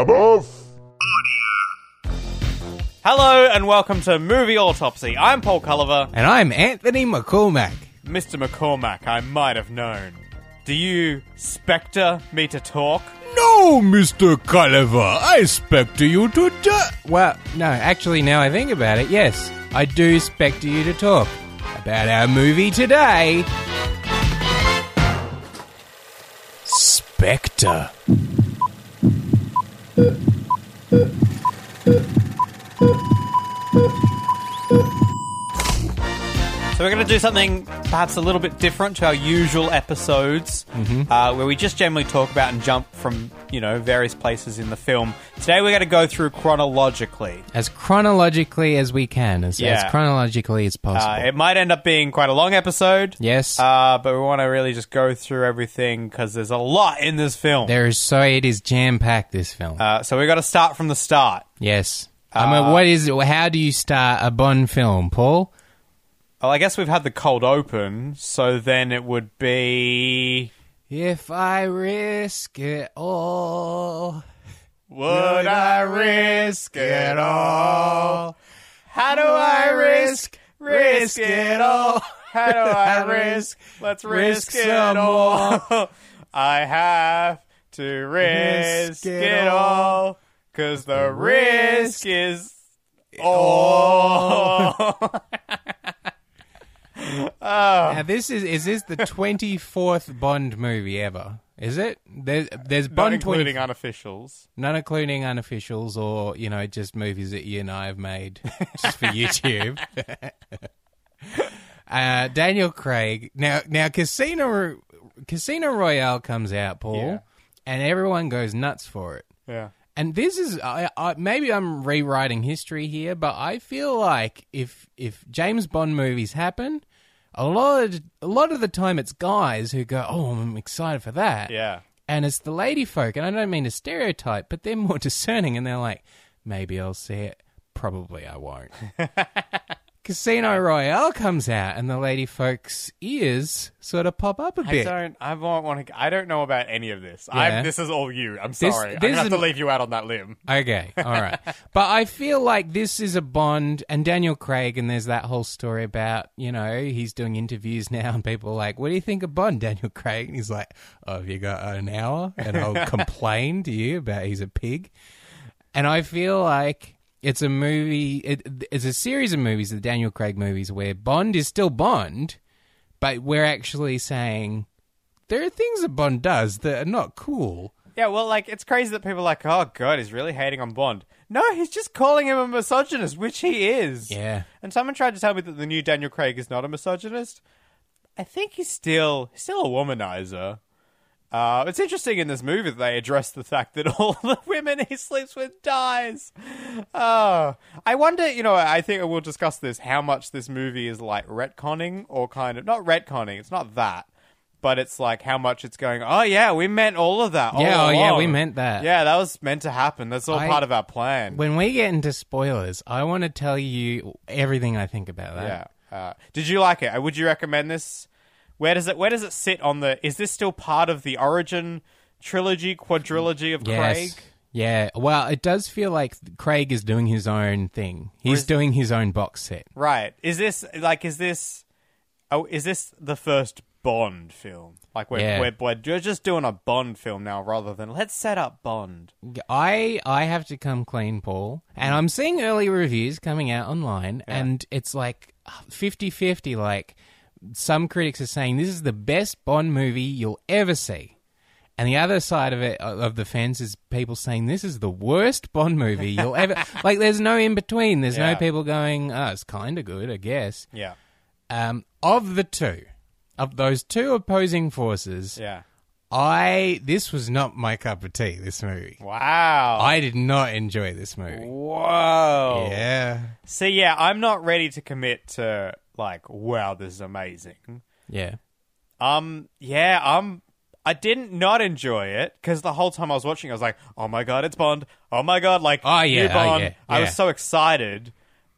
Maboff? Hello and welcome to Movie Autopsy. I'm Paul Culliver. And I'm Anthony McCormack. Mr. McCormack, I might have known. Do you spectre me to talk? No, Mr. Culliver, I expect you to di- Well, no, actually, now I think about it, yes, I do expect you to talk about our movie today. Spectre. So we're going to do something perhaps a little bit different to our usual episodes, Mm-hmm. uh, where we just generally talk about and jump from you know various places in the film. Today we're going to go through chronologically. As chronologically as we can, as, Yeah. as chronologically as possible. Uh, it might end up being quite a long episode. yes, Uh, but we want to really just go through everything because there's a lot in this film. there is so it is jam packed. This film, Uh, so we got to start from the start. yes. I mean, what is? How do you start a Bond film, Paul? Well, I guess we've had the cold open, so then it would be. If I risk it all, Would I risk it all? How do I risk, risk it all? How do I risk, let's risk, Risk it some all? I have to risk, Risk it, it all, because the risk is all. Oh. now this is is this the twenty fourth Bond movie ever? Is it? There's there's Not Bond including 20 unofficials. not including unofficials or you know just movies that you and I have made just for YouTube. uh, Daniel Craig. Now now Casino Ro- Casino Royale comes out, Paul, Yeah. and everyone goes nuts for it. Yeah. And this is I, I, maybe I'm rewriting history here, but I feel like if if James Bond movies happen, a lot of, a lot of the time it's guys who go, "Oh, I'm excited for that," Yeah. and it's the lady folk, and I don't mean to stereotype, but they're more discerning, and they're like, "Maybe I'll see it, probably I won't." Casino Royale comes out, and the lady folks' ears sort of pop up a I bit. don't. I won't want to. I don't know about any of this. Yeah. I'm, this is all you. I'm sorry. I'm this gonna have to is- leave you out on that limb. Okay, all right. but I feel like this is a Bond and Daniel Craig, and there's that whole story about, you know, he's doing interviews now, and people are like, What do you think of Bond, Daniel Craig? And he's like, Oh, have you got an hour? And I'll complain to you about he's a pig. And I feel like it's a movie, it, it's a series of movies, the Daniel Craig movies, where Bond is still Bond, but we're actually saying there are things that Bond does that are not cool. Yeah. Well, like it's crazy that people are like, oh god, he's really hating on Bond. No, he's just calling him a misogynist, which he is. Yeah. And someone tried to tell me that the new Daniel Craig is not a misogynist. I think he's still he's still a womanizer. Uh, it's interesting in this movie that they address the fact that all the women he sleeps with dies. Oh, I wonder, you know, I think we'll discuss this how much this movie is like retconning or kind of not retconning. It's not that, but it's like how much it's going. Oh yeah, we meant all of that. all Yeah, oh, yeah, along." we meant that. Yeah, that was meant to happen. That's all I- part of our plan. When we get into spoilers, I want to tell you everything I think about Yeah. that. Uh, did you like it? Uh, Would you recommend this? Where does it Where does it sit on the? Is this still part of the origin trilogy, quadrilogy of Craig? Yeah. Well, it does feel like Craig is doing his own thing. He's doing his own box set. Right. Is this like? Is this? Oh, is this the first Bond film? Like we're Yeah. we're, we're you're just doing a Bond film now, rather than let's set up Bond. I I have to come clean, Paul. And I'm seeing early reviews coming out online and it's like 50-50 like some critics are saying this is the best Bond movie you'll ever see. And the other side of it of the fence is people saying this is the worst Bond movie you'll ever like there's no in between. There's Yeah. no people going, "Oh, it's kind of good, I guess." Yeah. Um of the two, of those two opposing forces, Yeah. I this was not my cup of tea this movie. Wow. I did not enjoy this movie. Whoa. Yeah. See, yeah, I'm not ready to commit to like, wow, this is amazing. Yeah. Um, yeah, um, I didn't not enjoy it because the whole time I was watching, I was like, "Oh my god, it's Bond! Oh my god, like, Oh, yeah, new oh, Bond!" yeah, I yeah. was so excited,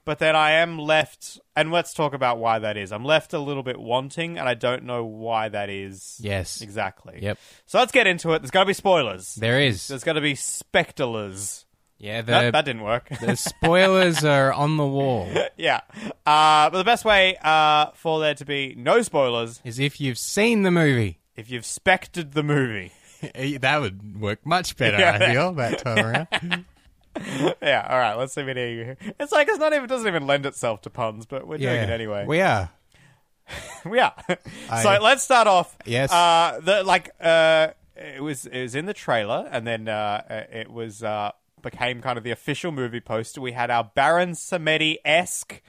But then I am left, and let's talk about why that is. I'm left a little bit wanting, and I don't know why that is. Yes. Exactly. Yep. So let's get into it. There's got to be spoilers. There is. There's got to be spectalers. Yeah, the, That, that didn't work. the spoilers are on the wall. yeah. Uh, but the best way uh, for there to be no spoilers As if you've seen the movie. if you've spected the movie. that would work much better, Yeah. I feel, that time around. yeah. All right. Let's see if it here. It's like it's not even doesn't even lend itself to puns, but we're doing it anyway. We are. We are. I- so let's start off. Yes. Uh, the like uh, it was it was in the trailer, and then uh, it was uh, became kind of the official movie poster. We had our Baron Samedi esque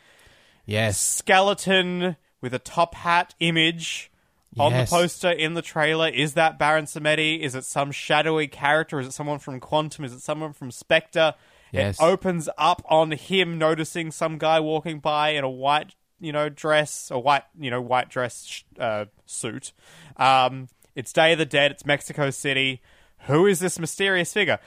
Yes. skeleton with a top hat image. On the Yes. poster in the trailer, is that Baron Samedi? Is it some shadowy character? Is it someone from Quantum? Is it someone from Spectre? Yes. It opens up on him noticing some guy walking by in a white, you know, dress, a white, you know, white dress sh- uh, suit. Um, it's Day of the Dead. It's Mexico City. Who is this mysterious figure?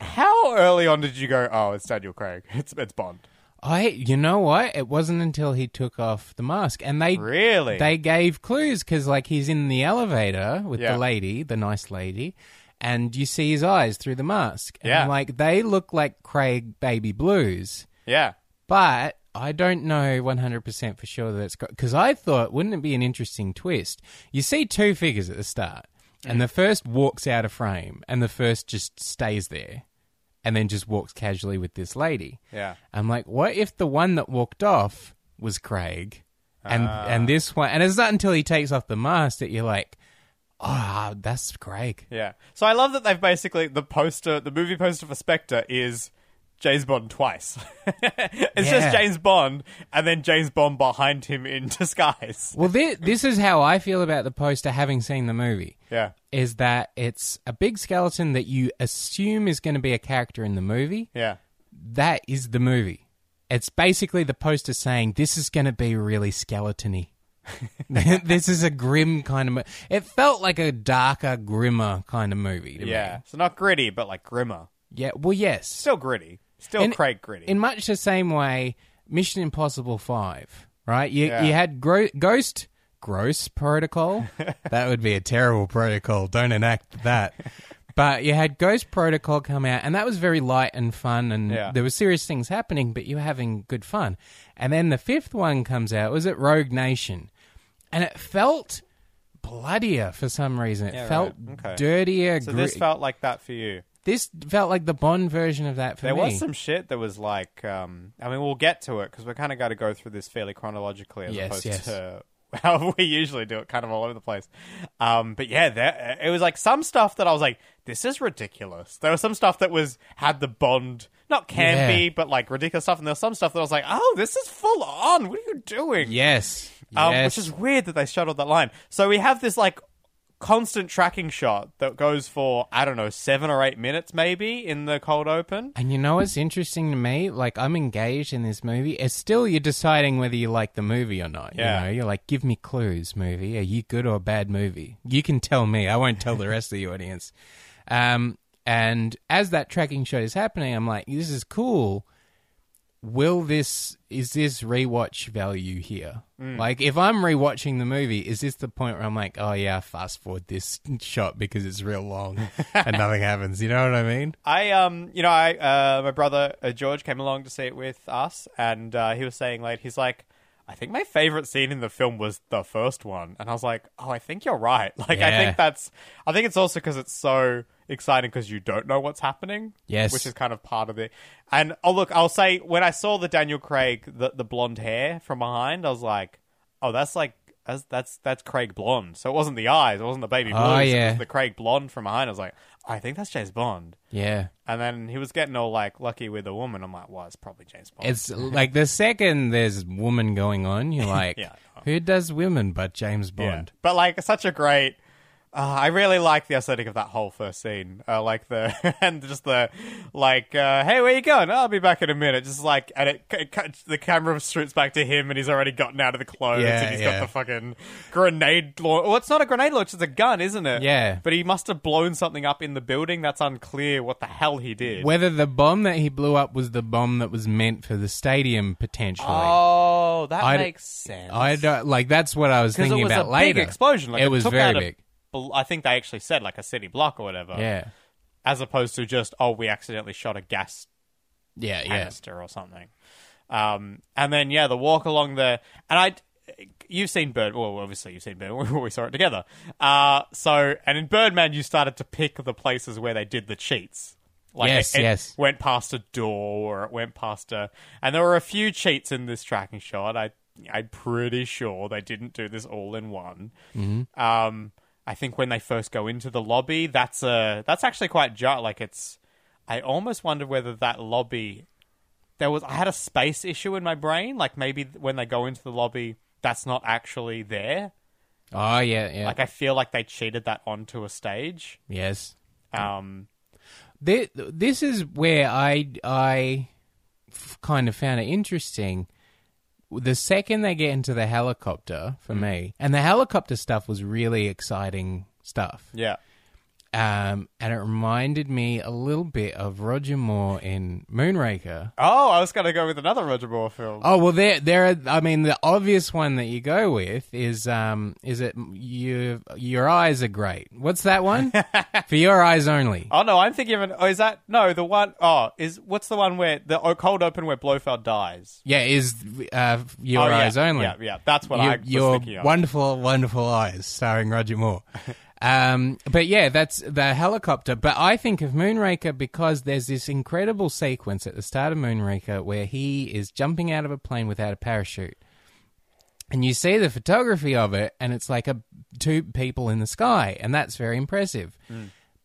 How early on did you go? Oh, it's Daniel Craig. It's it's Bond. I, you know what? It wasn't until he took off the mask, and they Really? they gave clues because, like, he's in the elevator with Yeah. the lady, the nice lady, and you see his eyes through the mask. And, Yeah. like they look like Craig Baby Blues, yeah. but I don't know one hundred percent for sure that it's got because I thought wouldn't it be an interesting twist? You see two figures at the start, and the first walks out of frame, and the first just stays there, and then just walks casually with this lady. Yeah. I'm like, what if the one that walked off was Craig, and Ah. and this one, and it's not until he takes off the mask that you're like, oh, that's Craig. Yeah. So I love that they've basically the poster, the movie poster for Spectre is James Bond twice. it's Yeah. just James Bond and then James Bond behind him in disguise. Well, this, this is how I feel about the poster, having seen the movie. Yeah. Is that it's a big skeleton that you assume is going to be a character in the movie. Yeah. That is the movie. It's basically the poster saying this is going to be really skeletony. this is a grim kind of. Mo- it felt like a darker, grimmer kind of movie. To me. Yeah. So not gritty, but like grimmer. Yeah, well, yes. Still gritty. Still In- Craig gritty. In much the same way, Mission Impossible 5, right? You, Yeah. you had gro- Ghost, Gross Protocol. that would be a terrible protocol. Don't enact that. but you had Ghost Protocol come out, and that was very light and fun, and Yeah. there were serious things happening, but you were having good fun. And then the fifth one comes out, was it Rogue Nation? And it felt bloodier for some reason. It Yeah, felt right. Okay. dirtier. so gri- this felt like that for you. this felt like the Bond version of that for There me. was some shit that was like, um, I mean, we'll get to it because we're kind of got to go through this fairly chronologically as Yes, opposed yes. to how we usually do it, kind of all over the place. Um, but yeah, there, it was like some stuff that I was like, this is ridiculous. There was some stuff that was had the bond, not campy, Yeah. but like ridiculous stuff, and there was some stuff that I was like, oh, this is full on. What are you doing? Yes. Um, yes. Which is weird that they shuttled that line. So we have this like constant tracking shot that goes for I don't know seven or eight minutes maybe in the cold open. and you know what's interesting to me? Like I'm engaged in this movie. It's still you're deciding whether you like the movie or not. Yeah. You know, you're like, give me clues, movie. Are you good or bad movie? You can tell me. I won't tell the rest of the audience. Um, and as that tracking shot is happening, I'm like, this is cool. Will this is this rewatch value here? Like, if I'm rewatching the movie, is this the point where I'm like, oh yeah, fast forward this shot because it's real long and nothing happens? You know what I mean? I um, you know, I uh, my brother uh, George came along to see it with us, and uh, he was saying like he's like, I think my favorite scene in the film was the first one, and I was like, oh, I think you're right. Like I Yeah. think that's, I think it's also because it's so exciting because you don't know what's happening. Yes. which is kind of part of it. And oh look, I'll say when I saw the Daniel Craig the the blonde hair from behind, I was like, oh, that's like. That's, that's that's Craig Blonde. So it wasn't the eyes, it wasn't the baby blues, Oh, it yeah. was the Craig Blonde from behind. I was like, I think that's James Bond. Yeah. And then he was getting all like lucky with a woman. I'm like, well, it's probably James Bond. It's like the second there's woman going on, you're like, Yeah. who does women but James Yeah. Bond? But like, such a great Uh, I really like the aesthetic of that whole first scene, uh, like the and just the like, uh, hey, where you going? I'll be back in a minute. Just like, and it, it, cuts- the camera shoots back to him, and he's already gotten out of the clothes, Yeah, and he's yeah. got the fucking grenade launch. Well, it's not a grenade launch; it's a gun, isn't it? Yeah. But he must have blown something up in the building. That's unclear what the hell he did. Whether the bomb that he blew up was the bomb that was meant for the stadium potentially. oh, that I d- makes sense. I don't like that's what I was because it thinking was about a later. big explosion. Like, it was took very out a big. bl- I think they actually said like a city block or whatever. yeah. as opposed to just oh we accidentally shot a gas Yeah, yeah. canister or something um and then yeah the walk along the and i you've seen bird well obviously you've seen bird we saw it together uh so and in birdman you started to pick the places where they did the cheats like Yes, it, it yes. went past a door or it went past a and there were a few cheats in this tracking shot i i'm pretty sure they didn't do this all in one Mm-hmm. um, I think when they first go into the lobby, that's a that's actually quite jar. Like it's, I almost wonder whether that lobby, there was I had a space issue in my brain. Like maybe th- when they go into the lobby, that's not actually there. Oh yeah, yeah. Like I feel like they cheated that onto a stage. yes. Um, Thi- this is where I I f- kind of found it interesting. The second they get into the helicopter for me, and the helicopter stuff was really exciting stuff. yeah, Um, and it reminded me a little bit of Roger Moore in Moonraker. Oh, I was going to go with another Roger Moore film. Oh well, there, there. Are, I mean, the obvious one that you go with is, um, is it you? Your eyes are great. What's that one? For your eyes only. Oh no, I'm thinking of an. Oh, is that no the one oh is what's the one where the o- cold open where Blofeld dies? Yeah, is uh, your oh, yeah, eyes only. Yeah, yeah, that's what I was your thinking of. wonderful, wonderful eyes, starring Roger Moore. um, but yeah, that's the helicopter. But I think of Moonraker because there's this incredible sequence at the start of Moonraker where he is jumping out of a plane without a parachute. And you see the photography of it, and it's like a two people in the sky, and that's very impressive.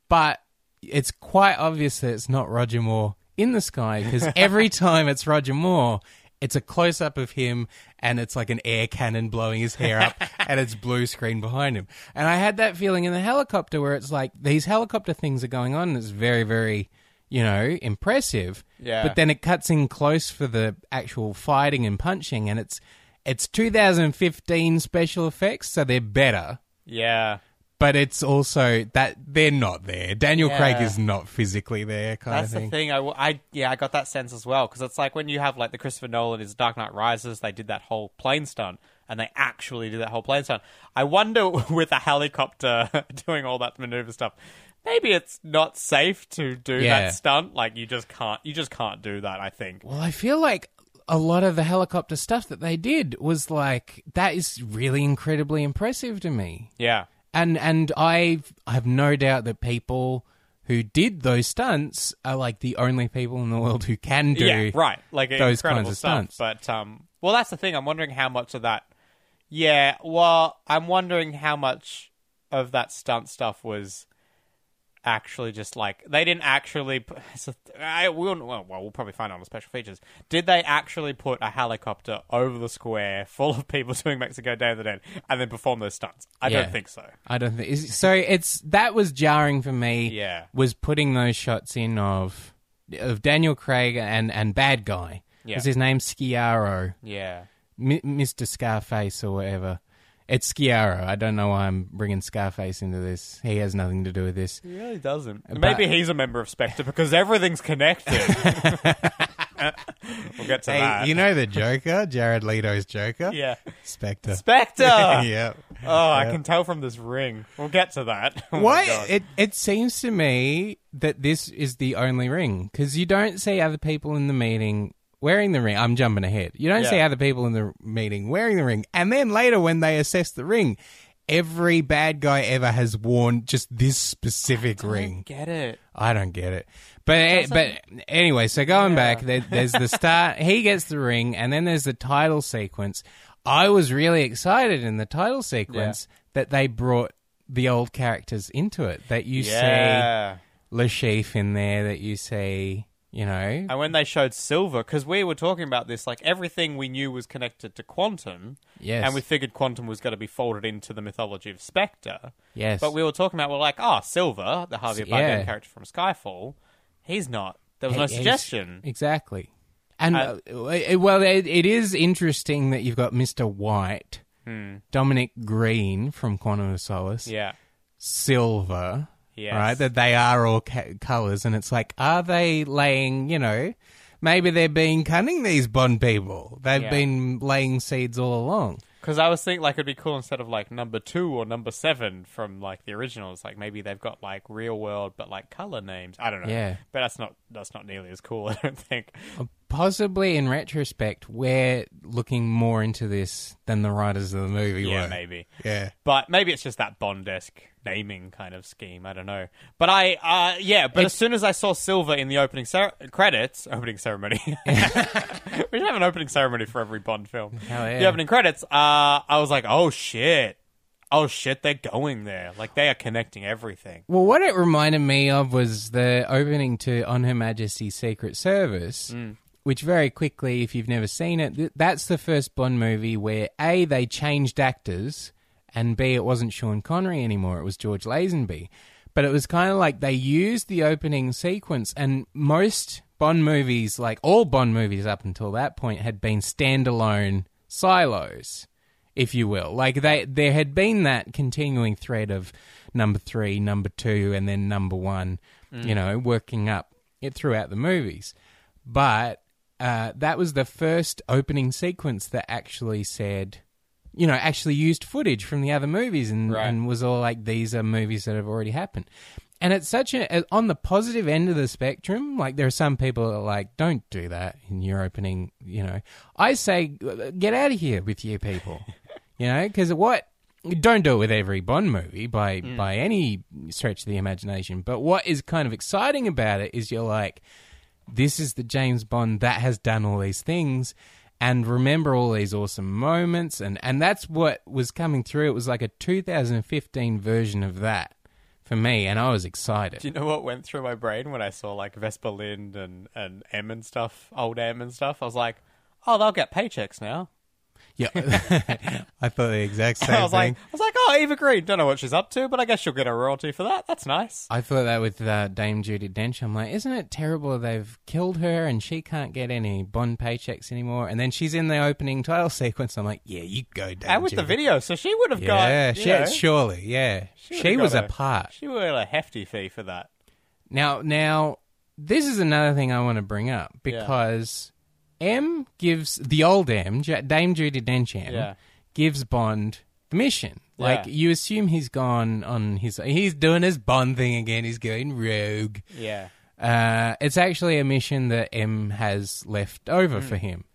But it's quite obvious that it's not Roger Moore in the sky because every time it's Roger Moore, it's a close up of him, and it's like an air cannon blowing his hair up, and it's blue screen behind him. And I had that feeling in the helicopter where it's like these helicopter things are going on, and it's very, very, you know, impressive. Yeah. But then it cuts in close for the actual fighting and punching, and it's it's 2015 special effects, so they're better. yeah. But it's also that they're not there. Daniel Craig Yeah. is not physically there, kind That's of thing. the thing. I, w- I- yeah, I got that sense as well because it's like when you have like the Christopher Nolan is Dark Knight Rises, they did that whole plane stunt and they actually did that whole plane stunt. I wonder with a helicopter doing all that maneuver stuff, maybe it's not safe to do Yeah. that stunt. Like you just can't, you just can't do that. I think. Well, I feel like a lot of the helicopter stuff that they did was like that is really incredibly impressive to me. Yeah, and and I I have no doubt that people who did those stunts are like the only people in the world who can do yeah, right. Like those incredible kinds of stuff. stunts. But um, well, that's the thing. I'm wondering how much of that. Yeah, well, I'm wondering how much of that stunt stuff was actually just like they didn't actually. p- So I will. Well, well, we'll probably find out on special features. Did they actually put a helicopter over the square full of people doing Mexico Day of the Dead and then perform those stunts? I Yeah. don't think so. I don't think is, so. It's that was jarring for me. Yeah. was putting those shots in of of Daniel Craig and and bad guy. Yeah. Was his name Sciaro, Yeah. M- Mr. Scarface or whatever? It's Sciaro. I don't know why I'm bringing Scarface into this. He has nothing to do with this. He really doesn't. Maybe he's a member of Spectre because everything's connected. we'll get to that. Hey, you know the Joker, Jared Leto's Joker. yeah. Spectre. Spectre. yeah. Oh, I can tell from this ring. We'll get to that. Oh my Why God. it it seems to me that this is the only ring because you don't see other people in the meeting wearing the ring. I'm jumping ahead. You don't Yeah. see other people in the meeting wearing the ring, and then later when they assess the ring, every bad guy ever has worn just this specific ring. Get it? I don't get it, but eh, but anyway. So going back, there, there's the start. he gets the ring, and then there's the title sequence. I was really excited in the title sequence that they brought the old characters into it. That you see Yeah. Lashif in there. That you see You know, And when they showed silver, because we were talking about this, like everything we knew was connected to quantum. Yes. And we figured quantum was going to be folded into the mythology of Spectre. Yes. But we were talking about, we're like, oh, Silver, the Harvey S- Bardem yeah. character from Skyfall, he's not. There was Hey, no yes, suggestion. Exactly. And uh, uh, well, it, it is interesting that you've got Mr. White, Dominic Green from Quantum of Solace, Hmm. Yeah. Silver, Yes. right? That they are all ca- colors, and it's like, are they laying? You know, maybe they're being cunning. These Bond people, they've Yeah. been laying seeds all along. Because I was thinking, like, it'd be cool instead of, like, number two or number seven from, like, the originals. Like, maybe they've got, like, real world, but, like, color names. I don't know. Yeah. But that's not, that's not nearly as cool, I don't think. Uh, Possibly in retrospect, we're looking more into this than the writers of the movie Yeah, were. maybe. Yeah. But maybe it's just that Bond-esque naming kind of scheme. I don't know. But I, uh, yeah. But as soon as I saw Silver in the opening cer- credits, opening ceremony, we should have an opening ceremony for every Bond film. Hell yeah. The opening credits. Uh, I was like, oh shit, oh shit, they're going there. Like they are connecting everything. Well, what it reminded me of was the opening to On Her Majesty's Secret Service, which very quickly, if you've never seen it, th- that's the first Bond movie where A, they changed actors, and B, it wasn't Sean Connery anymore, it was George Lazenby. But it was kind of like they used the opening sequence, and most Bond movies, like all Bond movies up until that point, had been standalone silos if you will. Like they, there had been that continuing thread of number three, number two, and then number one. You know, working up it throughout the movies, but uh, that was the first opening sequence that actually said, you know, actually used footage from the other movies and, Right. and was all like these are movies that have already happened. And it's such a on the positive end of the spectrum. Like there are some people that are like, don't do that in your opening. You know, I say, get out of here with you people. you know, because what? Don't do it with every Bond movie by by any stretch of the imagination. But what is kind of exciting about it is you're like, this is the James Bond that has done all these things and remember all these awesome moments and and that's what was coming through it was like a 2015 version of that for me and I was excited Do you know what went through my brain when I saw like Vespa Lind and and M and stuff, old M and stuff? I was like, oh, they'll get paychecks now. yeah I thought the exact same I was thing like, I was like, oh, Eva Green. Don't know what she's up to, but I guess she'll get a royalty for that. That's nice. I thought that with uh, Dame Judy Dench I'm like isn't it terrible they've killed her and she can't get any bond paychecks anymore and then she's in the opening title sequence I'm like yeah you go Dame and with the Judy." video, so she would have got. yeah, you she, know, surely, yeah. She, would've was got a part. She would have got a hefty fee for that. Now, now, this is another thing I want to bring up because M gives the old M, J- Dame Judy Dench M, Yeah. gives Bond the mission. Yeah. Like you assume he's gone on his, he's doing his Bond thing again. He's going rogue. Yeah. Uh, it's actually a mission that M has left over for him.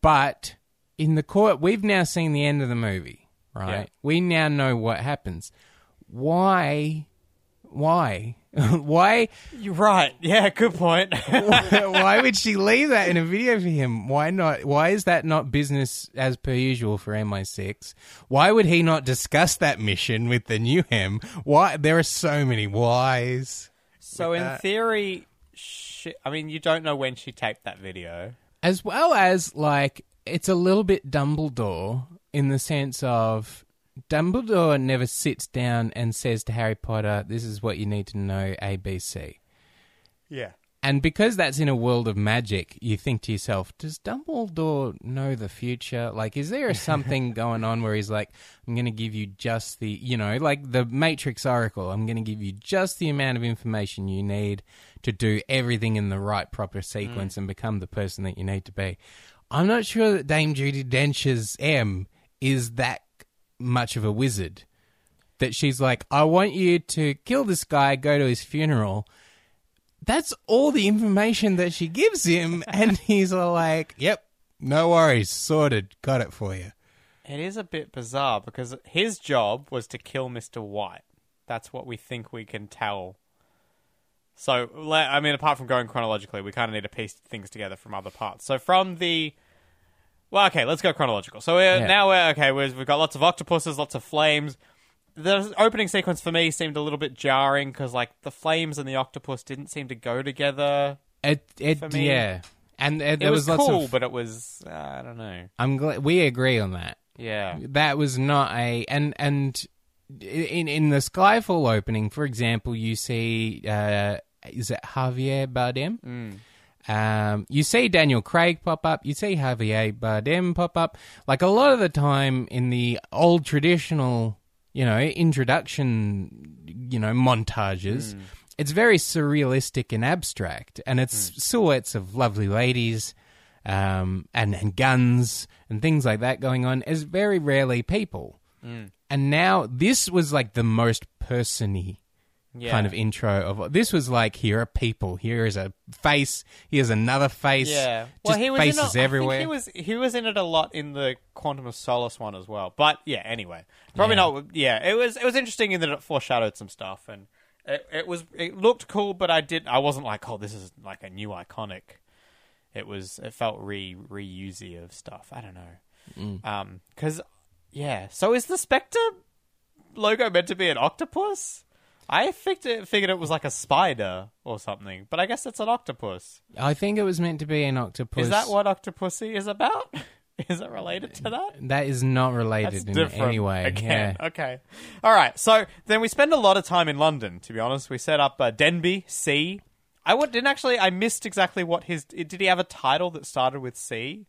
But in the court, we've now seen the end of the movie, right? Yeah. We now know what happens. Why? Why? why? You're right. Yeah, good point. why would she leave that in a video for him? Why not? Why is that not business as per usual for MI6? Why would he not discuss that mission with the new him? Why? There are so many whys. so in theory, she, I mean, you don't know when she taped that video. as well as like it's a little bit Dumbledore in the sense of Dumbledore never sits down and says to Harry Potter, "This is what you need to know, ABC." Yeah. And because that's in a world of magic, you think to yourself, does Dumbledore know the future? Like, is there something going on where he's like, I'm going to give you just the, you know, like the Matrix Oracle, I'm going to give you just the amount of information you need to do everything in the right proper sequence and become the person that you need to be? I'm not sure that Dame Judy Dench's M is that much of a wizard. That she's like, I want you to kill this guy, go to his funeral, that's all the information that she gives him, and he's all like, "Yep, no worries, sorted, got it for you." It is a bit bizarre because his job was to kill Mr. White. That's what we think we can tell. So, le- I mean, apart from going chronologically, we kind of need to piece things together from other parts. So, from the. Well, okay, let's go chronological. So, we're, Yeah. now we're. Okay, we're, we've got lots of octopuses, lots of flames. The opening sequence for me seemed a little bit jarring because, like, the flames and the octopus didn't seem to go together. It, it, For me, yeah. And uh, there it was, was, lots cool, of. but it was uh, I don't know. I'm glad we agree on that. Yeah, That was not a and and in in the Skyfall opening, for example, you see uh, is it Javier Bardem? Mm. Um, you see Daniel Craig pop up. You see Javier Bardem pop up. Like a lot of the time in the old traditional, you know, introduction, you know, montages, it's very surrealistic and abstract, and it's silhouettes of lovely ladies. Um, and, and guns and things like that going on is very rarely people. And now this was like the most persony yeah. kind of intro of this was like here are people here is a face here's another face Yeah. just faces in a, everywhere I think he was he was in it a lot in the Quantum of Solace one as well. But yeah, anyway, probably Yeah. not. Yeah, it was it was interesting in that it foreshadowed some stuff and it, it was it looked cool, but I did I wasn't like oh this is like a new iconic. It was it felt re reusey of stuff. I don't Mm. know, Um 'cause because yeah. So is the Spectre logo meant to be an octopus? I figured figured it was like a spider or something, but I guess it's an octopus. i think it was meant to be an octopus Is that what Octopussy is about? Is it related to that? that is not related That's in different. any way Again. yeah Okay. All right. So then we spend a lot of time in London. To be honest, we set up uh, Denby C. I would, didn't actually. I missed exactly what his. Did he have a title that started with C?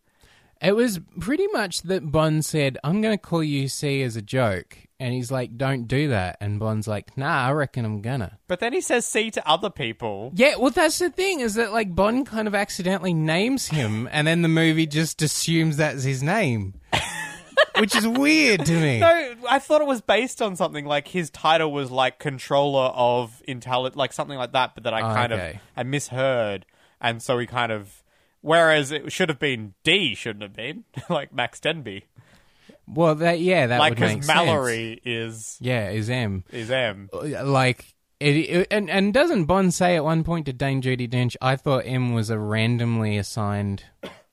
it was pretty much that bond said i'm going to call you c as a joke and he's like don't do that and bond's like nah i reckon i'm gonna But then he says C to other people. yeah well that's the thing is that like bond kind of accidentally names him and then the movie just assumes that's his name which is weird to me No, I thought it was based on something like his title was like controller of intelligence, like something like that. But that I Oh, kind okay. of I misheard, and so he kind of. Whereas it should have been D, shouldn't have been like Max Denby, Well, that yeah, that like would make because sense. Mallory is Yeah, is M is M. like it, it- and and doesn't Bond say at one point to Dame Judy Dench, "I thought M was a randomly assigned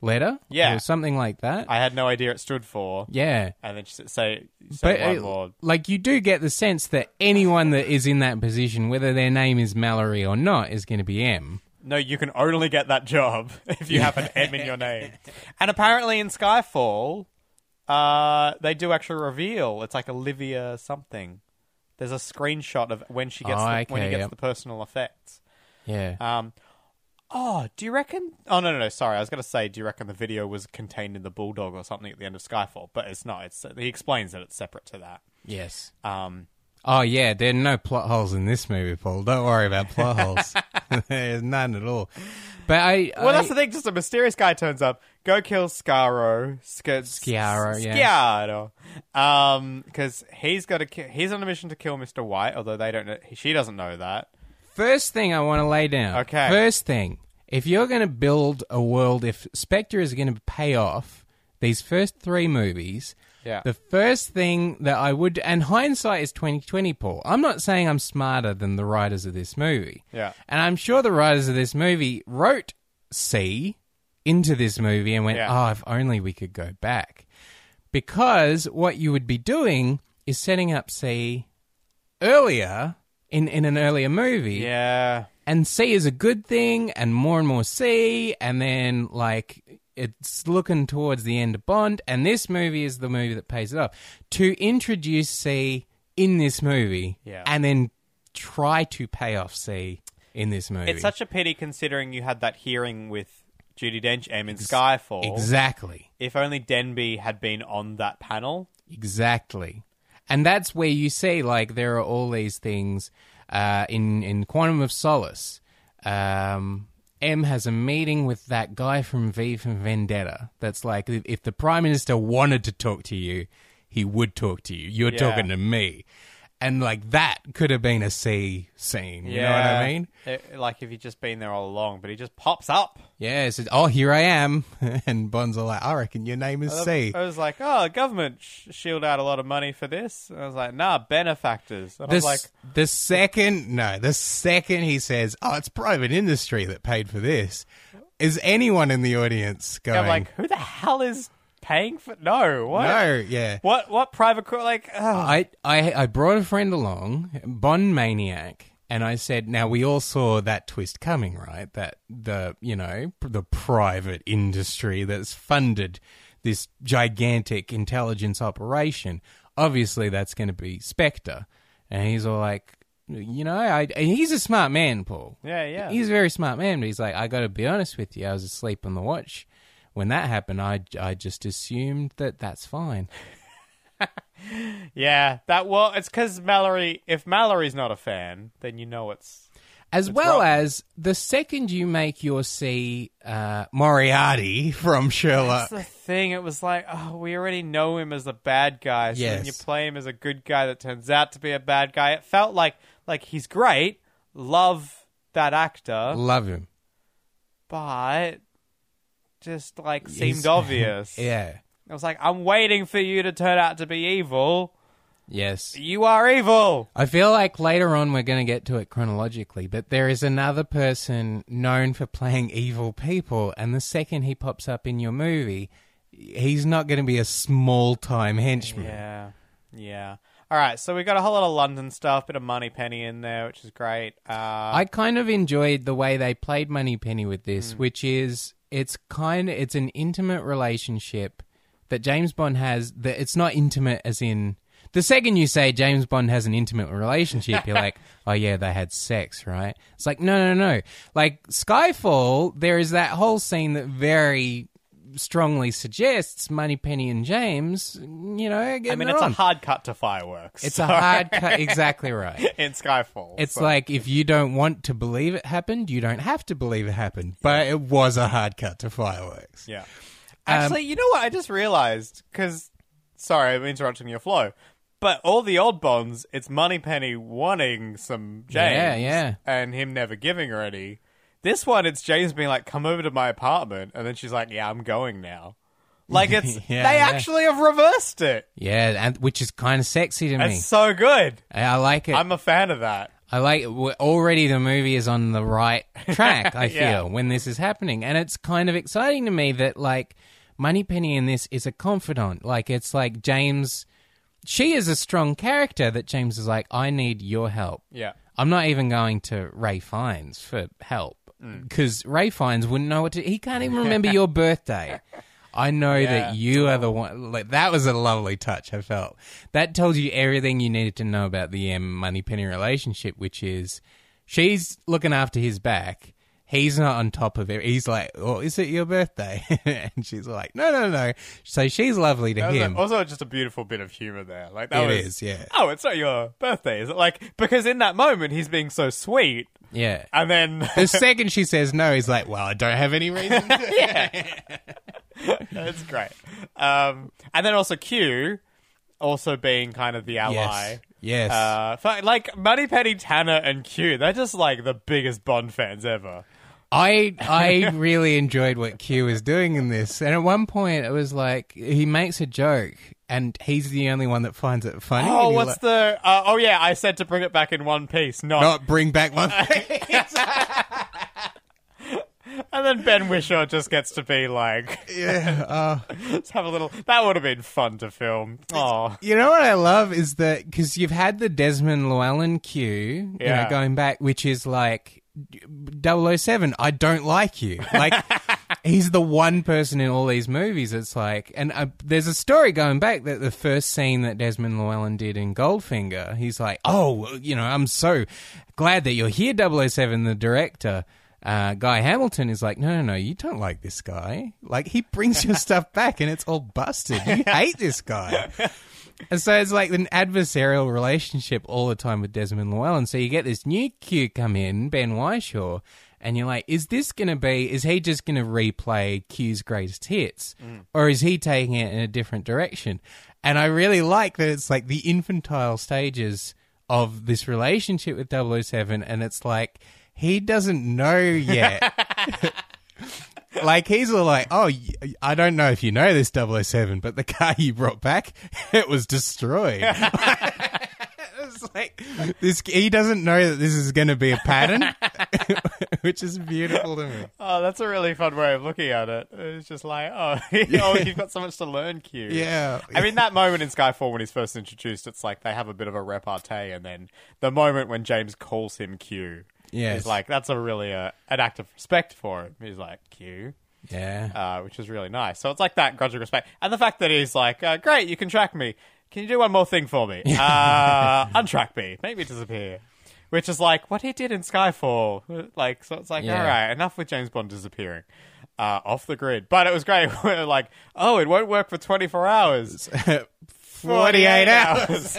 letter, Yeah. or something like that." I had no idea it stood for, yeah, and then she said, say say but one uh, more. like you do get the sense that anyone that is in that position, whether their name is Mallory or not, is going to be M. No, you can only get that job if you have an M in your name. And apparently in Skyfall, uh, they do actually reveal it's like Olivia something. There's a screenshot of when she gets Oh, the, when he okay, gets yep. the personal effects. Yeah, Um, oh, do you reckon? Oh no, no, no. Sorry, I was going to say, do you reckon the video was contained in the bulldog or something at the end of Skyfall? But it's not. It's he explains that it's separate to that. yes. Um, Oh yeah, there are no plot holes in this movie, Paul. Don't worry about plot holes. There's none at all. But I Well, I- that's the thing. Just a mysterious guy turns up. Go kill Scaro. Sc- Sciaro, yeah. Sciaro. Um, because he's got to. Ki- he's on a mission to kill Mister White. Although they don't. Know- she doesn't know that. First thing I want to lay down. Okay. First thing, if you're going to build a world, if Spectre is going to pay off these first three movies, Yeah. the first thing that I would, and hindsight is twenty twenty, Paul. I'm not saying I'm smarter than the writers of this movie. Yeah. And I'm sure the writers of this movie wrote C into this movie and went, Yeah. oh, if only we could go back. Because what you would be doing is setting up C earlier in, in an earlier movie. yeah. And C is a good thing, and more and more C, and then like it's looking towards the end of Bond, and this movie is the movie that pays it off. To introduce C in this movie, Yeah. and then try to pay off C in this movie. It's such a pity considering you had that hearing with Judy Dench M in Skyfall. exactly, If only Denby had been on that panel. exactly, and that's where you see like there are all these things uh, in in Quantum of Solace. Um, M has a meeting with that guy from V from Vendetta. That's like if- if the prime minister wanted to talk to you, he would talk to you. You're Yeah. talking to me, and like that could have been a C scene. You know what I mean? It- like if he'd just been there all along, but he just pops up. Yeah. It's just, oh, here I am, and Bond's all like, I reckon your name is C. I was like, oh, government sh- shield out a lot of money for this. And I was like, nah, benefactors. And I was The, like, s- the second no, the second he says, "Oh, it's private industry that paid for this," is anyone in the audience going? I'm like, who the hell is paying for? No, what? no, yeah. uh, What? What private? Co- like, ugh. I, I I brought a friend along, Bond maniac, And I said, now we all saw that twist coming, right? That the, you know, p- the private industry that's funded this gigantic intelligence operation, obviously that's going to be Spectre. And he's all like, you know, I, and he's a smart man, Paul. Yeah, yeah. He's a very smart man, but he's like, I got to be honest with you, I was asleep on the watch. When that happened, I, I just assumed that that's fine. Yeah, that well, it's because Mallory. If Mallory's not a fan, then you know it's As well rotten. as the second you make your see uh, Moriarty from Sherlock, that's the thing. It was like, oh, we already know him as the bad guy. So when Yes. you play him as a good guy that turns out to be a bad guy, it felt like like he's great. Love that actor, love him. but just like He's- seemed obvious. Yeah. I was like, I'm waiting for you to turn out to be evil. Yes. You are evil. I feel like later on we're going to get to it chronologically, but there is another person known for playing evil people, and the second he pops up in your movie, he's not going to be a small time henchman. Yeah, yeah. All right, so we got a whole lot of London stuff, bit of Money Penny in there, which is great. Uh, I kind of enjoyed the way they played Moneypenny with this, Mm. which is it's kind of it's an intimate relationship that James Bond has. That it's not intimate as in the second you say James Bond has an intimate relationship, you're like, oh yeah, they had sex, right? It's like no, no, no. Like Skyfall, there is that whole scene that very strongly suggests Moneypenny and James. You know, I mean, it's a hard cut to fireworks. it's a hard cut. Exactly right. in Skyfall. It's so- like if you don't want to believe it happened, you don't have to believe it happened. But it was a hard cut to fireworks. yeah. Actually, you know what? I just realized because sorry, I'm interrupting your flow. But all the old bonds, it's Moneypenny wanting some James, Yeah, yeah. and him never giving her any. This one, it's James being like, "Come over to my apartment," and then she's like, "Yeah, I'm going now." Like it's Yeah, they yeah. actually have reversed it. Yeah, and which is kind of sexy to me. It's so good. I I like it. i I'm a fan of that. like it. We're- Already the movie is on the right track, I feel, Yeah. when this is happening. And it's kind of exciting to me that, like, Moneypenny in this is a confidant. Like, it's like James. She is a strong character that James is like, I need your help. Yeah. I'm not even going to Ray Fiennes for help Mm. because Ray Fiennes wouldn't know what to. He can't even remember your birthday. I know Yeah. that you are the one. Like, that was a lovely touch. I felt that tells you everything you needed to know about the M Money Penny relationship, which is she's looking after his back. He's not on top of it. He's like, "Oh, is it your birthday?" and she's like, "No, no, no." So she's lovely to That was a- him. also, just a beautiful bit of humor there. Like that It was, is, yeah. Oh, it's not your birthday, is it? Like because in that moment he's being so sweet, yeah. and then The second she says no, he's like, "Well, I don't have any reason." to." it's great. Um, and then also Q, also being kind of the ally. Yes. Yes. Uh, fi- like Money Penny Tanner and Q, they're just like the biggest Bond fans ever. I I really enjoyed what Q was doing in this, and at one point it was like he makes a joke, and he's the only one that finds it funny. Oh, and you're what's like, the? Uh, oh yeah, I said to bring it back in one piece. Not. not bring back one? And then Ben Wishaw just gets to be like, yeah. Uh, let's have a little. That would have been fun to film. Oh, you know what I love is that because you've had the Desmond Llewellyn Q, you Yeah. know, going back, which is like 007, I don't like you. Like, he's the one person in all these movies that's like, and uh, there's a story going back that the first scene that Desmond Llewellyn did in Goldfinger, he's like, oh, you know, I'm so glad that you're here, 007, the director. Uh, Guy Hamilton is like, no, no, no, you don't like this guy. Like, he brings your stuff back and it's all busted. You hate this guy. And so it's like an adversarial relationship all the time with Desmond Llewellyn. So you get this new Q come in, Ben Whishaw, and you're like, is this going to be, is he just going to replay Q's greatest hits? Or is he taking it in a different direction? And I really like that it's like the infantile stages of this relationship with 007, and it's like, he doesn't know yet. like he's all like, "Oh, y- I don't know if you know this 007, but the car you brought back, it was destroyed." it's like this. He doesn't know that this is going to be a pattern. which is beautiful to me. Oh, that's a really fun way of looking at it. It's just like, oh, oh you've got so much to learn, Q. Yeah. I mean, that moment in Skyfall when he's first introduced, it's like they have a bit of a repartee, and then the moment when James calls him Q, Yes. is like, that's a really uh, an act of respect for him. He's like, Q, Yeah. uh, which is really nice. So it's like that grudge of respect. And the fact that he's like, uh, great, you can track me. Can you do one more thing for me? Uh, untrack me. Make me disappear. Which is like what he did in Skyfall. Like, so it's like, Yeah. all right, enough with James Bond disappearing. Uh, off the grid. But it was great. We We're like, oh, it won't work for 24 hours. 48 hours.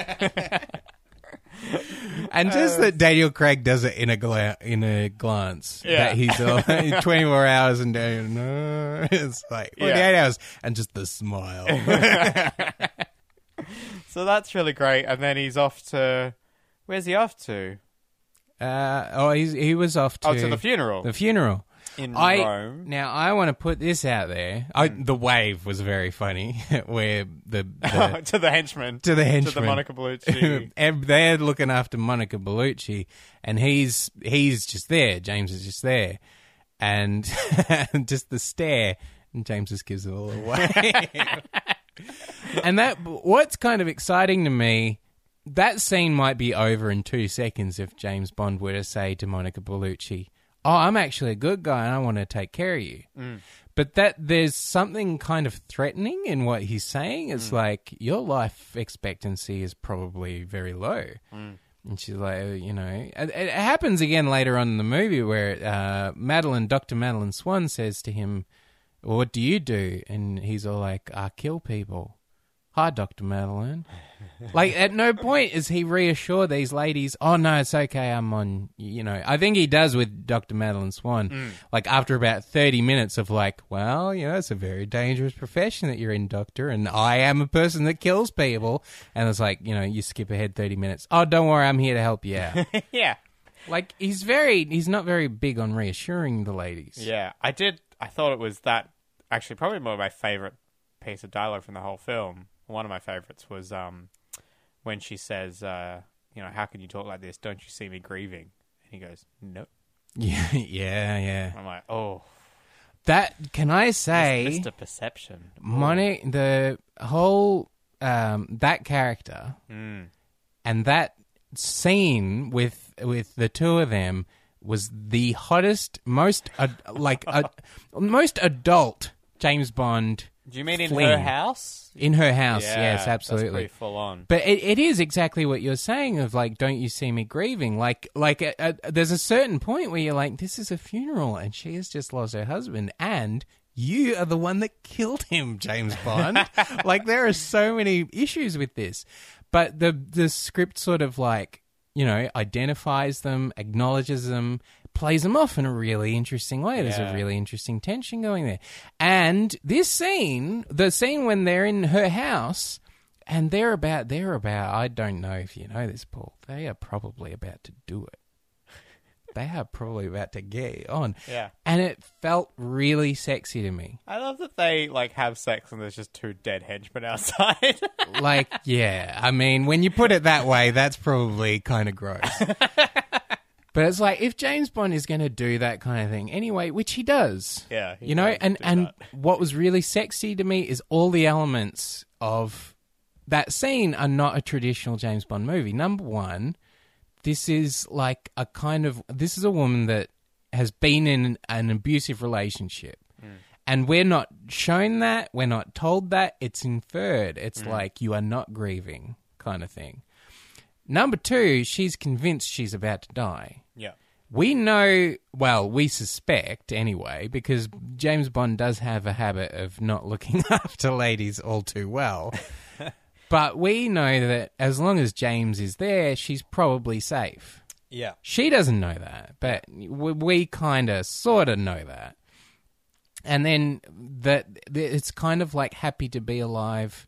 And just that Daniel Craig does it in a gla- in a glance. Yeah. That he's all, 24 hours and Daniel, no, it's like 48 Yeah. hours and just the smile. so that's really great. And then he's off to. Where's he off to? uh, oh, he's, he was off to, Oh, to the funeral. the funeral. in I Rome. Mm. now I want to put this out there. I, the wave was very funny, where the, the to the henchman. to the to henchman the Monica Bellucci. and they're looking after Monica Bellucci, and he's he's just there. James is just there, and just the stare, and James just gives it all away. and that what's kind of exciting to me. That scene might be over in two seconds if James Bond were to say to Monica Bellucci, "Oh, I'm actually a good guy, and I want to take care of you." But that there's something kind of threatening in what he's saying. It's like your life expectancy is probably very low. And she's like, oh, you know, it, it happens again later on in the movie where uh, Madeline, Dr. Madeline Swan says to him, well, What do you do? And he's all like, I kill people. Hi, Dr. Madeline. like, at no point is he reassure these ladies, oh, no, it's okay, I'm on, you know. I think he does with Dr. Madeline Swan. Like, after about 30 minutes of, like, well, you know, it's a very dangerous profession that you're in, doctor, and I am a person that kills people. And it's like, you know, you skip ahead 30 minutes. Oh, don't worry, I'm here to help you out. yeah. like, he's very, he's not very big on reassuring the ladies. Yeah, I did. I thought it was that actually probably more my favorite piece of dialogue from the whole film. One of my favorites was um, when she says, uh, "You know, how can you talk like this? Don't you see me grieving?" And he goes, "No." Yeah, yeah, yeah. I'm like, "Oh, That can I say, Mr. Perception." Monica, the whole um, that character Mm. and that scene with with the two of them was the hottest, most ad- like ad- most adult James Bond Do you mean in Fling. her house? in her house. Yeah, yes, That's absolutely. pretty full on. But it, it is exactly what you're saying of like, don't you see me grieving? Like, like uh uh there's a certain point where you're like, this is a funeral, and she has just lost her husband, and you are the one that killed him, James Bond. like, there are so many issues with this, but the the script sort of like, you know, identifies them, acknowledges them, plays them off in a really interesting way. There's Yeah. a really interesting tension going there, and this scene, the scene when they're in her house. And they're about, they're about, I don't know if you know this, Paul. They are probably about to do it. they are probably about to get on. Yeah. And it felt really sexy to me. I love that they like have sex and there's just two dead henchmen outside. Like, yeah, I mean, when you put it that way, that's probably kind of gross. but it's like, if James Bond is going to do that kind of thing anyway, which he does. Yeah, he You know, does and, do and that. what was really sexy to me is all the elements of that scene are not a traditional James Bond movie. Number one, this is like a kind of this is a woman that has been in an abusive relationship. And we're not shown that, we're not told that, it's inferred. It's like you are not grieving kind of thing. Number 2, she's convinced she's about to die. yeah. We know, well, we suspect anyway, because James Bond does have a habit of not looking after ladies all too well. but we know that as long as James is there, she's probably safe. Yeah. She doesn't know that, but we, we kind of sort of know that. And then that that it's kind of like happy to be alive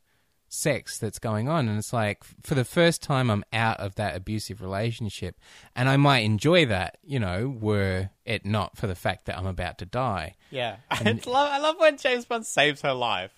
sex that's going on and it's like for the first time I'm out of that abusive relationship and I might enjoy that, you know, were it not for the fact that I'm about to die. Yeah, I love I love when James Bond saves her life,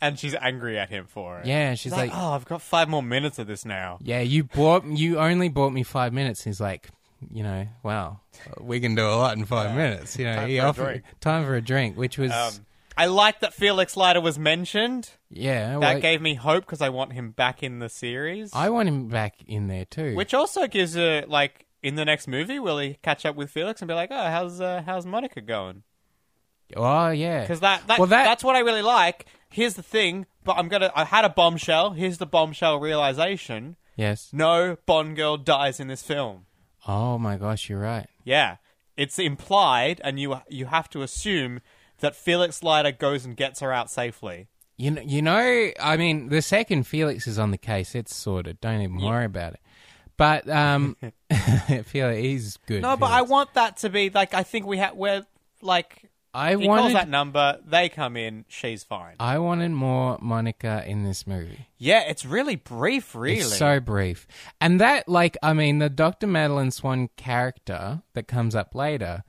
and she's angry at him for it. Yeah, she's She's like, like, "Oh, I've got five more minutes of this now." Yeah, you bought you only bought me five minutes. He's like, you know, wow, we can do a lot in five minutes. You know, Time he for a offered drink. time for a drink, which was Um, I like that Felix Leiter was mentioned. yeah. That well, gave me hope because I want him back in the series. Oh, I want him back in there too. Which also gives a like in the next movie, will he catch up with Felix and be like, "Oh, how's uh, how's Monica going?" oh yeah, Because that, that, Well, that- that's what I really like. Here's the thing, but I'm gonna. I had a bombshell. Here's the bombshell realization: yes. no Bond girl dies in this film. Oh my gosh, you're right. Yeah, it's implied, and you you have to assume that Felix Leiter goes and gets her out safely. You know, you know, I mean, the second Felix is on the case, it's sorted. Don't even worry about it. But um, Felix he's good. No, but I Felix. want that to be like. I think we have. We're like. I He calls wanted, that number. They come in. She's fine. I wanted more Monica in this movie. Yeah, it's really brief. Really. It's so brief, and that, like, I mean, the Doctor Madeline Swan character that comes up later,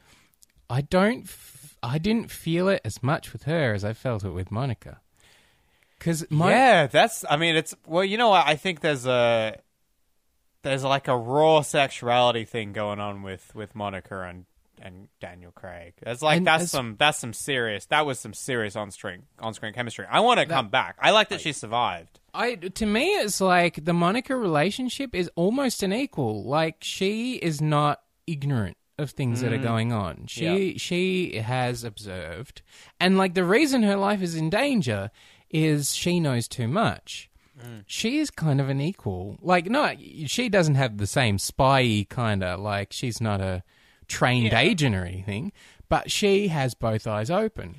I don't, f- I didn't feel it as much with her as I felt it with Monica. Because my, yeah, that's. I mean, it's. Well, you know what? I think there's a. There's like a raw sexuality thing going on with with Monica and and Daniel Craig. That's like And that's as- some that's some serious that was some serious on screen on screen chemistry. I want to come back. I like that she survived. I to me it's like the Monica relationship is almost an equal. Like she is not ignorant of things that are going on. She she has observed. And like the reason her life is in danger is she knows too much. She is kind of an equal. Like no, she doesn't have the same spy kind of like she's not a trained agent or anything, but she has both eyes open.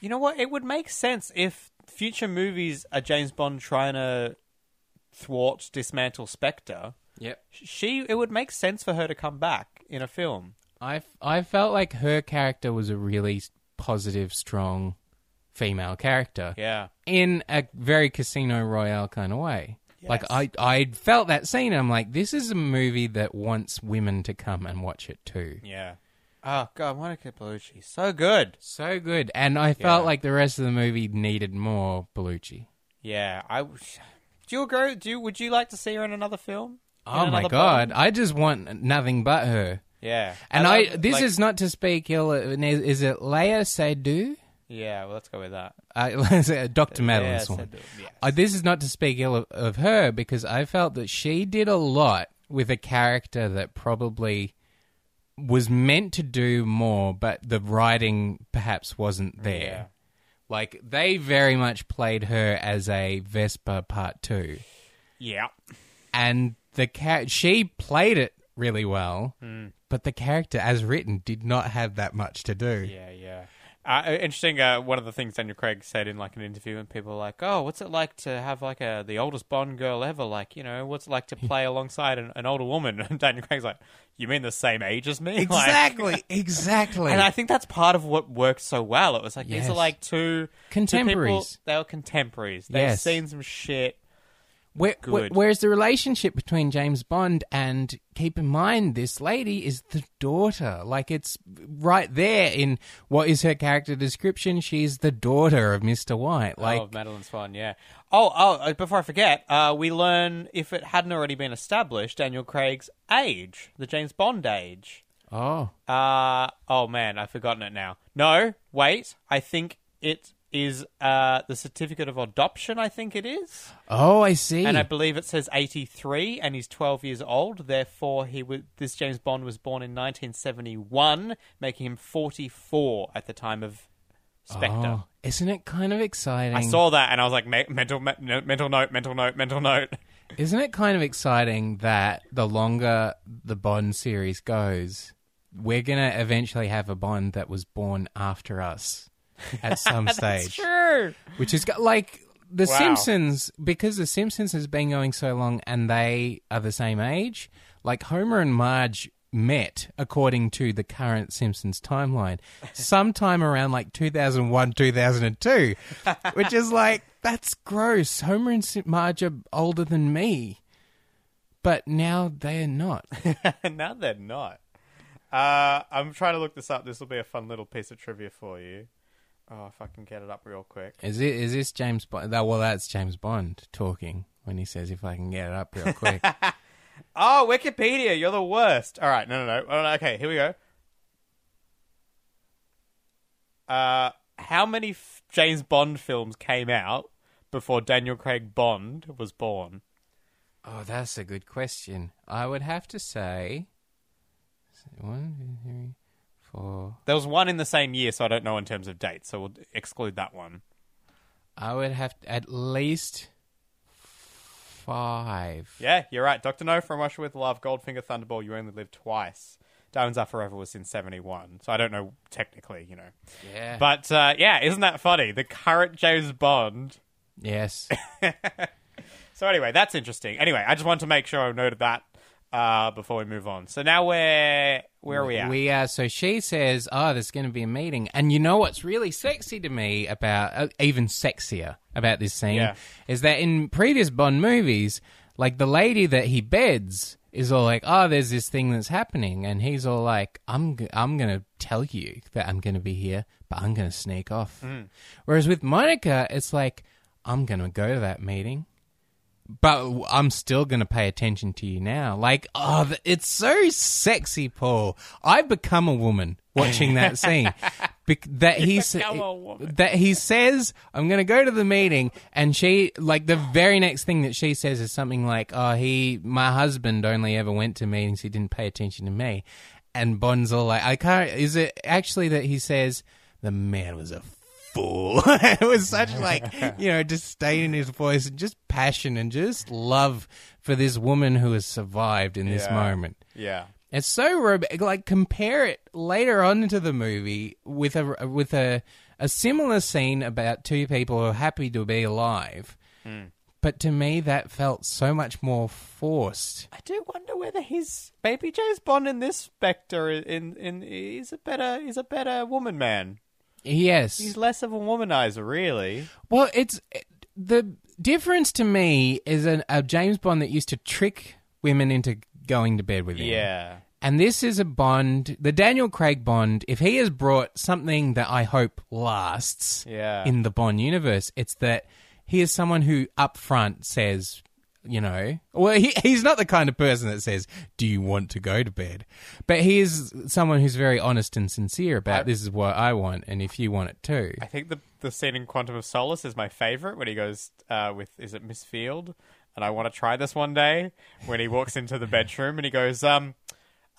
You know what? It would make sense if future movies are James Bond trying to thwart, dismantle Spectre. Yep. She, it would make sense for her to come back in a film. I, f- I felt like her character was a really s- positive, strong female character Yeah, in a very Casino Royale kind of way. Like Yes. I, I felt that scene. And I'm like, this is a movie that wants women to come and watch it too. yeah. Oh God, Monica Bellucci, so good. So good, and I felt Yeah. like the rest of the movie needed more Bellucci. Yeah, I. w- Do you agree? Do you, would you like to see her in another film? In Oh my another god, Bond? I just want nothing but her. Yeah, And I, love- this like- is not to speak ill. of- Is it Leia Seydoux? Yeah, well, let's go with that. Uh, Doctor Madeline Yeah, Swan. Seydoux, yes. Uh, this is not to speak ill of, of her because I felt that she did a lot with a character that probably was meant to do more, but the writing perhaps wasn't there. Oh, Yeah. Like they very much played her as a Vespa Part Two, Yeah, and the cat she played it really well, Hmm. but the character as written did not have that much to do. yeah, yeah. Uh, interesting. Uh, one of the things Daniel Craig said in like an interview, and people were like, "Oh, what's it like to have like a the oldest Bond girl ever? Like, you know, what's it like to play alongside an, an older woman?" And Daniel Craig's like, "You mean the same age as me?" Like- Exactly, exactly. and I think that's part of what worked so well. It was like these Yes. are like two Contemporaries. two people- they were contemporaries. They've Yes. seen some shit. Where, where- Good. whereas the relationship between James Bond and keep in mind this lady is the daughter. Like it's right there in what is her character description. She's the daughter of Mr. White. Like oh, Madeline's fun, yeah. Oh, oh! uh, Before I forget, uh, we learn if it hadn't already been established, Daniel Craig's age, the James Bond age. oh, Uh, oh man, I've forgotten it now. No, wait. I think it is uh, the certificate of adoption. I think it is, oh, I see. and I believe it says eighty-three, and he's twelve years old. Therefore, he was this James Bond was born in nineteen seventy-one, making him forty-four at the time of Spectre. oh, isn't it kind of exciting? I saw that, and I was like, "Ma- mental, me- no- mental note, mental note, mental note. Isn't it kind of exciting that the longer the Bond series goes, we're gonna eventually have a Bond that was born after us at some stage. True. which is go- like the Wow. Simpsons because the Simpsons has been going so long and they are the same age. Like Homer and Marge met according to the current Simpsons timeline sometime around like 2001 2002 which is like that's gross Homer and Sim- Marge are older than me but now they're not now they're not. Uh, I'm trying to look this up. This will be a fun little piece of trivia for you. Oh, if I can get it up real quick. is it is this James Bond that well that's James Bond talking when he says if I can get it up real quick Oh, Wikipedia, you're the worst. All right, no, no, no. Oh, no, Okay, here we go. Uh, how many f- James Bond films came out before Daniel Craig Bond was born? Oh, that's a good question. I would have to say one, two, three, four. There was one in the same year, so I don't know in terms of dates, so we'll exclude that one. I would have to, at least five. Yeah, you're right. Doctor No from Russia with Love, Goldfinger, Thunderball. You only live twice. Diamonds Are Forever was in '71, so I don't know technically, you know. Yeah. But uh, yeah, isn't that funny? The current James Bond. yes. So anyway, that's interesting. Anyway, I just wanted to make sure I noted that uh, before we move on. So now we're where are we at? We are. So she says, "Oh, there's going to be a meeting." And you know what's really sexy to me about, uh, even sexier about this scene, Yeah. is that in previous Bond movies, like the lady that he beds is all like, "Oh, there's this thing that's happening," and he's all like, "I'm, g- I'm going to tell you that I'm going to be here, but I'm going to sneak off." Whereas with Monica, it's like, "I'm going to go to that meeting." but I'm still going to pay attention to you now. Like, oh, th- it's so sexy, Paul. I become a woman watching that scene. Bec- that he sa- become a woman. that he says, I'm going to go to the meeting, and she like the very next thing that she says is something like, "Oh, he, my husband, only ever went to meetings. He didn't pay attention to me." And Bond's all like, "I can't." Is it actually that he says the man was a fool. it was such like you know disdain in his voice and just passion and just love for this woman who has survived in this Yeah. moment. Yeah. It's so ro- like compare it later on into the movie with a with a a similar scene about two people who are happy to be alive. But to me, that felt so much more forced. I do wonder whether he's maybe James Bond in this Spectre in in is a better is a better woman man. Yes, He's less of a womanizer, really. Well, it's the difference to me is an, a James Bond that used to trick women into going to bed with him. Yeah. And this is a Bond, the Daniel Craig Bond. If he has brought something that I hope lasts Yeah. in the Bond universe, it's that he is someone who up front says, you know, well, he, he's not the kind of person that says, "Do you want to go to bed?" But he is someone who's very honest and sincere about this is what I want, and if you want it too, I think the the scene in Quantum of Solace is my favorite when he goes uh, with is it Miss Field, and I want to try this one day. When he walks into the bedroom and he goes, um,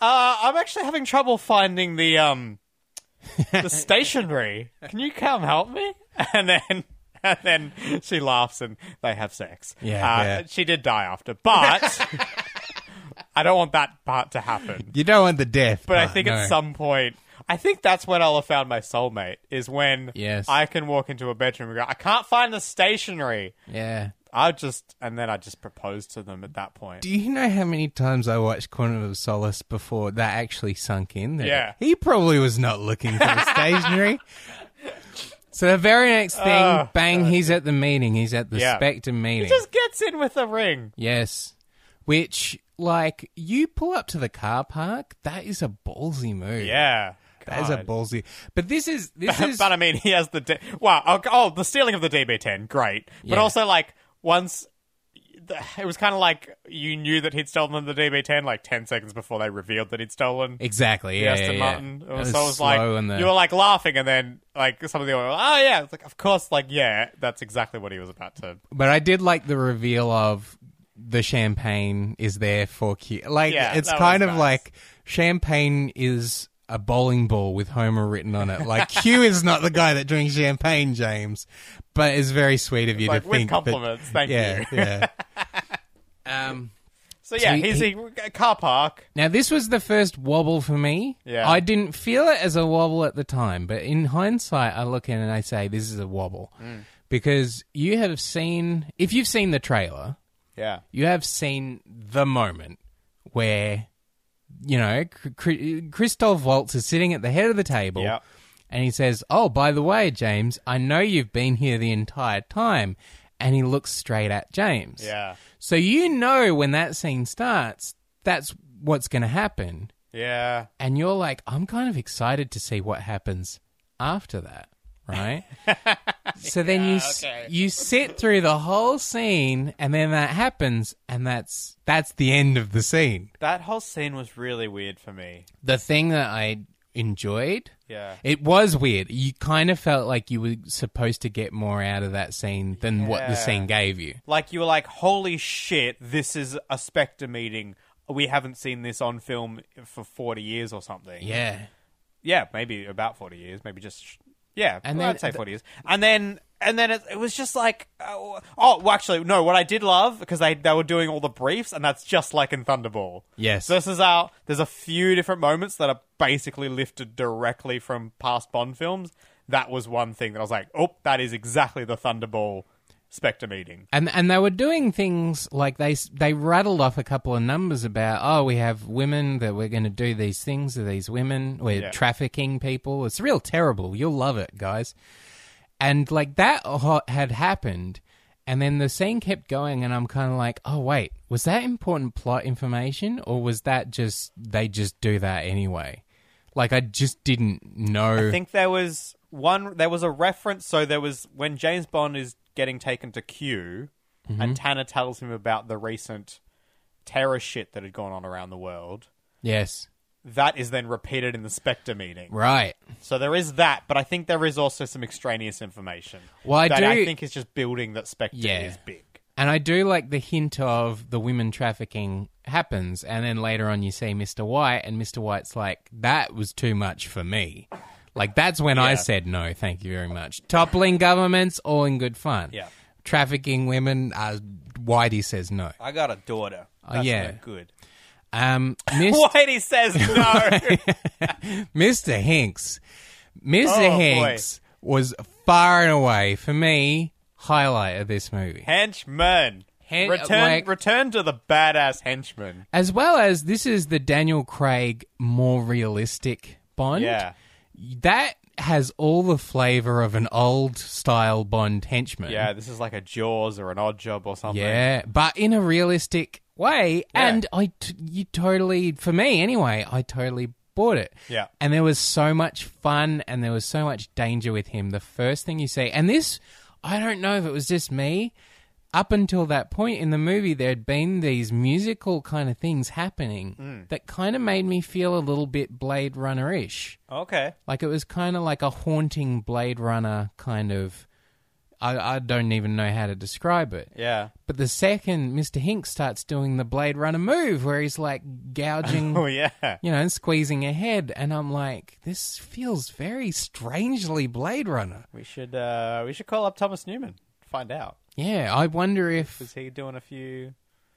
uh, I'm actually having trouble finding the um the stationery. Can you come help me? And then. And then she laughs and they have sex. Yeah, Uh, yeah. She did die after, but I don't want that part to happen you don't want the death. but I part, think Ah, no. at some point, I think that's when I'll have found my soulmate. Is when Yes. I can walk into a bedroom and go, I can't find the stationery. Yeah. I just and then I just propose to them at that point. Do you know how many times I watched Quantum of Solace before that actually sunk in? That Yeah. He probably was not looking for the stationery. So the very next thing, bang, he's at the meeting. He's at the Oh, Yeah. Spectre meeting. Just gets in with a ring. yes. Which, like, you pull up to the car park, that is a ballsy move. Yeah, That is a God. ballsy. But this is, this is, but I mean, he has the D- wow. Oh, g- oh, the stealing of the DB10, great. But Yeah. also, like once the- it was kind of like you knew that he'd stolen the DB10 like ten seconds before they revealed that he'd stolen. exactly. the Yeah, Aston yeah, yeah. Martin. It That was, was so it was like slow and the- you were like laughing, and then like some of the other, oh yeah, it's like of course, like yeah, that's exactly what he was about to. But I did like the reveal of the champagne is there for Q. Like Yeah, it's that kind was of nice. like champagne is a bowling ball with Homer written on it. Like Q is not the guy that drinks champagne, James. But it's very sweet of you Like, to with think. that- compliments, thank yeah, you. yeah. Um, So yeah, he- he's in a car park. now this was the first wobble for me. Yeah. I didn't feel it as a wobble at the time, but in hindsight, I look in and I say this is a wobble Mm. because you have seen if you've seen the trailer, Yeah, you have seen the moment where you know Cr- Christoph Waltz is sitting at the head of the table Yeah. and he says, "Oh, by the way, James, I know you've been here the entire time." And he looks straight at James. yeah, So you know when that scene starts, that's what's going to happen. yeah. And you're like, "I'm kind of excited to see what happens after that." Right? So then you s okay. you sit through the whole scene, and then that happens, and that's that's the end of the scene. That whole scene was really weird for me. The thing that I enjoyed, Yeah. it was weird. You kind of felt like you were supposed to get more out of that scene than what the Yeah. scene gave you. Like you were like, holy shit, this is a Spectre meeting. We haven't seen this on film for 40 years or something. Yeah, Yeah, maybe about 40 years, maybe just yeah, And well, then I'd say the- 40 years. And then and then it, it was just like oh, oh, well, actually no, what I did love because they they were doing all the briefs and that's just like in Thunderball. Yes. So this is our there's a few different moments that are basically lifted directly from past Bond films. That was one thing that I was like, "Oh, that is exactly the Thunderball Spectre meeting." And and they were doing things like they s- they rattled off a couple of numbers about oh we have women that we're going to do these things to these women we're Yeah. trafficking people it's real terrible you'll love it guys and like that ho- had happened and then the scene kept going and I'm kind of like oh wait was that important plot information or was that just they just do that anyway like I just didn't know I think there was one. There was a reference. So there was when James Bond is getting taken to Q, Mm-hmm. and Tanner tells him about the recent terror shit that had gone on around the world. yes That is then repeated in the Spectre meeting. right So there is that, but I think there is also some extraneous information Well, I that I do- think is just building that Spectre Yeah. is big. And I do like the hint of the women trafficking happens, and then later on you see Mr. White, and Mr. White's like, that was too much for me. Like, that's when I Yeah. said no, thank you very much. Toppling governments, all in good fun. Yeah. Trafficking women, uh, Whitey says no. I got a daughter. Oh, That's yeah. not good. Um, Miss, Whitey says no. Mr. Hinks. Mr. Oh, boy. Hinks was far and away, for me, highlight of this movie. henchman. Hen- return, like- return to the badass henchman. As well as this is the Daniel Craig more realistic Bond. Yeah. That has all the flavor of an old style Bond henchman. Yeah, this is like a Jaws or an Odd Job or something. Yeah, but in a realistic way. Yeah. And I, t- you totally, for me anyway, I totally bought it. Yeah. And there was so much fun and there was so much danger with him. The first thing you see, and this, I don't know if it was just me. Up until that point in the movie, there had been these musical kind of things happening Mm. that kind of made me feel a little bit Blade Runner ish. Okay. Like it was kind of like a haunting Blade Runner kind of. I, I don't even know how to describe it. Yeah. But the second Mr. Hink starts doing the Blade Runner move where he's like gouging, Oh yeah. you know, and squeezing a head, and I'm like, this feels very strangely Blade Runner. We should uh we should call up Thomas Newman. Find out. Yeah, I wonder if Is he doing a few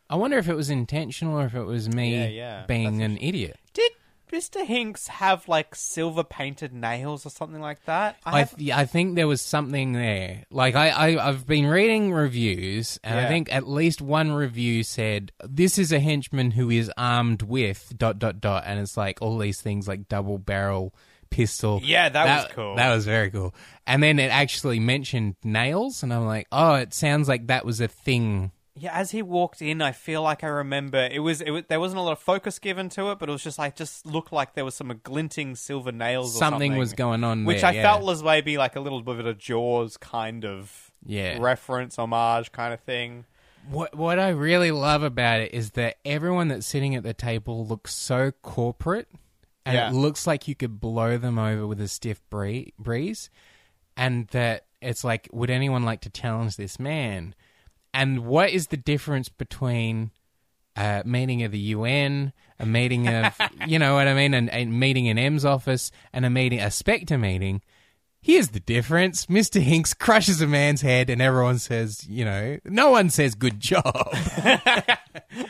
I wonder if it was intentional or if it was me Yeah, yeah. being an idiot. Did Mr. Hinks have like silver painted nails or something like that? I th- I think there was something there. Like I, I I've been reading reviews, and I Yeah. think at least one review said this is a henchman who is armed with dot dot dot, and it's like all these things like double barrel pistol. Yeah, that was cool. That was very cool. And then it actually mentioned nails, and I'm like, oh, it sounds like that was a thing. yeah, as he walked in, I feel like I remember it was it was, there wasn't a lot of focus given to it, but it was just like just looked like there was some glinting silver nails or Something something was going on Which there, I yeah. felt was maybe like a little bit of a Jaws kind of Yeah. reference, homage kind of thing. What what I really love about it is that everyone that's sitting at the table looks so corporate, and Yeah. it looks like you could blow them over with a stiff bree- breeze, and that it's like, would anyone like to challenge this man? And what is the difference between a meeting of the UN, a meeting of you know what I mean, an, a meeting in M's office, and a meeting a Spectre meeting? Here's the difference. Mr. Hinks crushes a man's head, and everyone says, you know, no one says good job,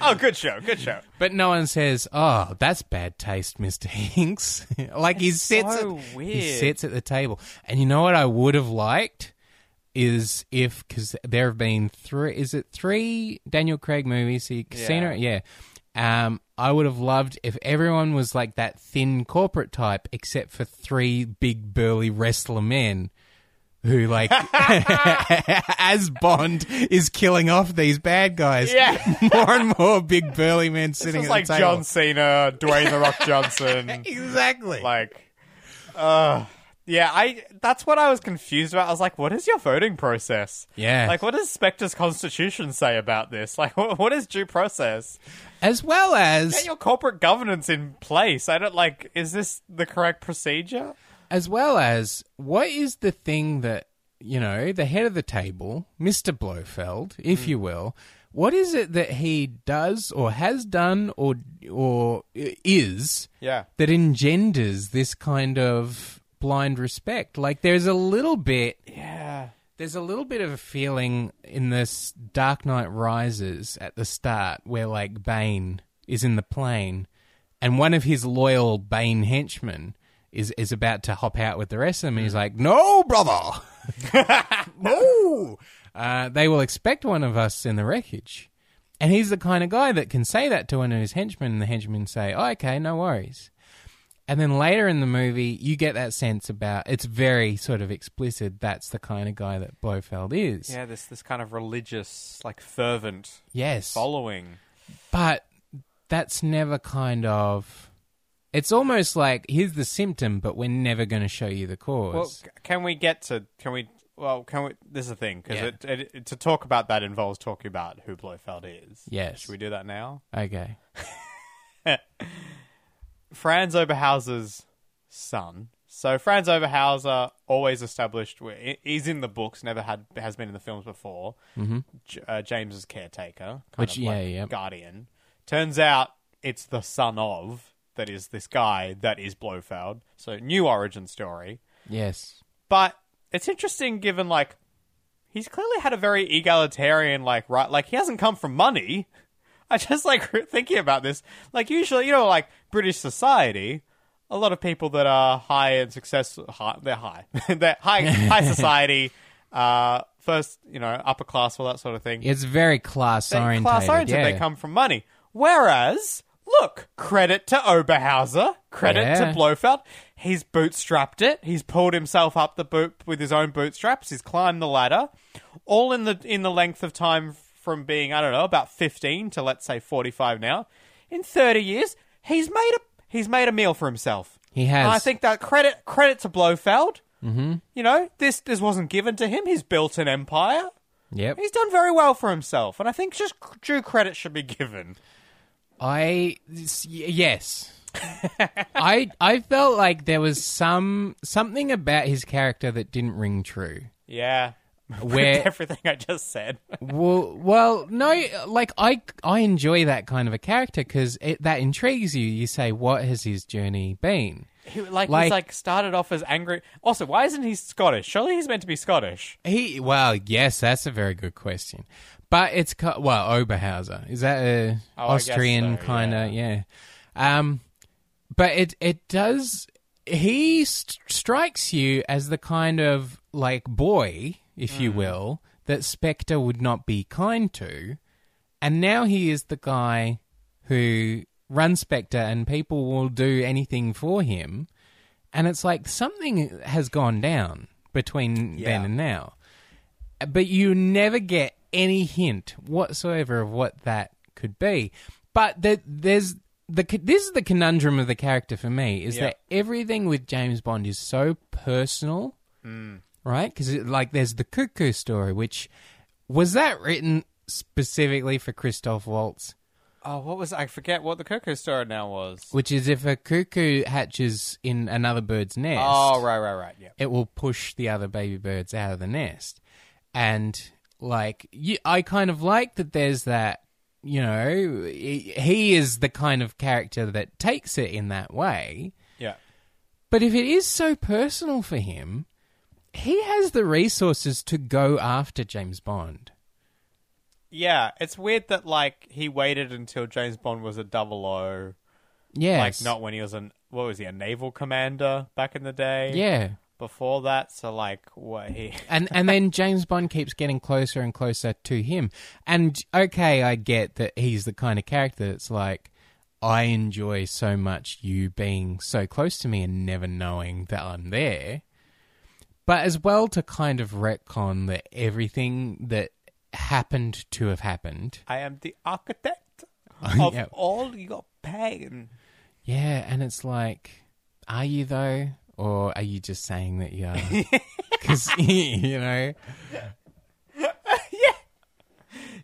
Oh, good show, good show. but no one says, oh, that's bad taste, Mr. Hinks. like he sits, so at, he weird. sits at the table, and you know what I would have liked is if because there have been three, is it three Daniel Craig movies? So you- Casino, yeah. Um, I would have loved if everyone was like that thin corporate type, except for three big burly wrestler men who like as Bond is killing off these bad guys. Yeah. more and more big burly men sitting This is at like the table. John Cena, Dwayne the Rock Johnson, Exactly. like, uh, Yeah, I. That's what I was confused about. I was like, "What is your voting process? Yeah. like what does Spectre's Constitution say about this? Like, what, what is due process? As well Get as your corporate governance in place. I don't like. Is this the correct procedure? as well as what is the thing that you know the head of the table, Mr. Blofeld, if you will, what is it that he does or has done or or i- is Yeah, that engenders this kind of blind respect? Like there's a little bit yeah, There's a little bit of a feeling in this Dark Knight Rises at the start where, like, Bane is in the plane and one of his loyal Bane henchmen is, is about to hop out with the rest of them and he's like, No, brother! no! Uh, they will expect one of us in the wreckage. And he's the kind of guy that can say that to one of his henchmen and the henchmen say, oh, Okay, no worries. And then later in the movie, you get that sense about it's very sort of explicit. That's the kind of guy that Blofeld is. yeah. This this kind of religious, like fervent Yes. following. But that's never kind of. It's almost like here's the symptom, but we're never going to show you the cause. Well, c- can we get to? Can we? Well, can we? This is the thing because Yeah. it, it, it- to talk about that involves talking about who Blofeld is. Yes. Should we do that now? okay. Franz Oberhauser's son. So Franz Oberhauser, always established, he- he's in the books, never had has been in the films before. Mm-hmm. J- uh, James's caretaker, kind Which, of yeah, like yeah. guardian. Turns out it's the son of that is this guy that is Blofeld. So new origin story. Yes. But it's interesting given like he's clearly had a very egalitarian like right like he hasn't come from money. I just like thinking about this. Like usually, you know, like British society, a lot of people that are high and successful, high, they're high, they're high, high society, uh, first, you know, upper class, all that sort of thing. It's very class They- oriented. class oriented, yeah. they come from money. Whereas, look, credit to Oberhauser, credit Yeah. to Blofeld. He's bootstrapped it. He's pulled himself up the boot with his own bootstraps. He's climbed the ladder, all in the in the length of time from being I don't know about fifteen to let's say forty five now. In thirty years, he's made a he's made a meal for himself. He has. And I think that credit credit to Blofeld. Mm-hmm. You know this this wasn't given to him. He's built an empire. Yep. He's done very well for himself, and I think just c- due credit should be given. I s- y- yes. I I felt like there was some something about his character that didn't ring true. Yeah. Where- everything I just said. Well, well, no, like I I enjoy that kind of a character cuz that intrigues you. You say what has his journey been? He, like, Like- he's like started off as angry. Also, why isn't he Scottish? Surely he's meant to be Scottish. He well, yes, that's a very good question. But it's co- well, Oberhauser. Is that a Oh, I guess Austrian so, kind of yeah. Um but it it does he st- strikes you as the kind of like boy, if Mm. you will, that Spectre would not be kind to. And now he is the guy who runs Spectre and people will do anything for him. And it's like something has gone down between Yeah. then and now. But you never get any hint whatsoever of what that could be. But the, there's the co- this is the conundrum of the character for me is Yeah. that everything with James Bond is so personal Mm. right? Because like there's the cuckoo story, which was that written specifically for Christoph Waltz, Oh, what was I forget what the cuckoo story now was? which is if a cuckoo hatches in another bird's nest, Oh, right, right, right. Yeah. it will push the other baby birds out of the nest, and like you, I kind of like that. There's that. You know, he he is the kind of character that takes it in that way. Yeah. But if it is so personal for him, he has the resources to go after James Bond. Yeah, it's weird that like he waited until James Bond was a double O, Yes. like not when he was an what was he a naval commander back in the day? Yeah. Before that, so like what he And and then James Bond keeps getting closer and closer to him. And okay, I get that he's the kind of character that's like I enjoy so much you being so close to me and never knowing that I'm there. But as well to kind of retcon that everything that happened to have happened. I am the architect of yeah. all your pain. Yeah, and it's like are you though? or are you just saying that you are? Because you know,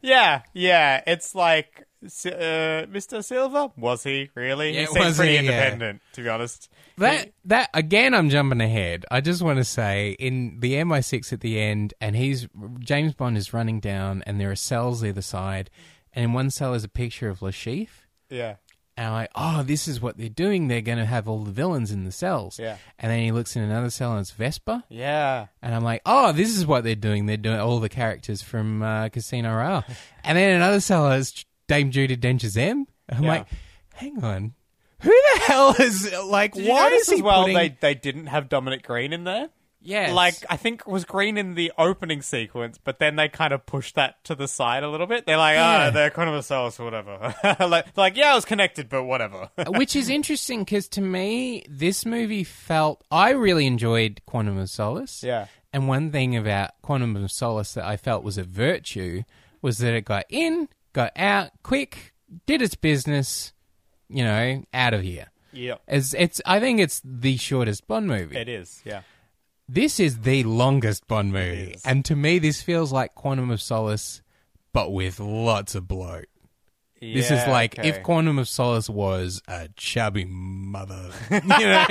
Yeah, yeah. It's like Si- uh, Mr. Silver. Was he really? Yeah, he seemed was pretty he? Yeah. independent, to be honest. that that again. I'm jumping ahead. I just want to say in the MI6 at the end, and he's James Bond is running down, and there are cells either side, and in one cell is a picture of Lashif. Yeah, And I'm like, oh, this is what they're doing. They're going to have all the villains in the cells. Yeah. And then he looks in another cell and it's Vespa. yeah. And I'm like, oh, this is what they're doing. They're doing all the characters from uh, Casino Royale. and then another cell is Dame Judy Dench's M. And I'm Yeah. like, hang on. Who the hell is, like, Did you why notice is he as well putting... they they didn't have Dominic Green in there? Yes. Like I think it was Green in the opening sequence, but then they kind of pushed that to the side a little bit. They're like, ah, Yeah. they're economists, or whatever. like, like, yeah, I was connected, but whatever. Which is interesting because to me, this movie felt. I really enjoyed Quantum of Solace. Yeah. And one thing about Quantum of Solace that I felt was a virtue was that it got in, got out quick, did its business, you know, out of here. yeah, It's, it's, I think it's the shortest Bond movie. it is. Yeah, this is the longest Bond movie. is. And to me, this feels like Quantum of Solace, but with lots of bloat. This is Yeah, like okay. if Quantum of Solace was a chubby mother. You know?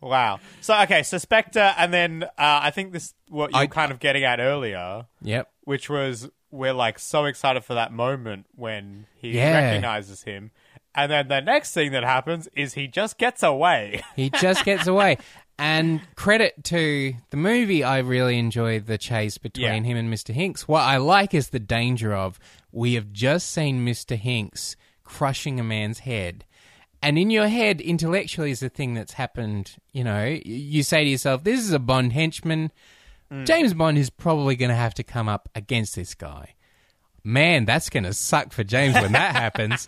Wow. So okay, so Spectre, and then uh, I think this what you're I- kind of getting at earlier, yep. which was we're like so excited for that moment when he Yeah. recognizes him, and then the next thing that happens is he just gets away. He just gets away. And credit to the movie, I really enjoyed the chase between Yeah. him and Mr. Hinks. What I like is the danger of we have just seen Mr. Hinks crushing a man's head. And in your head, intellectually, is the thing that's happened. You know, Y- you say to yourself, this is a Bond henchman. Hmm. James Bond is probably going to have to come up against this guy. Man, that's going to suck for James when that happens.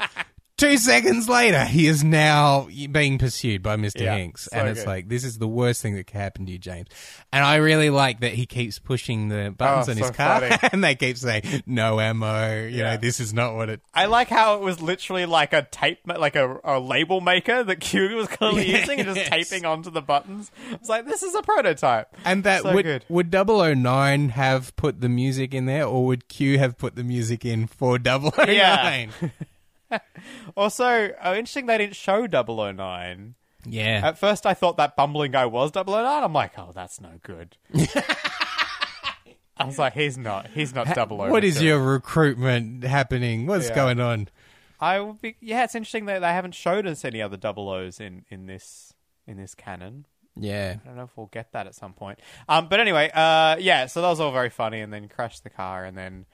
Two seconds later, he is now being pursued by Mr. Yeah, Hinks. so and it's good. like, this is the worst thing that could happen to you, James. And I really like that he keeps pushing the buttons Oh, on so his car funny. and they keep saying, no ammo. You Yeah. know, this is not what it. I like how it was literally like a tape, ma- like a, a label maker that Q was clearly Yeah, using and just yes. taping onto the buttons. It's like this is a prototype. And that So would, good. would 009 have put the music in there or would Q have put the music in for 009? Also, oh, interesting they didn't show 009. yeah. At first, I thought that bumbling guy was 009. I'm like, oh, that's no good. I was like, he's not. He's not double O. What is your recruitment happening? What's Yeah. going on? I will be. Yeah, it's interesting that they haven't showed us any other double O's in in this in this canon. Yeah. I don't know if we'll get that at some point. Um, but anyway, uh, yeah. So that was all very funny, and then crashed the car, and then.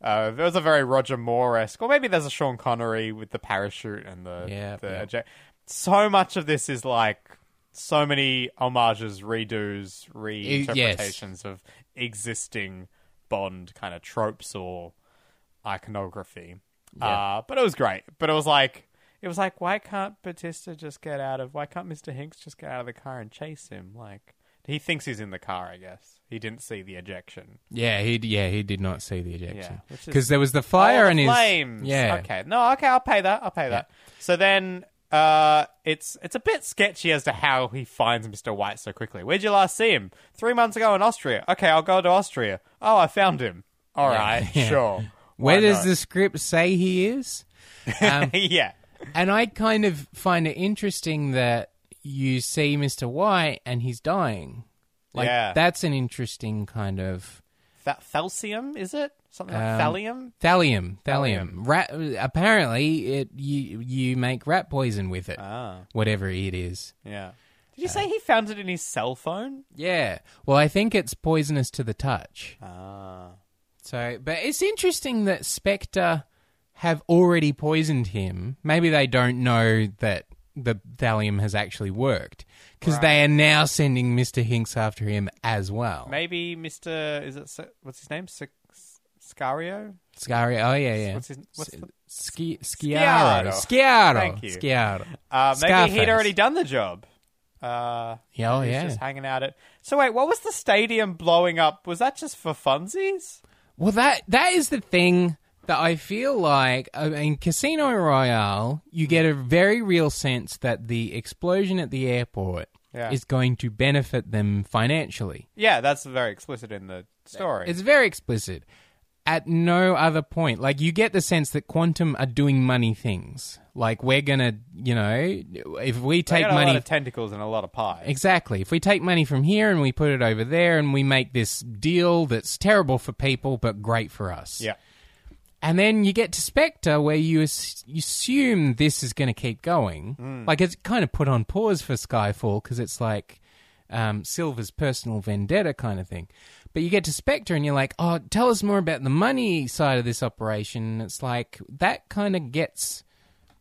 Uh, there was a very Roger Moore esque, or maybe there's a Sean Connery with the parachute and the. Yeah, the yeah. eject- So much of this is like so many homages, redos, reinterpretations of existing Bond kind of tropes or iconography. Uh, but it was great. But it was like it was like why can't Batista just get out of why can't Mr. Hinks just get out of the car and chase him? Like he thinks he's in the car, I guess. He didn't see the ejection. Yeah, he yeah, he did not see the Yeah, ejection. which is- Because there was the fire oh, and the his flames. Yeah. Okay. No, okay, I'll pay that. I'll pay that. So then uh it's it's a bit sketchy as to how he finds Mr. White so quickly. Where'd you last see him? Three months ago in Austria. Okay, I'll go to Austria. Oh, I found him. All right, Yeah. sure. Why Where does not? the script say he is? Um, yeah. and I kind of find it interesting that you see Mr. White and he's dying. Like Yeah. that's an interesting kind of Fa- falcium, is it? Something like Um, thallium? thallium, thallium. Rat apparently it you you make rat poison with it. Ah, Whatever it is. yeah. Did you say he found it in his cell phone? Yeah. Well, I think it's poisonous to the touch. Ah. So, but it's interesting that Spectre have already poisoned him. Maybe they don't know that the thallium has actually worked because they are now sending Mr. Hinks after him as well. Maybe Mr. Is it, Sa- what's his name? Sa- S- Scario? Scario. Oh yeah, yeah. What's his, what's the, Sci- Sciaro. Sciaro. Sciaro. Thank you. Sciaro. uh, maybe he'd Scarface. already done the job. Uh, Yeah, oh, he's yeah. just hanging out at. So wait, what was the stadium blowing up? Was that just for funsies? Well, that that is the thing that I feel like I mean, Casino Royale, you Mm. get a very real sense that the explosion at the airport Yeah. is going to benefit them financially. Yeah, that's very explicit in the story. It's very explicit. At no other point, like you get the sense that Quantum are doing money things. Like we're gonna, you know, if we They take got a money lot of tentacles and a lot of pie. Exactly. If we take money from here and we put it over there and we make this deal that's terrible for people but great for us. Yeah. And then you get to Spectre where you, as- you assume this is going to keep going. Mm. Like it's kind of put on pause for Skyfall because it's like um, Silver's personal vendetta kind of thing. But you get to Spectre and you're like, oh, tell us more about the money side of this operation. And it's like that kind of gets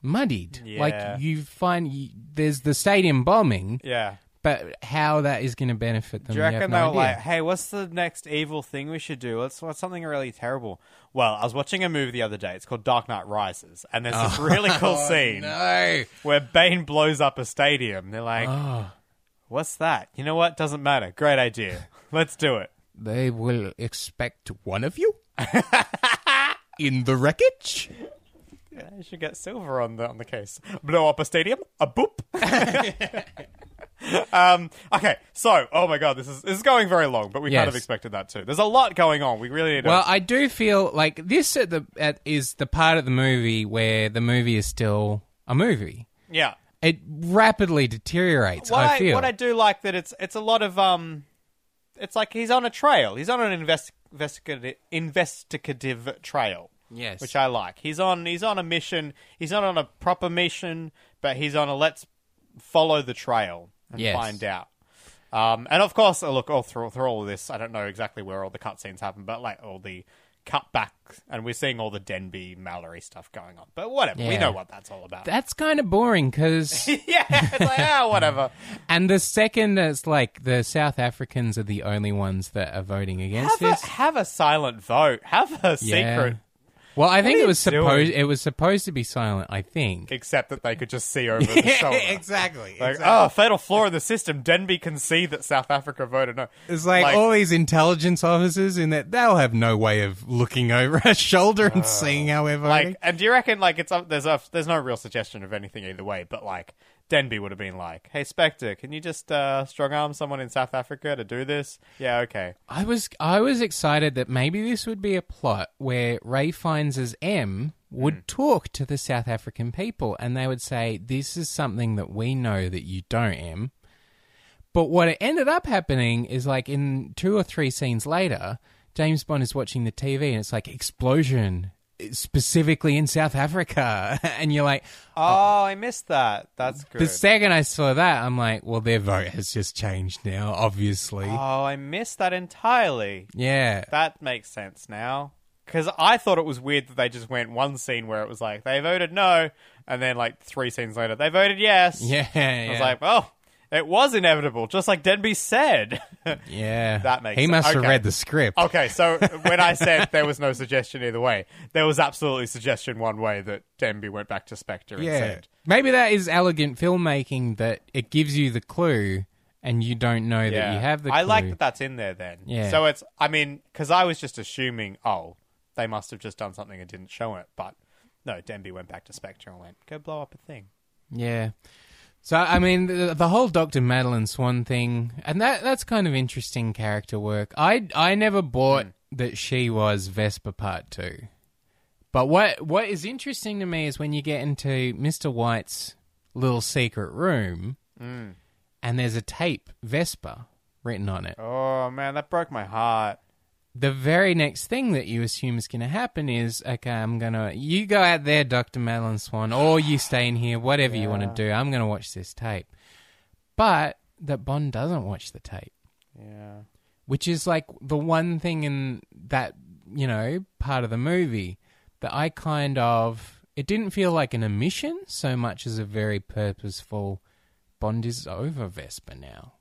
muddied. Yeah. Like you find you, there's the stadium bombing Yeah. but how that is going to benefit them, Do you we reckon have they no were like, idea. "Hey, what's the next evil thing we should do? Let's what's something really terrible." Well, I was watching a movie the other day. It's called Dark Knight Rises, and there's this really cool scene Oh. No, where Bane blows up a stadium. They're like, Oh. "What's that?" You know what? Doesn't matter. Great idea. Let's do it. they will expect one of you in the wreckage. Yeah, I should get silver on the on the case. Blow up a stadium. A boop. um, okay, so oh my god, this is this is going very long, but we kind of Yes. expected that too. There's a lot going on. We really need. to- Well, I do feel like this at the at, is the part of the movie where the movie is still a movie. yeah. It rapidly deteriorates. what I feel. what I do like that it's it's a lot of um, it's like he's on a trail. He's on an invest, investigative investigative trail. Yes. which I like. He's on he's on a mission. He's not on a proper mission, but he's on a let's follow the trail and Yes. find out. Um, and of course, uh, look all through, through all of this, I don't know exactly where all the cutscenes happen, but like all the cutbacks, and we're seeing all the Denby Mallory stuff going on. But whatever, we Yeah. know what that's all about. That's kind of boring because, yeah, it's like ah, whatever. and the second it's like the South Africans are the only ones that are voting against have a, this. have a silent vote. Have a secret. Well, I think are it was you supposed doing? it was supposed to be silent. I think. Except that they could just see over the shoulder. exactly. Like, oh, fatal flaw in the system. Denby can see that South Africa voted no. It's like, oh, all these intelligence officers in that they'll have no way of looking over our shoulder and seeing how we're voting. like, and do you reckon like it's up? There's a there's no real suggestion of anything either way. But like, Denby would have been like, "Hey, Spectre, can you just uh, strong arm someone in South Africa to do this?" Yeah, okay. I was I was excited that maybe this would be a plot where Ray finds as M would Hmm. talk to the South African people and they would say, This is something that we know that you don't, M. But what it ended up happening is like in two or three scenes later, James Bond is watching the TV and it's like explosion specifically in South Africa and you're like Oh, I missed that. That's good. the second I saw that I'm like well their vote has just changed now obviously oh, I missed that entirely. yeah That makes sense now. Because I thought it was weird that they just went one scene where it was like they voted no, and then like three scenes later they voted yes. yeah, I was yeah. like, well, it was inevitable, just like Denby said. Yeah, That makes He sense. must have Okay. read the script. okay, so when I said there was no suggestion either way, there was absolutely suggestion one way that Denby went back to Spectre and yeah, said, maybe that is elegant filmmaking that it gives you the clue and you don't know that you have the. Clue. I like that that's in there then. Yeah. So it's, I mean, because I was just assuming, oh, they must have just done something and didn't show it, but no, Denby went back to Spectre and went, go blow up a thing. Yeah. So I mean, the, the whole Doctor Madeline Swan thing, and that that's kind of interesting character work. I I never bought Hmm. that she was Vespa Part Two, but what what is interesting to me is when you get into Mister White's little secret room, Hmm. and there's a tape Vespa written on it. Oh, man, that broke my heart. the very next thing that you assume is going to happen is okay i'm going to you go out there dr madeline swan or you stay in here whatever you want to do i'm going to watch this tape but that bond doesn't watch the tape Yeah. which is like the one thing in that you know part of the movie that i kind of it didn't feel like an omission so much as a very purposeful bond is over vespa now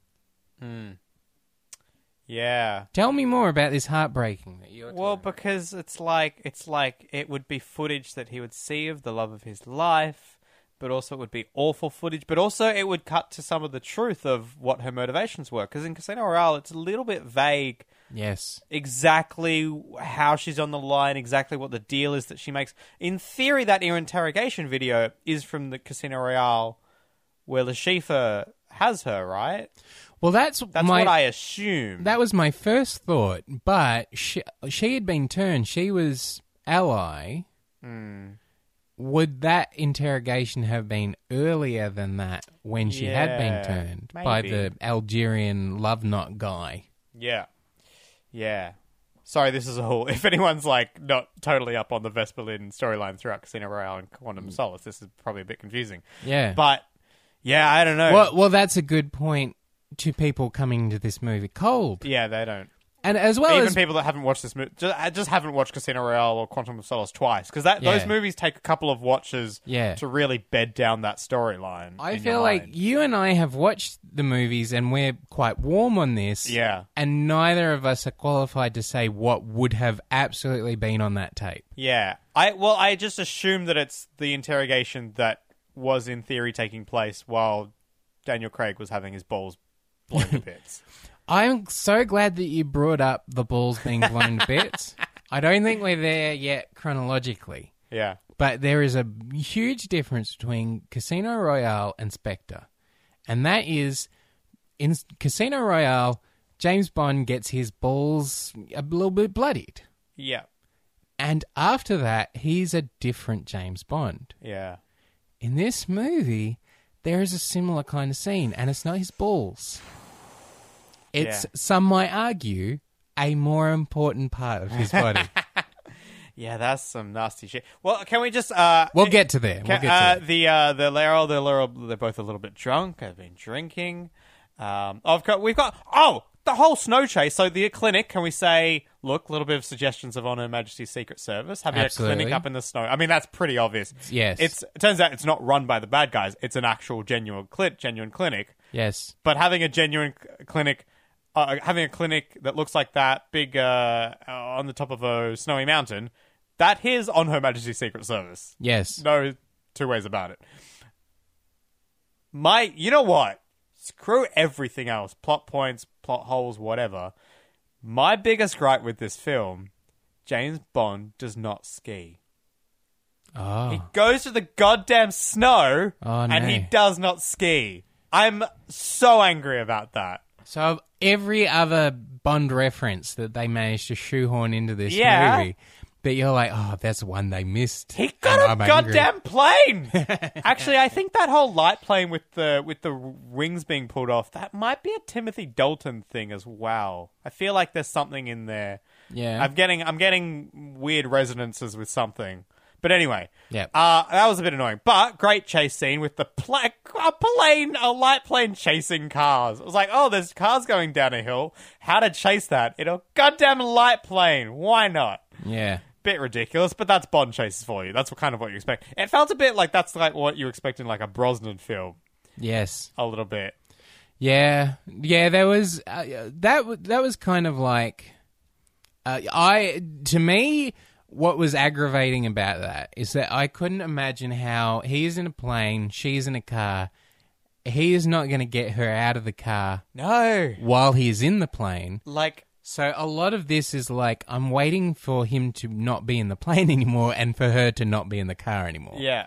Yeah. tell me more about this heartbreaking that you're Well, because it's like it's like it would be footage that he would see of the love of his life, but also it would be awful footage. But also it would cut to some of the truth of what her motivations were. Because in Casino Royale, it's a little bit vague Yes. exactly how she's on the line, exactly what the deal is that she makes. In theory, that ear interrogation video is from the Casino Royale where Lashifa has her, right? Well, that's, That's my, what I assume. That was my first thought, but she, she had been turned. She was ally. Hmm. Would that interrogation have been earlier than that when she had Yeah, been turned by maybe. the Algerian love knot guy? yeah. Yeah. Sorry, this is all. If anyone's like not totally up on the Vesper Lynn storyline throughout Casino Royale and Quantum Solace, this is probably a bit confusing. Mm. Yeah. But yeah, I don't know. well, well, that's a good point to people coming to this movie cold. Yeah, they don't. And as well even as people that haven't watched this movie just, I just haven't watched Casino Royale or Quantum of Solace twice because that Yeah. those movies take a couple of watches Yeah. to really bed down that storyline. I in feel your like mind. you and I have watched the movies and we're quite warm on this. Yeah. And neither of us are qualified to say what would have absolutely been on that tape. yeah, I well, I just assume that it's the interrogation that was in theory taking place while Daniel Craig was having his balls blown to bits. I'm so glad that you brought up the balls being blown to bits. I don't think we're there yet chronologically, Yeah, but there is a huge difference between Casino Royale and Spectre. And that is in Casino Royale, James Bond gets his balls a little bit bloodied. yeah, And after that, he's a different James Bond. yeah. In this movie, there is a similar kind of scene, and it's not his balls. It's, Yeah. some might argue, a more important part of his body. Yeah, that's some nasty shit. Well, can we just uh we'll get to there. We'll Ca- get to uh, there. the uh, the Laurel, the Laurel, they're both a little bit drunk. I've been drinking. Um, I've got, we've got, oh, the whole snow chase. So the clinic, can we say, look, a little bit of suggestions of on Her Majesty's Secret Service having a Absolutely. clinic up in the snow. I mean, that's pretty obvious. Yes. it's it turns out it's not run by the bad guys. It's an actual genuine cli- genuine clinic. Yes. But having a genuine c- clinic, uh, having a clinic that looks like that, big uh, uh, on the top of a snowy mountain, that is on Her Majesty's Secret Service Yes. no two ways about it. My, you know what? Screw everything else. Plot points, plot holes, whatever. My biggest gripe with this film, James Bond does not ski. He Oh. goes to the goddamn snow Oh, and no. he does not ski. I'm so angry about that. So, of every other Bond reference that they managed to shoehorn into this Yeah. movie, that you're like, oh, that's one they missed. He and got I'm a angry." goddamn plane. Actually, I think that whole light plane with the with the wings being pulled off that might be a Timothy Dalton thing as well. I feel like there's something in there. Yeah. I'm getting I'm getting weird resonances with something. But anyway, Yep. uh, that was a bit annoying. But great chase scene with the pla- a plane, a light plane chasing cars. It was like, oh, there's cars going down a hill. How to chase that? In a goddamn light plane. Why not? Yeah. bit ridiculous, but that's Bond chases for you. That's what kind of what you expect. It felt a bit like that's like what you expect in like a Brosnan film, Yes. a little bit. Yeah, yeah. There was uh, that. w- That was kind of like uh, I to me. What was aggravating about that is that I couldn't imagine how he is in a plane, she's in a car. He is not going to get her out of the car No, while he is in the plane. like So a lot of this is like I'm waiting for him to not be in the plane anymore and for her to not be in the car anymore. yeah,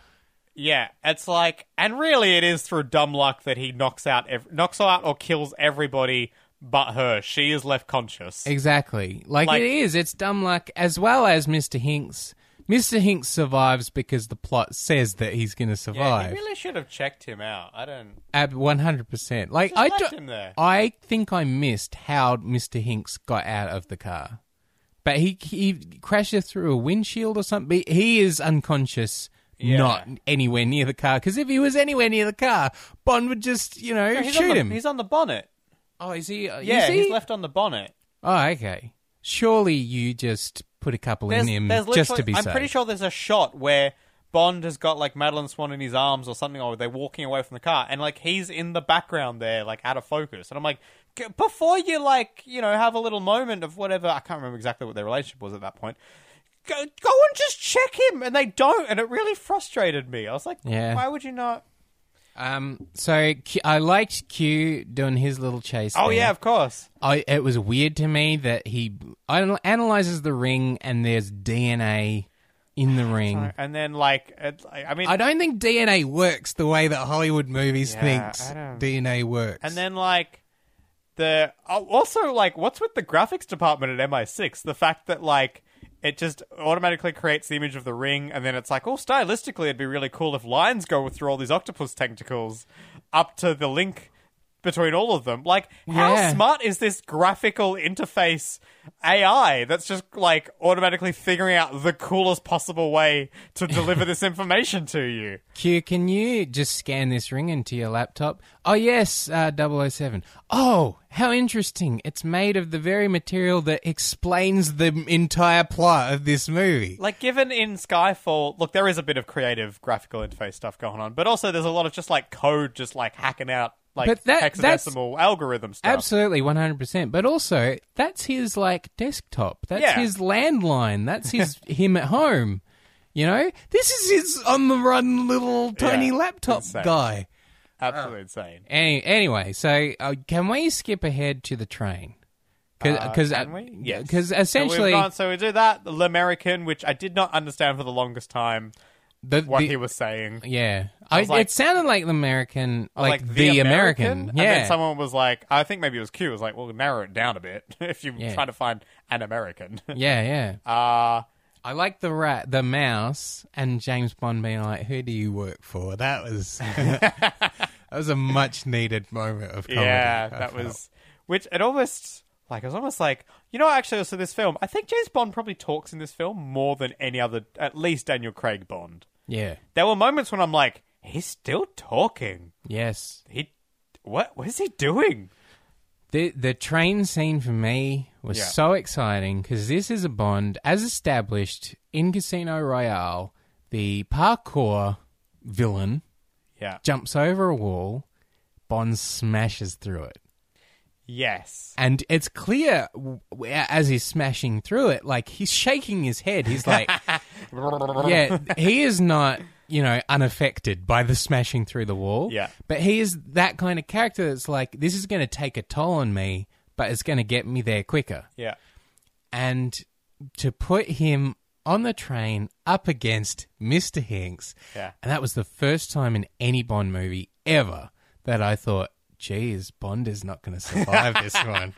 yeah. It's like, and really, it is through dumb luck that he knocks out, ev- knocks out or kills everybody but her. She is left conscious. Exactly. Like, Like- it is. It's dumb luck as well as Mr. Hinks. Mr. Hinks survives because the plot says that he's going to yeah, he survive. really should have checked him out. I don't. Ab- 100%. Like Just I left do- him there. I think I missed how Mr. Hinks got out of the car. But he he crashes through a windshield or something. He is unconscious. Yeah. Not anywhere near the car, because if he was anywhere near the car, Bond would just, you know, He's shoot on the, him. He's on the bonnet. Oh, is he? uh, Yeah, is he? he's left on the bonnet. Oh, okay. Surely you just put a couple in him just to literally- be I'm safe. pretty sure there's a shot where Bond has got like Madeline Swan in his arms or something, or they're walking away from the car, and like he's in the background there, like out of focus. And I'm like, "G- before you like, you know, have a little moment of whatever, I can't remember exactly what their relationship was at that point. Go, go and just check him, and they don't, and it really frustrated me. I was like, Yeah. why would you not? Um, so Q, I liked Q doing his little chase. Oh there. yeah, of course. I, it was weird to me that he anal- analyzes the ring and there's DNA in the ring. And then like, it, I I mean, I don't think DNA works the way that Hollywood movies Yeah, thinks I don't- DNA works. and then like the oh, also like what's with the graphics department at MI6? The fact that like it just automatically creates the image of the ring, and then it's like, oh, stylistically, it'd be really cool if lines go through all these octopus tentacles up to the link between all of them. Like, how Yeah. smart is this graphical interface AI that's just like automatically figuring out the coolest possible way to deliver this information to you? Q, can you just scan this ring into your laptop? Oh, yes, uh, 007. Oh, how interesting. It's made of the very material that explains the entire plot of this movie. Like, given in Skyfall, look, there is a bit of creative graphical interface stuff going on, but also there's a lot of just like code, just like hacking out like But that- that's- hexadecimal algorithm stuff. Absolutely, 100%. But also, that's his, like, desktop. That's Yeah. his landline. That's his him at home. You know? This is his on-the-run little tiny Yeah, laptop insane. guy. Absolutely insane. Any, anyway, so uh, can we skip ahead to the train? Uh, Because can we? Yes. because So we've essentially gone- so we do that. The American, which I did not understand for the longest time, the, what the- he was saying. yeah, I, was like- Oh, it sounded like the American, like, the, American. And yeah, then someone was like, I think maybe it was Q, was like, well, narrow it down a bit if you're Yeah. trying to find an American. yeah, yeah. Uh, I like the rat, the mouse, and James Bond being like, "Who do you work for?" That was that was a much needed moment of comedy. Yeah, I that felt. was which it almost like it was almost like you know actually also this film I think James Bond probably talks in this film more than any other at least Daniel Craig Bond. yeah, There were moments when I'm like he's still talking. yes. He what what is he doing? The the train scene for me was Yeah. so exciting because this is a Bond, as established in Casino Royale, the parkour villain Yeah. jumps over a wall, Bond smashes through it. Yes. And it's clear w- w- as he's smashing through it, like he's shaking his head. He's like, yeah, he is not, you know, unaffected by the smashing through the wall. Yeah. But he is that kind of character that's like, this is going to take a toll on me, but it's going to get me there quicker. Yeah. And to put him on the train up against Mr. Hinks, Yeah. and that was the first time in any Bond movie ever that I thought, geez, Bond is not going to survive this one.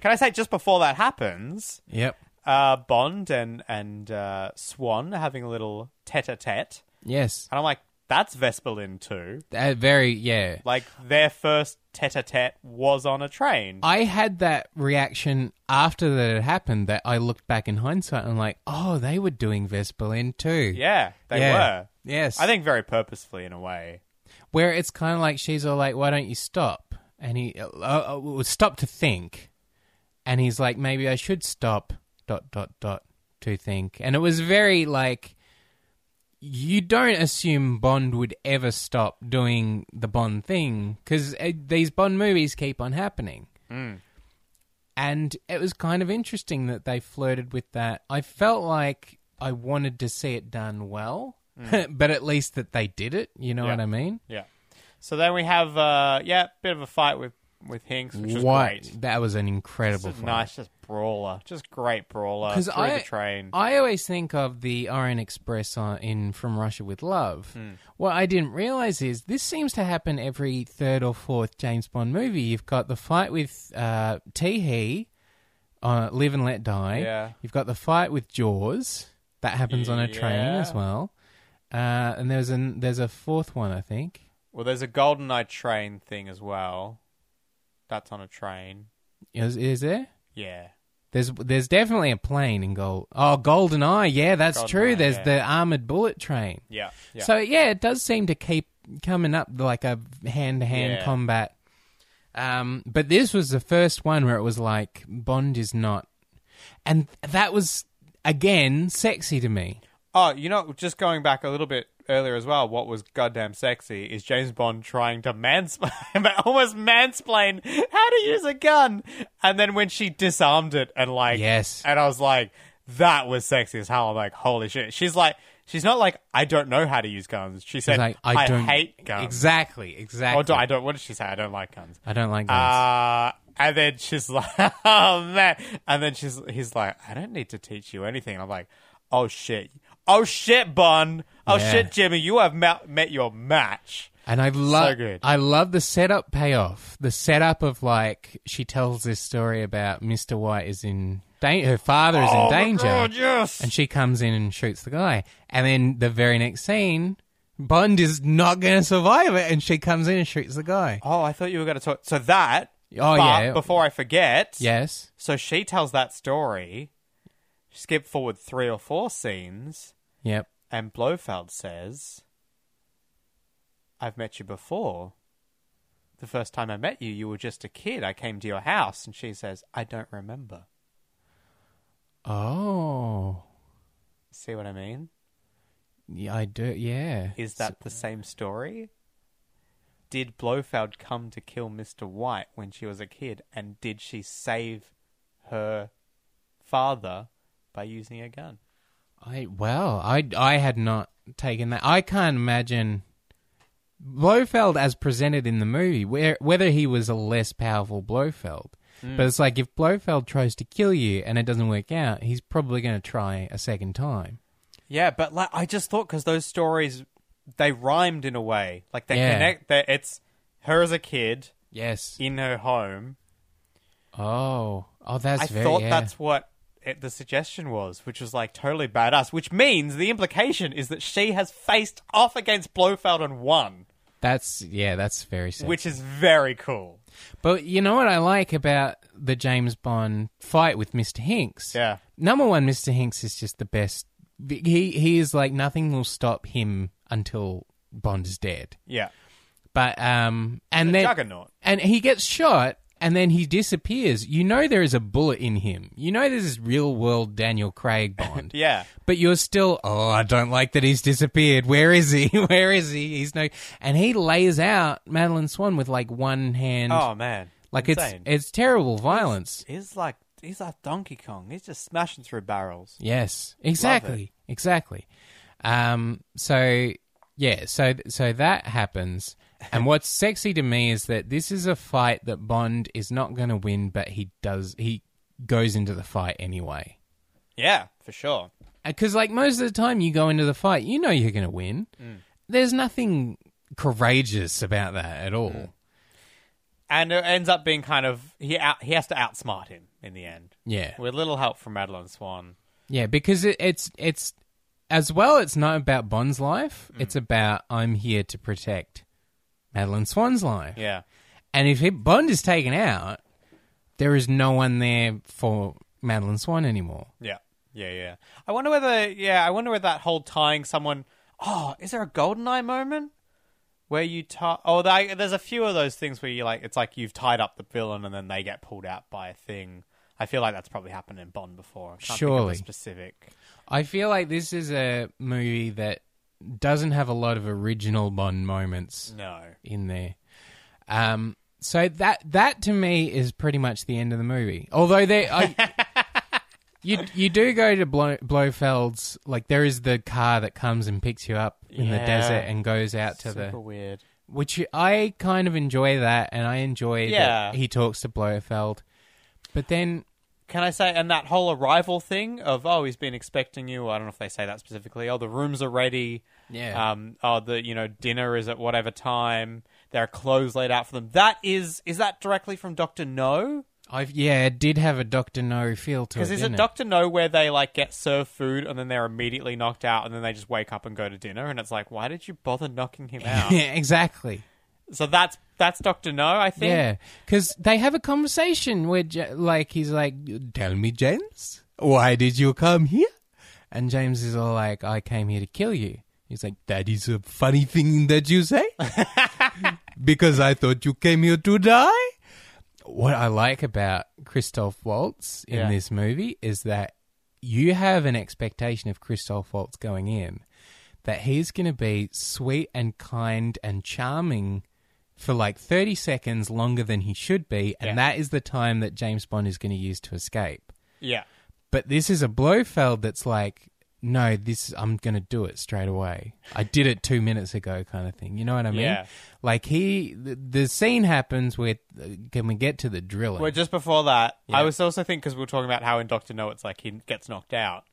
Can I say just before that happens, Yep. uh, Bond and and uh, Swan are having a little tete-a-tete, Yes. and I'm like, that's Vesperlin too. Uh, very, yeah. Like their first tete-a-tete was on a train. I had that reaction after that had happened that I looked back in hindsight and I'm like, oh, they were doing Vesperlin too. Yeah, they Yeah. were. Yes. I think very purposefully in a way. Where it's kind of like she's all like, why don't you stop? And he, uh, uh, uh, stop to think. And he's like, maybe I should stop, dot, dot, dot, to think. And it was very like, you don't assume Bond would ever stop doing the Bond thing because uh, these Bond movies keep on happening. And it was kind of interesting that they flirted with that. I felt like I wanted to see it done well, but at least that they did it. You know Yeah. what I mean? Yeah. So then we have uh yeah, bit of a fight with with Hinks, which is great. That was an incredible Just fight. nice, just brawler, just great brawler Because through I, the train. I always think of the Orient Express on, in From Russia with Love. Hmm. What I didn't realize is this seems to happen every third or fourth James Bond movie. You've got the fight with uh, Teehee, uh, Live and Let Die. Yeah. You've got the fight with Jaws. That happens on a train Yeah. as well. Uh, and there's an there's a fourth one I think. well, there's a Golden Eye train thing as well. That's on a train. Is, is there? Yeah. There's there's definitely a plane in gold. Oh, Golden Eye. Yeah, that's Golden true. Eye, there's yeah. the armored bullet train. Yeah. Yeah. So yeah, it does seem to keep coming up like a hand to hand Yeah. combat. Um, but this was the first one where it was like Bond is not, and that was again sexy to me. oh, you know, just going back a little bit earlier as well, what was goddamn sexy is James Bond trying to mansplain, almost mansplain how to use a gun. And then when she disarmed it and like Yes. And I was like, that was sexy as hell. I'm like, holy shit. She's like, She's not like I don't know how to use guns. She said It's like, I, don't hate guns. Exactly, exactly. Or do- I don't. What did she say? I don't like guns. I don't like guns. Uh, and then she's like, oh man. And then she's he's like, I don't need to teach you anything. And I'm like, oh shit, oh shit, Bun, oh Yeah. shit, Jimmy, you have ma- met your match. And I love, good. I love the setup payoff. The setup of like she tells this story about Mister White is in danger, her father is oh in my danger, God, yes. and she comes in and shoots the guy. And then the very next scene, Bond is not going to survive it, and she comes in and shoots the guy. oh, I thought you were going to talk. So that. Oh, but yeah. Before I forget. Yes, So she tells that story. Skip forward three or four scenes, yep. and Blofeld says, "I've met you before. The first time I met you, you were just a kid. I came to your house." And she says, "I don't remember." Oh, See what I mean? yeah, I do. Yeah, Is that the same story? Did Blofeld come to kill Mr. White when she was a kid, and did she save her father by using a gun? I well, I I had not taken that. I can't imagine Blofeld as presented in the movie, where whether he was a less powerful Blofeld. Hmm. But it's like if Blofeld tries to kill you and it doesn't work out, he's probably going to try a second time. Yeah, but like I just thought because those stories they rhymed in a way, like they Yeah. connect. That it's her as a kid Yes. in her home. Oh, oh, that's I very. thought yeah. that's what it, the suggestion was, which was like totally badass. Which means the implication is that she has faced off against Blofeld and won, that's yeah, that's very. Sexy. which is very cool. But you know what I like about the James Bond fight with Mr. Hinks? Yeah. Number one, Mr. Hinks is just the best. He he is like nothing will stop him until Bond is dead. Yeah, But um and then juggernaut. and he gets shot and then he disappears. You know there is a bullet in him. You know this is real world Daniel Craig Bond. Yeah, But you're still, oh, I don't like that he's disappeared. Where is he? Where is he? He's no. And he lays out Madeline Swan with like one hand. oh man, Like Insane. it's it's terrible violence. he's like he's like Donkey Kong. He's just smashing through barrels. Yes, exactly, exactly. Um, so yeah, so so that happens. And what's sexy to me is that this is a fight that Bond is not going to win, but he does. He goes into the fight anyway. Yeah, for sure. Because like most of the time, you go into the fight, you know you're going to win. There's nothing courageous about that at all. and it ends up being kind of he out, he has to outsmart him in the end Yeah, with little help from Madeline Swan. Yeah, because it, it's it's as well. It's not about Bond's life. It's about I'm here to protect Madeline Swan's life. Yeah, And if he, Bond is taken out, there is no one there for Madeline Swan anymore. yeah, yeah, yeah. I wonder whether yeah, I wonder whether that whole tying someone. Oh, is there a golden eye moment where you tie? Oh, they, there's a few of those things where you like it's like you've tied up the villain and then they get pulled out by a thing. I feel like that's probably happened in Bond before. I can't think of Surely. the specific. I feel like this is a movie that doesn't have a lot of original Bond moments No, in there. Um, so that that to me is pretty much the end of the movie. Although they, I, you you do go to Blo- Blofeld's. Like there is the car that comes and picks you up in the Yeah. desert and goes out to super the. weird. Which I kind of enjoy that, and I enjoy Yeah. that he talks to Blofeld. But then, Can I say, and that whole arrival thing of, oh, he's been expecting you. I don't know if they say that specifically. Oh, the rooms are ready. Yeah. Um, oh, the, you know, dinner is at whatever time. There are clothes laid out for them. That is, is that directly from Dr. No? I've yeah, it did have a Doctor No feel to it. Because is it didn't Dr. No where they, like, get served food and then they're immediately knocked out and then they just wake up and go to dinner? And it's like, why did you bother knocking him out? Yeah, exactly. so that's, that's Dr. No, I think. Yeah, because they have a conversation where, Ja- like, he's like, "Tell me, James, why did you come here?" And James is all like, "I came here to kill you." He's like, "That is a funny thing that you say, because I thought you came here to die." What I like about Christoph Waltz in Yeah. this movie is that you have an expectation of Christoph Waltz going in that he's going to be sweet and kind and charming for like 30 seconds longer than he should be, and Yeah. that is the time that James Bond is going to use to escape. Yeah. But this is a Blofeld that's like, no, this I'm gonna do it straight away. I did it two minutes ago, kind of thing. You know what I mean? Yeah. Like he, the, the scene happens with. Uh, can we get to the drilling? Well, just before that, I was also thinking because we were talking about how in Doctor No it's like he gets knocked out,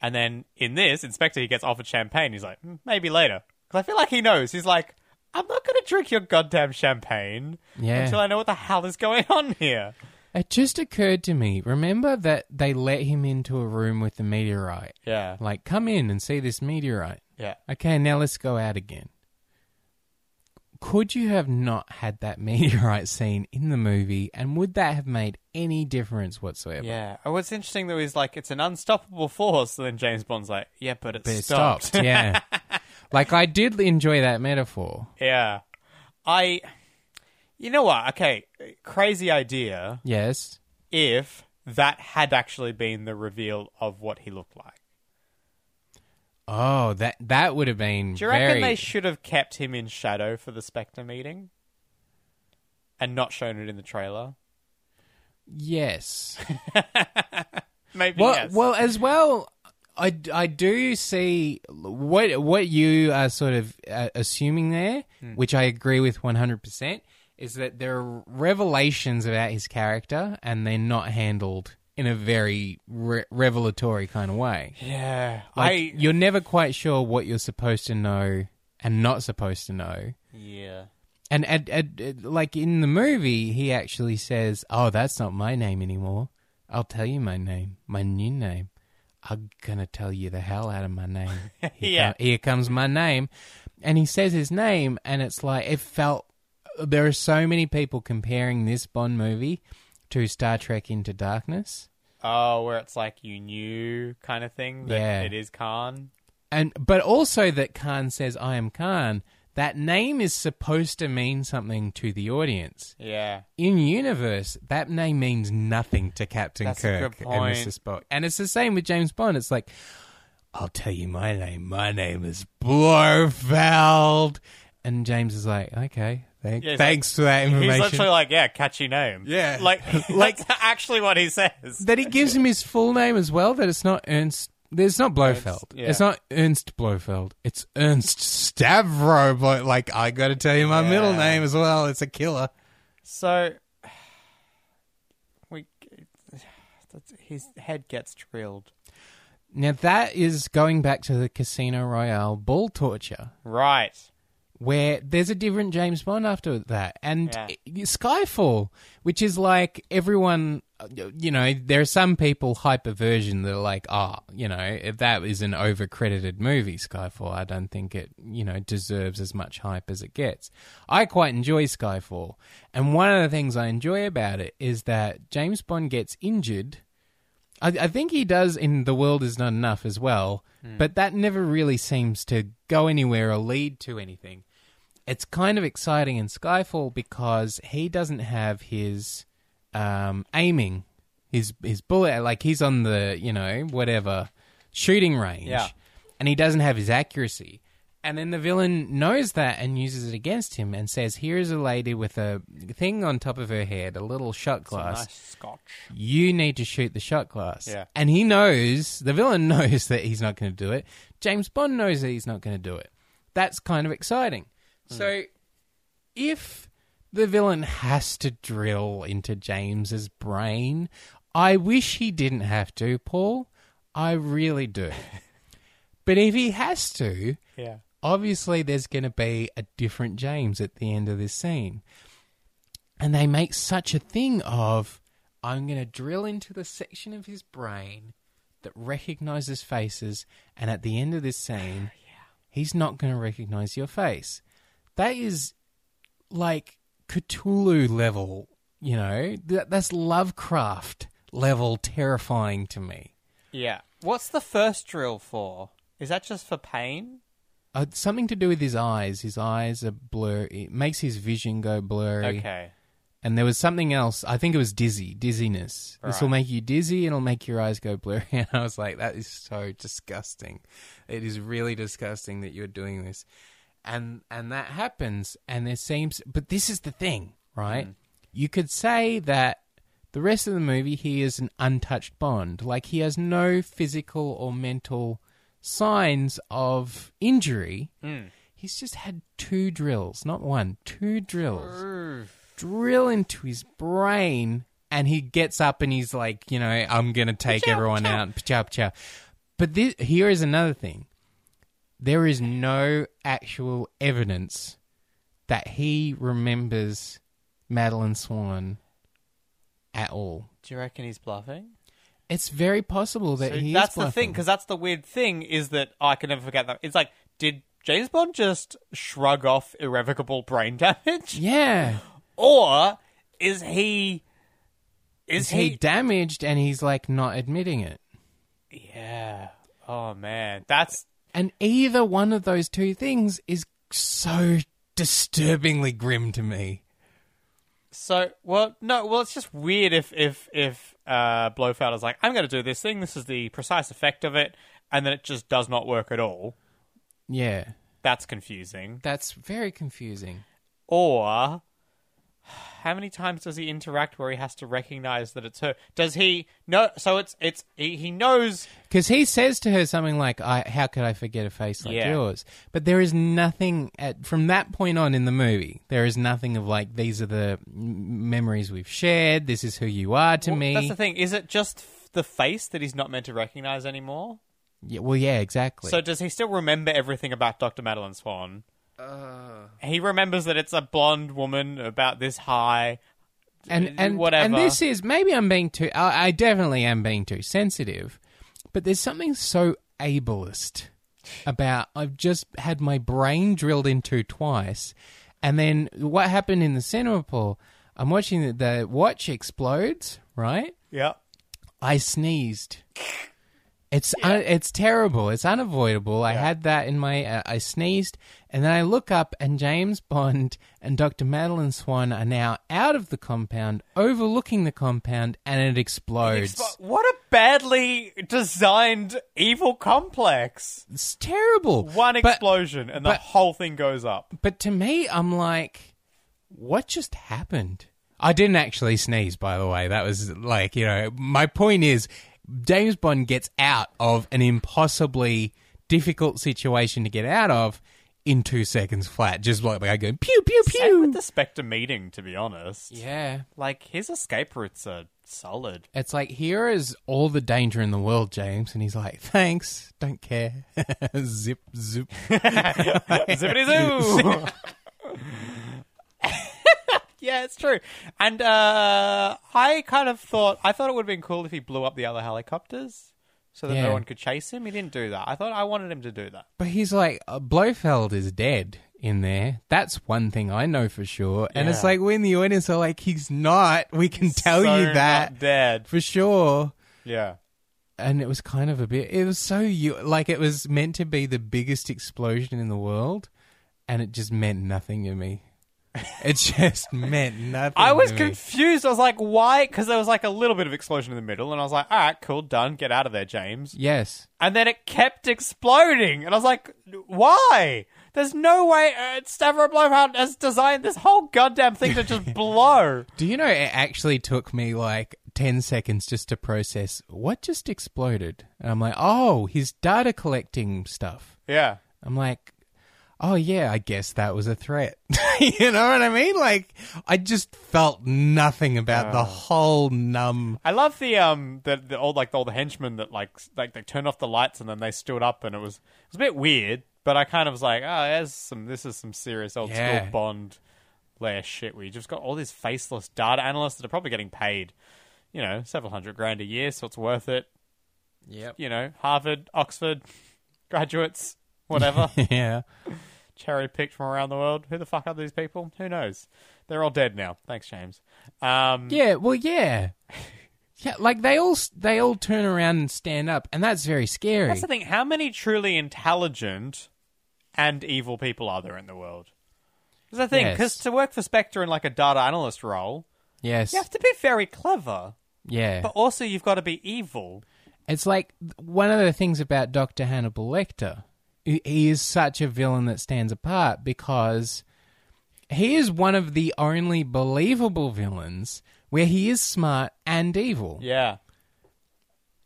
and then in this Inspector he gets offered champagne. He's like, "Mm, maybe later, because I feel like he knows. He's like, I'm not going to drink your goddamn champagne Yeah. until I know what the hell is going on here. it just occurred to me. Remember that they let him into a room with the meteorite. Yeah, Like, come in and see this meteorite. yeah. Okay, now let's go out again. Could you have not had that meteorite scene in the movie, and would that have made any difference whatsoever? Yeah. Oh, what's interesting though is like it's an unstoppable force. And then James Bond's like, "Yeah, but it But it stopped." stopped. yeah. Like I did enjoy that metaphor. yeah. I. You know what? Okay, crazy idea. Yes. if that had actually been the reveal of what he looked like. Oh, that that would have been Do you very. reckon they should have kept him in shadow for the Spectre meeting? And not shown it in the trailer? yes. Maybe Well, yes. well, as well, I, I do see what what you are sort of uh, assuming there, Hmm. which I agree with one hundred percent, is that there are revelations about his character, and they're not handled in a very re- revelatory kind of way. yeah. Like, I you're never quite sure what you're supposed to know and not supposed to know. Yeah. And at, at, at- like in the movie, he actually says, "Oh, that's not my name anymore. I'll tell you my name, my new name. I'm gonna tell you the hell out of my name. Here Yeah. com- here comes my name." And he says his name, and it's like it felt. There are so many people comparing this Bond movie to Star Trek Into Darkness. Oh, where it's like you knew kind of thing that Yeah. it is Khan. and but also that Khan says I am Khan. That name is supposed to mean something to the audience. Yeah. In universe, that name means nothing to Captain That's a Kirk good and point. Mrs. Spock. And it's the same with James Bond. It's like, I'll tell you my name. My name is Blofeld. And James is like, okay, thank- Yeah, he's thanks for that He's information. literally like, yeah, catchy name. Yeah. Like like actually what he says. that he gives him his full name as well. That it's not Ernst. that It's not Blofeld. Ernst, yeah. It's not Ernst Blofeld. It's Ernst Stavro. Blo- like I got to tell you my middle Yeah. name as well. It's a killer. So we that's- his head gets drilled. Now that is going back to the Casino Royale ball torture, Right. where there's a different James Bond after that, and Yeah. i- Skyfall, which is like everyone. You know, there are some people hyperversion that are like, ah, you know, if that is an overcredited movie, Skyfall, I don't think it, you know, deserves as much hype as it gets. I quite enjoy Skyfall. And one of the things I enjoy about it is that James Bond gets injured. I, I think he does in The World Is Not Enough as well, but that never really seems to go anywhere or lead to anything. It's kind of exciting in Skyfall because he doesn't have his um, aiming, his his bullet. Like he's on the you know whatever shooting range, Yeah. and he doesn't have his accuracy. And then the villain knows that and uses it against him and says, "Here is a lady with a thing on top of her head, a little shot glass Nice scotch. you need to shoot the shot glass. Yeah. And he knows, the villain knows that he's not going to do it. James Bond knows that he's not going to do it. That's kind of exciting. So if the villain has to drill into James's brain, I wish he didn't have to, Paul. I really do. but if he has to, Yeah. obviously there's going to be a different James at the end of this scene. And they make such a thing of I'm going to drill into the section of his brain that recognizes faces, and at the end of this scene, he's not going to recognize your face. That is like Cthulhu level, you know, that, that's Lovecraft level terrifying to me. Yeah. What's the first drill for? Is that just for pain? Uh, something to do with his eyes. His eyes are blurry. It makes his vision go blurry. Okay. And there was something else. I think it was dizzy, dizziness. This will Right. make you dizzy and it'll make your eyes go blurry. And I was like, that is so disgusting. It is really disgusting that you're doing this. And and that happens and there seems but this is the thing, right? You could say that the rest of the movie he is an untouched bond. Like he has no physical or mental signs of injury. He's just had two drills, not one, two drills drill into his brain and he gets up and he's like, you know, I'm going to take everyone out. Pachow, pachow. But this, here is another thing. There is no actual evidence that he remembers Madeline Swan at all. Do you reckon he's bluffing? It's very possible that he that's is the thing, bluffing. because that's the weird thing is that I can never forget that. It's like, did James Bond just shrug off irrevocable brain damage, yeah, or is he? Is, is he damaged and he's like not admitting it? Yeah. Oh man, that's And either one of those two things is so disturbingly grim to me. so. Well, no. Well, it's just weird if if if uh, Blofeld is like, I'm going to do this thing. This is the precise effect of it, and then it just does not work at all. Yeah, That's confusing. that's very confusing. Or how many times does he interact where he has to recognize that it's her? Does he no? So it's it's he, he knows. Because he says to her something like, I, "How could I forget a face like Yeah. yours?" But there is nothing at from that point on in the movie. There is nothing of like these are the m- memories we've shared. This is who you are to Well, me. That's the thing. Is it just f- the face that he's not meant to recognize anymore? yeah, well, yeah, exactly. So does he still remember everything about Dr. Madeline Swan? He remembers that it's a blonde woman about this high. and and whatever. and this is maybe I'm being too. I, I definitely am being too sensitive, but there's something so ableist about I've just had my brain drilled into twice, and then what happened in the cinema pool? I'm watching the, the watch explodes, right? Yeah. I sneezed. It's un- it's terrible. It's unavoidable. I had that in my. Uh, I sneezed, and then I look up, and James Bond and Dr. Madeline Swan are now out of the compound, overlooking the compound, and it explodes. What a badly designed evil complex. it's terrible. One But- explosion and the but- whole thing goes up. But to me, I'm like, what just happened? I didn't actually sneeze, by the way. That was like, you know, my point is James Bond gets out of an impossibly difficult situation to get out of in two seconds flat, just like I go pew, pew, Same with pew. the Spectre meeting, to be honest. Yeah. Like, his escape routes are solid. It's like, here is all the danger in the world, James. And he's like, thanks, don't care. zip, zip. Zippity zoo! yeah, it's true. And uh, I kind of thought I thought it would have been cool if he blew up the other helicopters so that Yeah. no one could chase him. He didn't do that. I thought I wanted him to do that. But he's like, uh, Blofeld is dead in there. That's one thing I know for sure. And it's Yeah. like, we in the audience are like, he's not. We can tell So you not that dead. for sure. Yeah. And it was kind of a bit, it was so, you like, it was meant to be the biggest explosion in the world. And it just meant nothing to me. It just meant nothing. I was to me. confused. I was like, why? Because there was like a little bit of explosion in the middle, and I was like, all right, cool, done, get out of there, James. Yes. and then it kept exploding. And I was like, why? There's no way uh, Stavro Blofeld has designed this whole goddamn thing to just blow. Do you know it actually took me like 10 seconds just to process what just exploded? And I'm like, oh, his data collecting stuff. Yeah. I'm like, oh yeah, I guess that was a threat. you know what I mean? Like, I just felt nothing about the whole numb. I love the um the, the old like all the henchmen that like s- like they turned off the lights and then they stood up and it was it was a bit weird, but I kind of was like, oh, there's some this is some serious old Yeah. school Bond layer shit where you just got all these faceless data analysts that are probably getting paid, you know, several hundred grand a year, so it's worth it. Yep. You know, Harvard, Oxford, graduates, whatever. yeah. cherry picked from around the world. Who the fuck are these people? Who knows? They're all dead now. Thanks, James. Um, Yeah. Well, yeah. Yeah, like they all they all turn around and stand up, and that's very scary. That's the thing. How many truly intelligent and evil people are there in the world? That's the thing. Yes. Because to work for Spectre in like a data analyst role, yes, you have to be very clever, yeah. but also you've got to be evil. It's like one of the things about Dr. Hannibal Lecter. He he is such a villain that stands apart because he is one of the only believable villains where he is smart and evil. Yeah.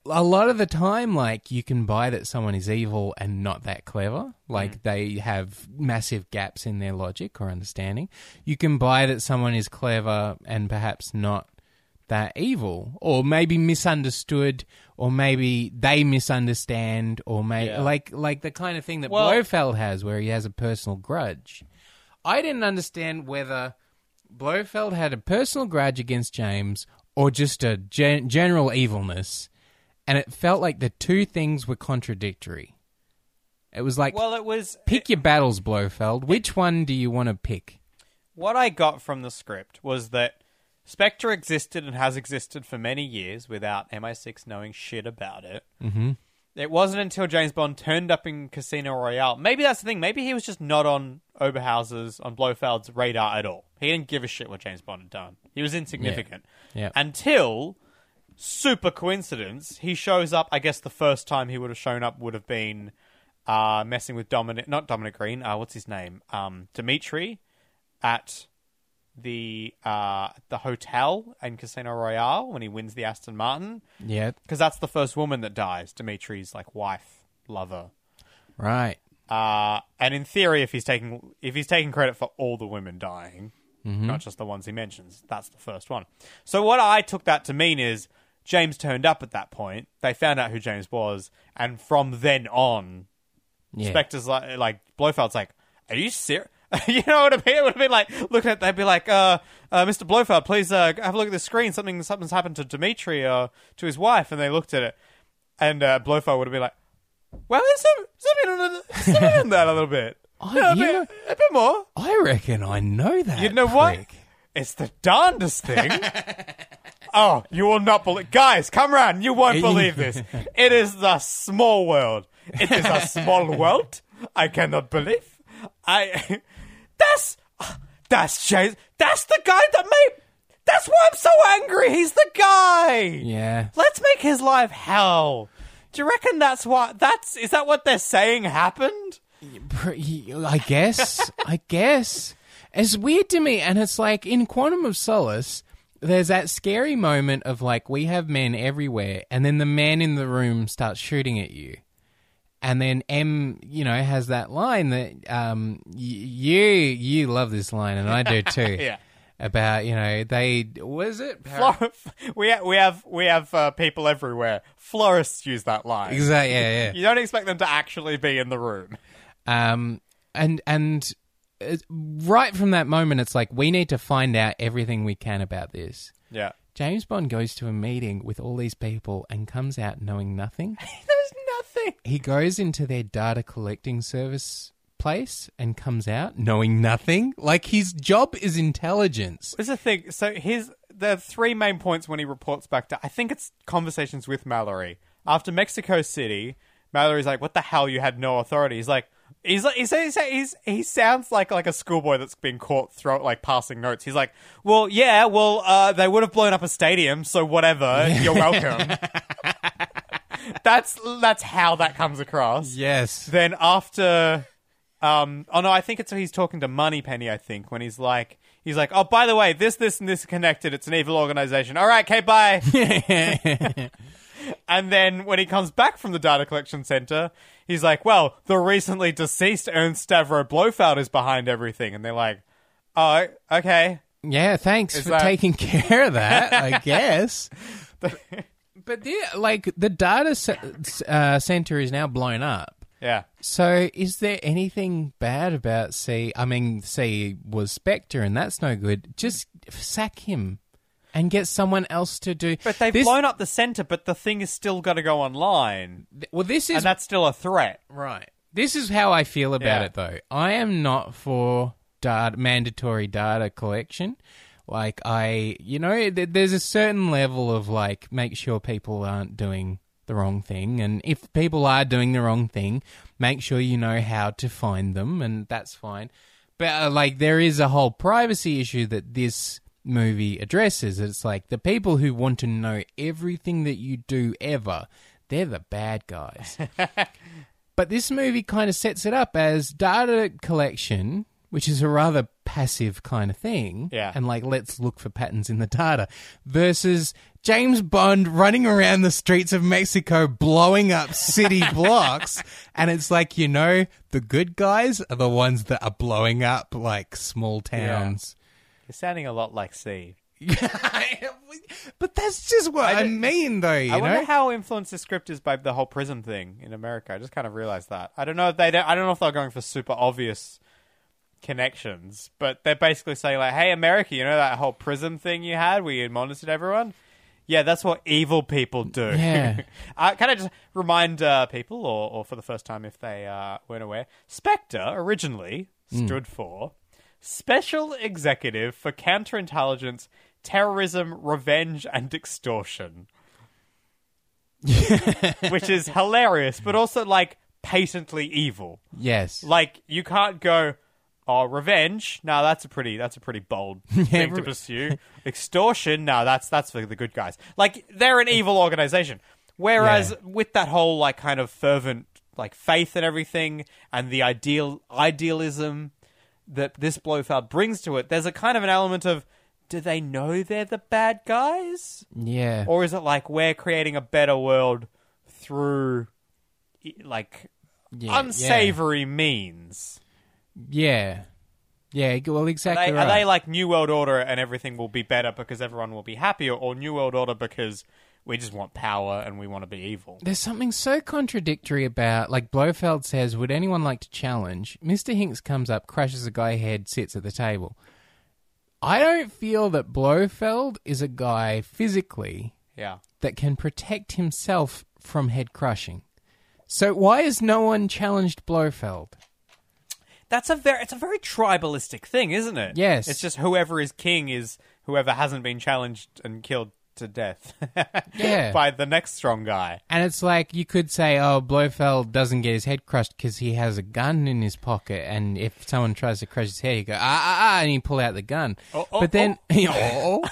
a lot of the time, like you can buy that someone is evil and not that clever. Like Mm. they have massive gaps in their logic or understanding. You can buy that someone is clever and perhaps not that evil, or maybe misunderstood, or maybe they misunderstand, or may Yeah. like like the kind of thing that Well- Blofeld has, where he has a personal grudge. I didn't understand whether Blofeld had a personal grudge against James or just a gen- general evilness, and it felt like the two things were contradictory. It was like, Well, it was pick your battles, Blofeld. Which one do you want to pick? what I got from the script was that Spectre existed and has existed for many years without MI6 knowing shit about it. Mm-hmm. It wasn't until James Bond turned up in Casino Royale. Maybe that's the thing. Maybe he was just not on Oberhauser's, on Blofeld's radar at all. He didn't give a shit what James Bond had done. He was insignificant. Yeah. Until, super coincidence, he shows up. I guess the first time he would have shown up would have been uh, messing with Dominic, not Dominic Green, uh, what's his name? Um, Dimitri at the uh, the hotel in Casino Royale when he wins the Aston Martin Yeah, because that's the first woman that dies. Dimitri's like wife, lover, right. uh, and in theory, if he's taking if he's taking credit for all the women dying, not just the ones he mentions, that's the first one. So what I took that to mean is James turned up at that point. They found out who James was, and from then on, Yeah. Spectre's like, like Blofeld's like, are you serious? you know what I mean? It would have been like looking at. They'd be like, uh, uh, Mr. Blofeld, please uh, have a look at the screen. Something something's happened to Dimitri uh, to his wife, and they looked at it, and uh, Blofeld would have been like, well, there's some, something on the- something on that a little bit. Oh, Yeah, a, you bit, a bit more. I reckon I know that. You know what? prick. It's the darndest thing. oh, you will not believe. Guys, come round. You won't believe this. It is the small world. It is a small world. I cannot believe. I. That's. That's James. That's the guy that made. That's why I'm so angry. He's the guy. Yeah. Let's make his life hell. Do you reckon that's what. That's. Is that what they're saying happened? Pretty- I guess. I guess. It's weird to me. And it's like in Quantum of Solace, there's that scary moment of like, we have men everywhere. And then the man in the room starts shooting at you. And then M, you know, has that line that um, y- you you love this line, and I do too. Yeah. About you know they was it Flor- we ha- we have we have uh, people everywhere. Florists use that line. exactly yeah yeah You don't expect them to actually be in the room. um, and and uh, right from that moment, it's like we need to find out everything we can about this. Yeah. James Bond goes to a meeting with all these people and comes out knowing nothing. There's nothing. he goes into their data collecting service place and comes out knowing nothing. Like his job is intelligence. There's a thing. So here's the three main points when he reports back to. I think it's conversations with Mallory after Mexico City. Mallory's like, "What the hell? You had no authority." He's like. He's like, he's, he's, he's, he sounds like like a schoolboy that's been caught throat like passing notes. He's like, well, yeah, well, uh, they would have blown up a stadium, so whatever. You're welcome. that's that's how that comes across. Yes. then after um oh no i think it's he's talking to moneypenny i think when he's like he's like oh by the way this this and this are connected it's an evil organization all right okay bye and then when he comes back from the data collection center he's like well the recently deceased ernst stavro blofeld is behind everything and they're like oh okay Yeah, thanks for that- taking care of that, I guess. but the, like the data se- uh, center is now blown up. yeah So, is there anything bad about C? I mean, C was Spectre, and that's no good. Just sack him and get someone else to do. but they've this, blown up the center but the thing is still got to go online Well, this is and that's still a threat right. This is how I feel about Yeah. it, though. I am not for data, mandatory data collection. Like I, you know, th- there's a certain level of like make sure people aren't doing the wrong thing, and if people are doing the wrong thing, make sure you know how to find them, and that's fine. But uh, like, there is a whole privacy issue that this movie addresses. It's like the people who want to know everything that you do ever, they're the bad guys. But this movie kind of sets it up as data collection which is a rather passive kind of thing. Yeah. And like, let's look for patterns in the data versus James Bond running around the streets of Mexico blowing up city blocks. And it's like, you know, the good guys are the ones that are blowing up like small towns. You're sounding a lot like C. but that's just what I, don't- mean, though, you I know? wonder how influenced the script is by the whole prison thing in America. I just kind of realized that. I don't know if they don't, I don't know if they're going for super obvious connections, but they're basically saying like, "Hey, America, you know that whole prison thing you had where you monitored everyone? Yeah, that's what evil people do." Yeah. uh, can I just remind uh, people, or, or for the first time if they uh, weren't aware, Spectre originally stood for Special Executive for Counterintelligence, Terrorism, Revenge, and Extortion. Which is hilarious, but also like patently evil. yes. Like you can't go, oh, revenge. No, that's a pretty that's a pretty bold thing to pursue. Extortion. No, that's that's for the good guys. Like they're an evil organization. Whereas Yeah. with that whole like kind of fervent like faith and everything, and the ideal idealism that this Blofeld brings to it, there's a kind of an element of. Do they know they're the bad guys? yeah. or is it like we're creating a better world through i- like Yeah, unsavory means Yeah. Yeah, g- well, are exactly they, right. are they like new world order and everything will be better because everyone will be happier or new world order because we just want power and we want to be evil There's something so contradictory about, like Blofeld says, would anyone like to challenge? Mr. Hinks comes up, crushes a guy head, sits at the table. I don't feel that Blofeld is a guy physically yeah that can protect himself from head crushing. So why has no one challenged Blofeld? that's a very it's a very tribalistic thing isn't it Yes. it's just whoever is king is whoever hasn't been challenged and killed to death Yeah. by the next strong guy And it's like you could say, oh, Blofeld doesn't get his head crushed because he has a gun in his pocket, and if someone tries to crush his head, he go ah ah ah, and he pull out the gun. Oh, oh, but then, Oh.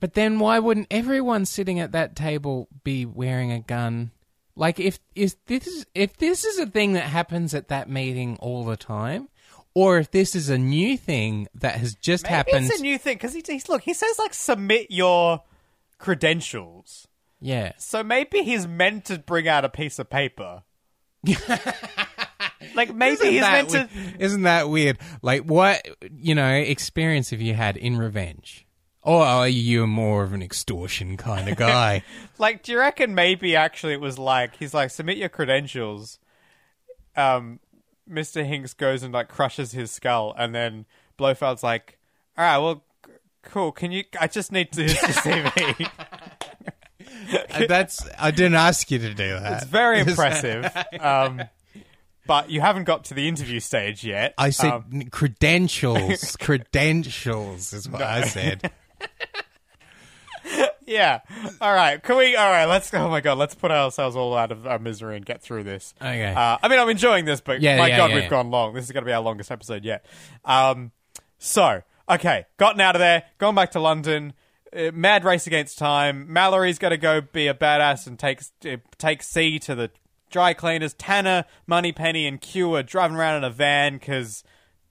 but then why wouldn't everyone sitting at that table be wearing a gun? Like if is this is if this is a thing that happens at that meeting all the time, or if this is a new thing that has just Maybe happened, It's a new thing because he, he's look. He says like submit your credentials. yeah, So maybe he's meant to bring out a piece of paper. like maybe he's that meant to. we- isn't that weird? Like, what you know, experience have you had in revenge? Or are you more of an extortion kind of guy? Like, do you reckon maybe actually it was like he's like submit your credentials. Um, Mr. Hinks goes and like crushes his skull, and then Blofeld's like, "All right, well, c- cool. Can you? I just need to his CV." Uh, That's I didn't ask you to do that. it's very impressive. Um, but you haven't got to the interview stage yet. I said n- credentials. credentials is what I said. Yeah. All right. Can we? All right. Let's. Oh my god. Let's put ourselves all out of our misery and get through this. Okay. Uh, I mean, I'm enjoying this, but Yeah, my yeah, god, yeah, we've yeah. gone long. This is going to be our longest episode yet. Um. So okay, gotten out of there, gone back to London. Uh, mad race against time. Mallory's got to go be a badass and take uh, take C to the dry cleaners. Tanner, Moneypenny, and Q are driving around in a van because.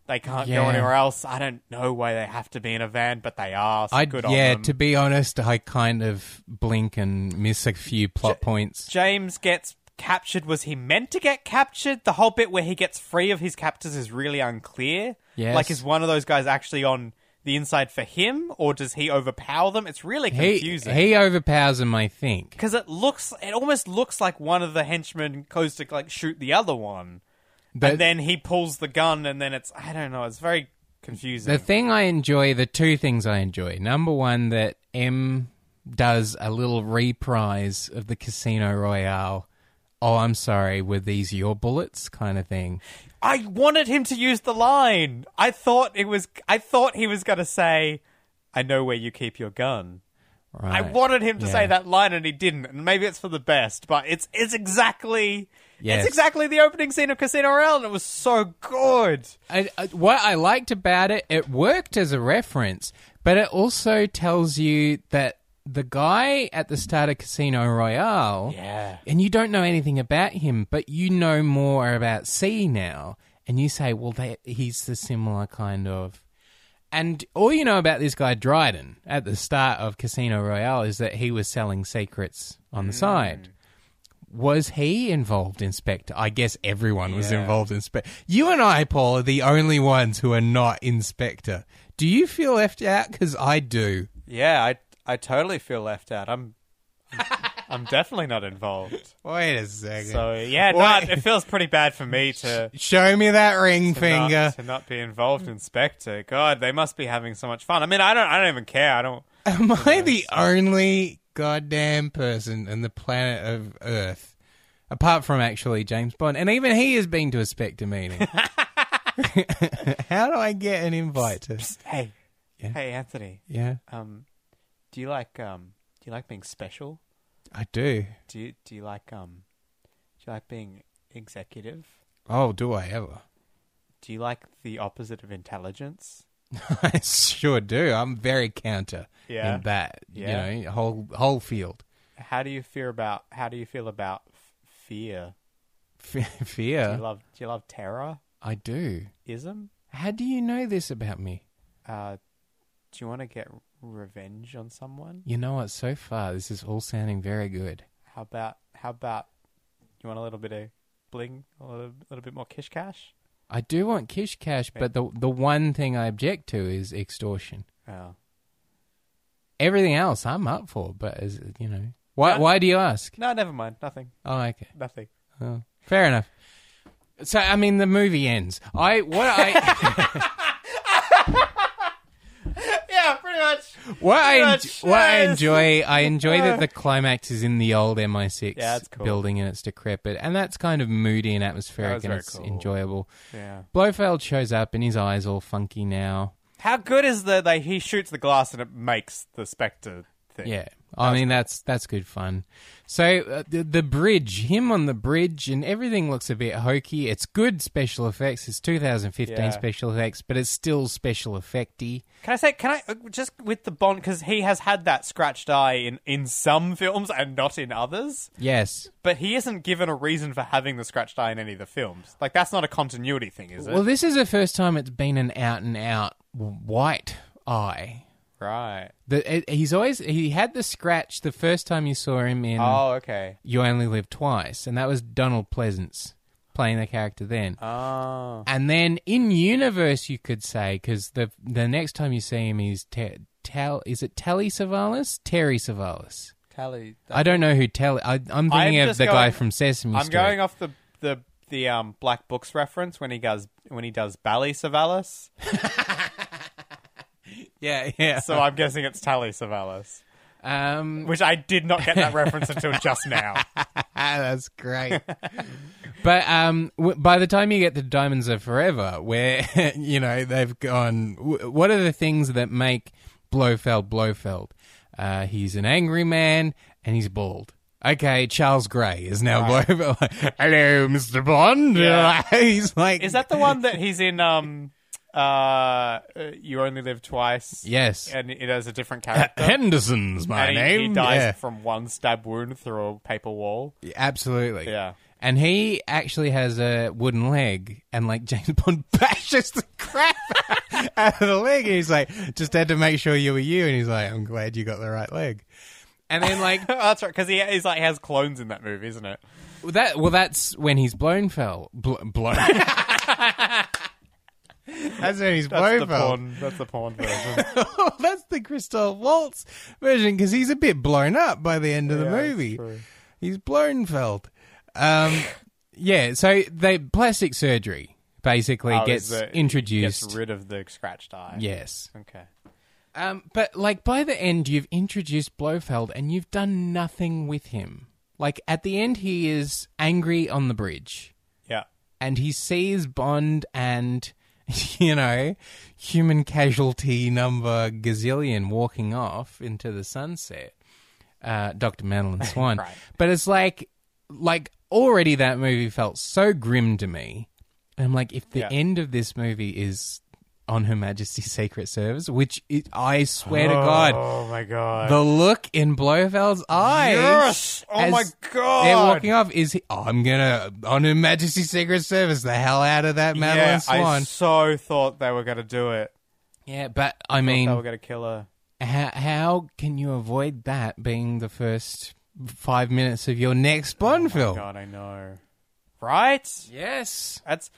They can't go Yeah. anywhere else. I don't know why they have to be in a van, but they are. So I good on yeah. them. To be honest, I kind of blink and miss a few plot points. James gets captured. Was he meant to get captured? The whole bit where he gets free of his captors is really unclear. Yes. Like, is one of those guys actually on the inside for him, or does he overpower them? It's really He confusing. he overpowers him, I think. because it looks, it almost looks like one of the henchmen goes to like shoot the other one, But and then he pulls the gun, and then it's I don't know, it's very confusing. The thing I enjoy, the two things I enjoy. Number one, that M does a little reprise of the Casino Royale. Oh, I'm sorry, were these your bullets kind of thing? I wanted him to use the line. I thought it was. I thought he was gonna say, "I know where you keep your gun." I Right. wanted him to Yeah. say that line and he didn't, and maybe it's for the best. But it's it's exactly Yes. it's exactly the opening scene of Casino Royale, and it was so good. I, I, what I liked about it, it worked as a reference, but it also tells you that the guy at the start of Casino Royale, Yeah. and you don't know anything about him, but you know more about C now, and you say, well, they, he's the similar kind of. And all you know about this guy Dryden at the start of Casino Royale is that he was selling secrets on Mm. the side. Was he involved in Spectre? I guess everyone was Yeah. involved in Spectre. You and I, Paul, are the only ones who are not in Spectre. Do you feel left out? Because I do. Yeah, I I totally feel left out. I'm I'm definitely not involved. Wait a second. So yeah, Why- not, it feels pretty bad for me to Show me that ring to finger. not, to not be involved in Spectre. God, they must be having so much fun. I mean, I don't I don't even care. I don't. Am I the only goddamn person on the planet of Earth, apart from actually James Bond, and even he has been to a Spectre meeting? How do I get an invite to? Hey, hey, Anthony. Yeah, Um, do you like um do you like being special? I do. Do you do you like um do you like being executive? Oh, do I ever? Do you like the opposite of intelligence? I sure do. I'm very counter Yeah. in that, Yeah. you know, whole whole field. How do you fear about how do you feel about f- fear? Fe- Do fear. you love do you love terror? I do. Ism? How do you know this about me? Uh, do you want to get revenge on someone? You know what? So far, this is all sounding very good. How about how about you want a little bit of bling, a little, little bit more kish cash? I do want Kish Cash, but the the one thing I object to is extortion. Oh, Everything else I'm up for, but is you know why Yeah. why do you ask? no, never mind, nothing, Oh, okay, nothing. oh, fair enough. So I mean, the movie ends. I what I Yeah, pretty much. what I en- Yes, what I yes. enjoy I enjoy that the climax is in the old MI6 Yeah, that's cool. building and it's decrepit, and that's kind of moody and atmospheric was and very it's cool. enjoyable. Yeah. Blofeld shows up and his eyes all funky now. How good is the like he shoots the glass and it makes the specter thing? Yeah. I mean that's that's good fun. So uh, the, the bridge, him on the bridge, and everything looks a bit hokey. It's good special effects. It's 2015 Yeah. special effects, but it's still special effecty. Can I say? Can I uh, just with the Bond because he has had that scratched eye in in some films and not in others. Yes. But he isn't given a reason for having the scratched eye in any of the films. Like that's not a continuity thing, is it? Well, this is the first time it's been an out and out white eye. right. The, it, he's always he had the scratch the first time you saw him in Oh, okay. You Only Live Twice, and that was Donald Pleasance playing the character then. Oh. And then in universe, you could say because the the next time you see him, he's te- Tal. Is it Tally Savalas? Terry Savalas. Tally. I don't know who Tally. I, I'm thinking I'm of just the guy going- from Sesame I'm Street. going off the the the um Black Books reference when he does when he does Bally Savalas. Yeah, yeah. So I'm guessing it's Tally Savalas, Um, which I did not get that reference until just now. Ah, that's great. but um, w- by the time you get to Diamonds Are Forever, where you know they've gone, w- what are the things that make Blofeld Blofeld? Uh, he's an angry man and he's bald. Okay, Charles Gray is now Blofeld. Hello, Mr. Bond. Yeah. he's like, Is that the one that he's in? Um, uh, you only live twice. yes? and it has a different character. Henderson's my and he, name. he dies Yeah. from one stab wound through a paper wall. Absolutely. Yeah. And he actually has a wooden leg, and like James Bond bashes the crap out of the leg. And he's like, just had to make sure you were you. And he's like, I'm glad you got the right leg. And then like Oh, that's right, because he he's like has clones in that movie, isn't it? that, well, that's when he's blown fell, Bl- blown. that's when That's he's blown the porn. That's the porn version. oh, that's the Christoph Waltz version because he's a bit blown up by the end of the Yeah, that's movie. true. He's blownfeld. Um, yeah, so they plastic surgery basically Oh, gets is it- introduced. Gets rid of the scratched eye. yes. Okay. Um, but like by the end, you've introduced Blofeld and you've done nothing with him. Like at the end, he is angry on the bridge Yeah. and he sees Bond and you know human casualty number gazillion walking off into the sunset. Uh, Dr. Madeline Swan, Right. but it's like like already that movie felt so grim to me. And I'm like, if the Yeah. end of this movie is on Her Majesty's Secret Service, which it, I swear to oh, God, my god. the look in Blofeld's eyes. Oh, Yes! Oh as my They're God! walking off. Is he? Oh, I'm gonna on Her Majesty's Secret Service the hell out of that Madeline yeah, I Swan. so thought they were gonna do it. yeah, but I Thought mean, they were gonna kill her. how, how can you avoid that being the first five minutes of your next Bond film? Oh God, I know. Right? Yes. That's.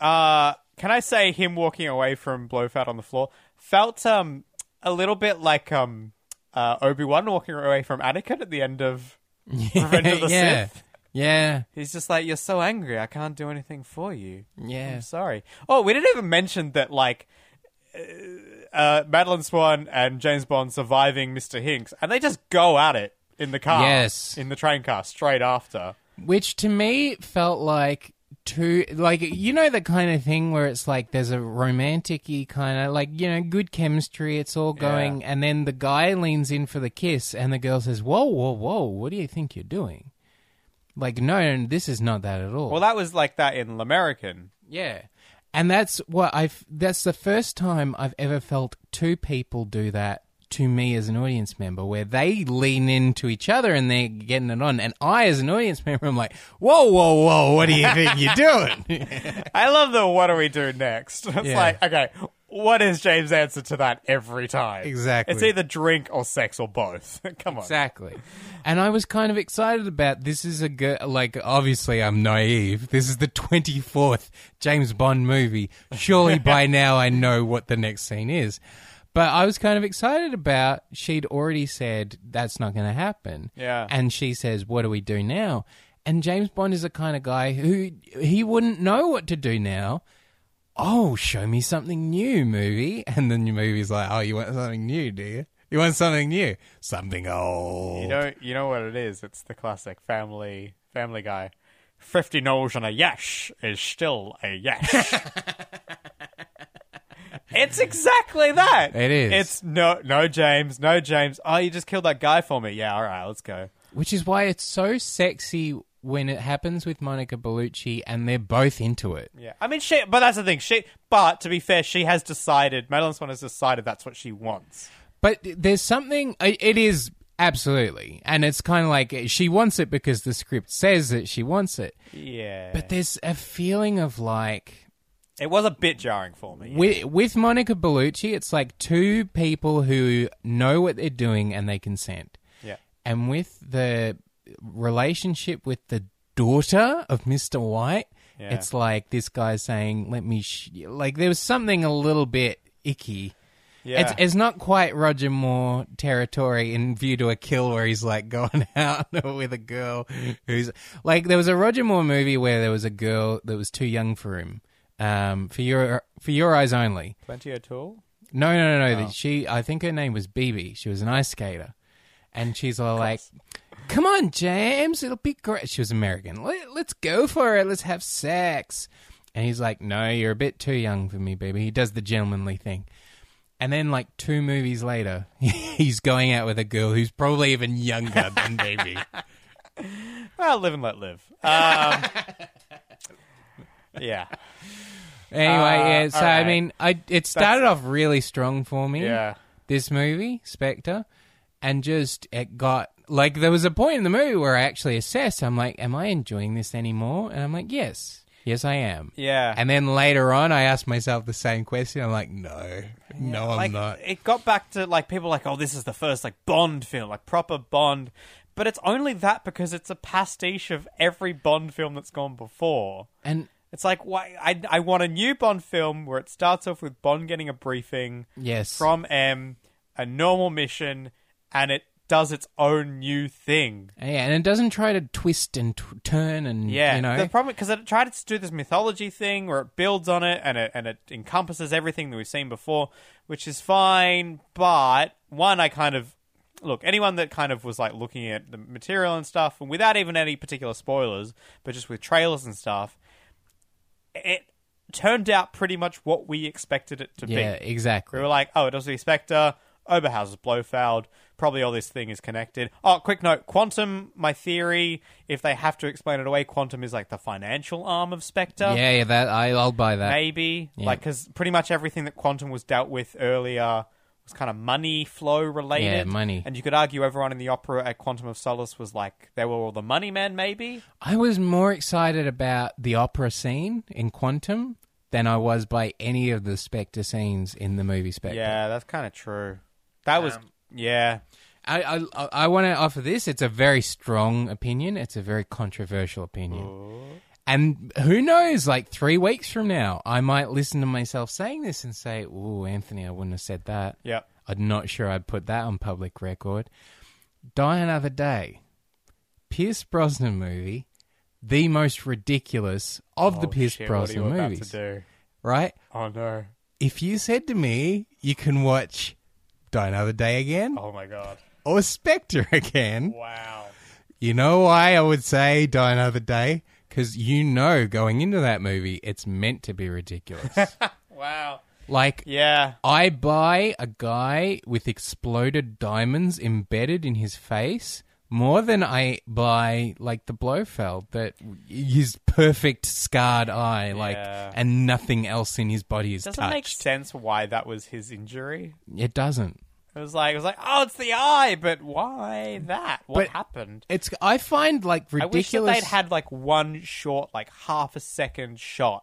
Uh, can I say him walking away from Blofeld on the floor felt um a little bit like um uh, Obi Wan walking away from Anakin at the end of Revenge of the yeah. Sith. Yeah. He's just like, "You're so angry, I can't do anything for you. Yeah. I'm sorry." Oh, we didn't even mention that like. uh, Uh, Madeline Swan and James Bond surviving Mr. Hinks, and they just go at it in the car, Yes. in the train car, straight after. Which to me felt like two, like you know the kind of thing where it's like there's a romantic-y kind of like you know good chemistry, it's all going, and then the guy leans in for the kiss, and the girl says, "Whoa, whoa, whoa! What do you think you're doing?" Like, no, no, this is not that at all. Well, that was like that in L'American. Yeah. And that's what I've that's the first time I've ever felt two people do that to me as an audience member where they lean into each other and they're getting it on and I as an audience member I'm like, Whoa, whoa, whoa, what do you think you're doing? I love the what do we do next? It's Yeah. like, okay, what is James' answer to that every time? Exactly. It's either drink or sex or both. Come on. exactly. And I was kind of excited about this is a girl like obviously I'm naive. This is the twenty fourth James Bond movie. Surely by now I know what the next scene is. But I was kind of excited about she'd already said that's not gonna happen. Yeah. And she says, What do we do now? And James Bond is the kind of guy who he wouldn't know what to do now. Oh, show me something new, movie. And then your movie's like, Oh, you want something new, do you? You want something new? Something old. You know, you know what it is. It's the classic family Family Guy. Fifty no's and a yash is still a yash. it's exactly that. It is. It's no, no James, no James. Oh, you just killed that guy for me. Yeah, all right, let's go. Which is why it's so sexy when it happens with Monica Bellucci and they're both into it. Yeah, I mean, she. But that's the thing. She. But to be fair, she has decided. Madeline Swan has decided that's what she wants. But there's something, i- it is absolutely. And it's kind of like she wants it because the script says that she wants it. Yeah, But there's a feeling of like, it was a bit jarring for me. with, with Monica Bellucci, it's like two people who know what they're doing and they consent. yeah, and with the relationship with the daughter of Mr. White, Yeah. it's like this guy saying, "Let me," sh-. like there was something a little bit icky. yeah. It's, it's not quite Roger Moore territory in View to a Kill, where he's like going out with a girl who's like there was a Roger Moore movie where there was a girl that was too young for him, um, for your for your eyes only. Plenty O'Toole. No, no, no, no. that She, I think her name was BB. She was an ice skater, and she's all like, "Come on, James, it'll be great." She was American. Let, let's go for it. Let's have sex. And he's like, "No, you're a bit too young for me, baby." He does the gentlemanly thing, and then like two movies later, he's going out with a girl who's probably even younger than baby. Well, live and let live. Um, yeah, Anyway, yeah. So I Uh, alright. mean, I it started off really strong for me. yeah. this movie, Spectre, and just it got like there was a point in the movie where I actually assessed. I'm like, am I enjoying this anymore? And I'm like, yes, yes, I am. Yeah. And then later on, I asked myself the same question. I'm like, no, no, I'm like not. it got back to like people like, oh, this is the first like Bond film, like proper Bond. But it's only that because it's a pastiche of every Bond film that's gone before. And It's like why I I want a new Bond film where it starts off with Bond getting a briefing yes, from M, a normal mission, and it does its own new thing. yeah, and it doesn't try to twist and t- turn and Yeah, you know, the problem because it tried to do this mythology thing where it builds on it and it and it encompasses everything that we've seen before, which is fine. But one, I kind of look anyone that kind of was like looking at the material and stuff, and without even any particular spoilers, but just with trailers and stuff, it turned out pretty much what we expected it to yeah, be. exactly. We were like, oh, it does the Spectre. Oberhauser's Blofeld. Probably all this thing is connected. Oh, quick note Quantum, my theory, if they have to explain it away, Quantum is like the financial arm of Spectre. yeah, yeah, that I, I'll buy that. Maybe. Like 'cause Like, because pretty much everything that Quantum was dealt with earlier was kind of money flow related. Yeah, money. And you could argue everyone in the opera at Quantum of Solace was like, they were all the money men, maybe? I was more excited about the opera scene in Quantum than I was by any of the Spectre scenes in the movie Spectre. Yeah, that's kind of true. That was, yeah. I I, I- I want to offer this. It's a very strong opinion. It's a very controversial opinion. And who knows? Like three weeks from now, I might listen to myself saying this and say, "Oh, Anthony, I wouldn't have said that." Yep. I'm not sure I'd put that on public record. Die Another Day, Pierce Brosnan movie, the most ridiculous of the Oh, Pierce shit, what are you Brosnan about movies, to do? right? Oh, no. If you said to me, "You can watch Die Another Day again Oh, my God. or Spectre again," Wow. You know why I would say Die Another Day? Because you know going into that movie, it's meant to be ridiculous. Wow. like, Yeah. I buy a guy with exploded diamonds embedded in his face more than I buy, like, the Blofeld, that his perfect scarred eye, like, Yeah. and nothing else in his body is Doesn't make touched. sense why that was his injury. it doesn't. It was like, it was like, oh, it's the eye, but why that? What But- happened? It's. I find like I wish that ridiculous. they'd had like one short, like half a second shot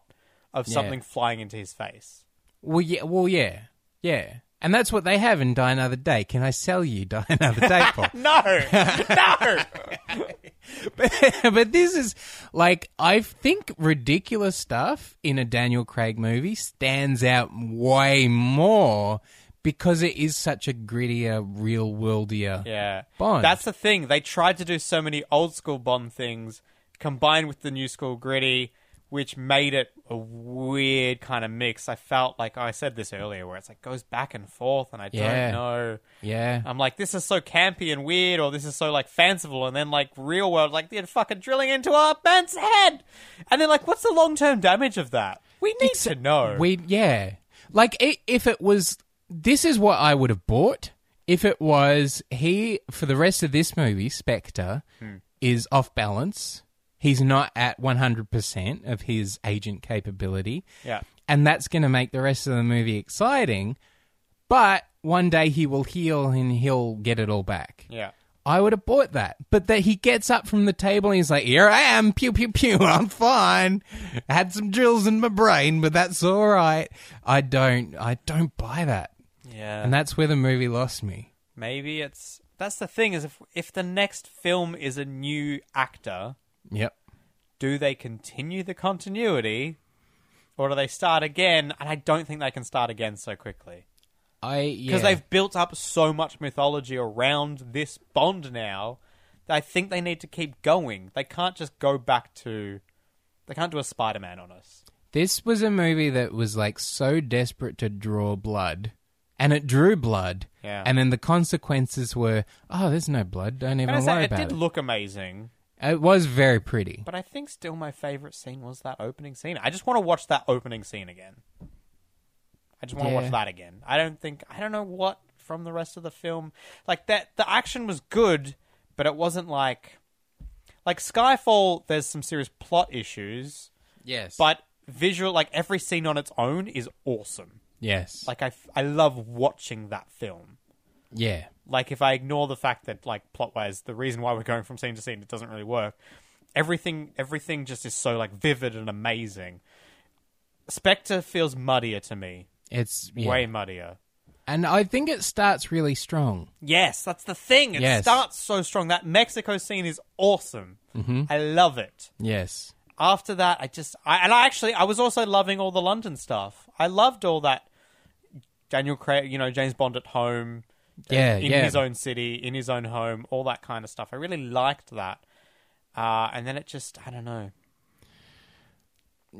of Yeah. something flying into his face. Well, yeah, well, yeah, yeah, and that's what they have in Die Another Day. Can I sell you Die Another Day, Paul? No, no. but, but this is like I think ridiculous stuff in a Daniel Craig movie stands out way more because it is such a grittier, real worldier. yeah, Bond. That's the thing. They tried to do so many old school Bond things combined with the new school gritty, which made it a weird kind of mix. I felt like I said this earlier, where it's like goes back and forth, and I don't Yeah. know. yeah. I'm like, this is so campy and weird, or this is so like fanciful, and then like real world, like they're fucking drilling into our man's head, and then like, what's the long term damage of that? We need to know. We yeah, like i if it was this is what I would have bought if it was he for the rest of this movie Spectre is off balance. He's not at one hundred percent of his agent capability. Yeah. and that's going to make the rest of the movie exciting. But one day he will heal and he'll get it all back. yeah, I would have bought that. But that he gets up from the table and he's like, Here I am, pew, pew, pew, I'm fine. had some drills in my brain, but that's all right. I don't, I don't buy that. yeah. And that's where the movie lost me. Maybe it's that's the thing is if if the next film is a new actor, Yep. do they continue the continuity, or do they start again? And I don't think they can start again so quickly. I, yeah. because they've built up so much mythology around this bond now that I think they need to keep going. They can't just go back to they can't do a Spider-Man on us. This was a movie that was like so desperate to draw blood, and it drew blood. Yeah. And then the consequences were, oh, there's no blood. Don't And even I worry say, it about did it. look amazing, it was very pretty. but I think still my favorite scene was that opening scene. I just want to watch that opening scene again. I just want to Yeah. watch that again. I don't think I don't know what from the rest of the film like that the action was good, but it wasn't like like Skyfall there's some serious plot issues. Yes. but visual like every scene on its own is awesome yes. like i f- i love watching that film yeah. like if i ignore the fact that like plot wise the reason why we're going from scene to scene it doesn't really work everything everything just is so like vivid and amazing spectre feels muddier to me It's yeah. way muddier And I think it starts really strong. yes that's the thing it Yes. starts so strong that mexico scene is awesome Mm-hmm. i love it Yes. after that, I just I, and I actually I was also loving all the London stuff. I loved all that Daniel Craig, you know, James Bond at home, Yeah. in Uh, yeah. his own city, in his own home, all that kind of stuff. I really liked that. Uh, and then it just I don't know.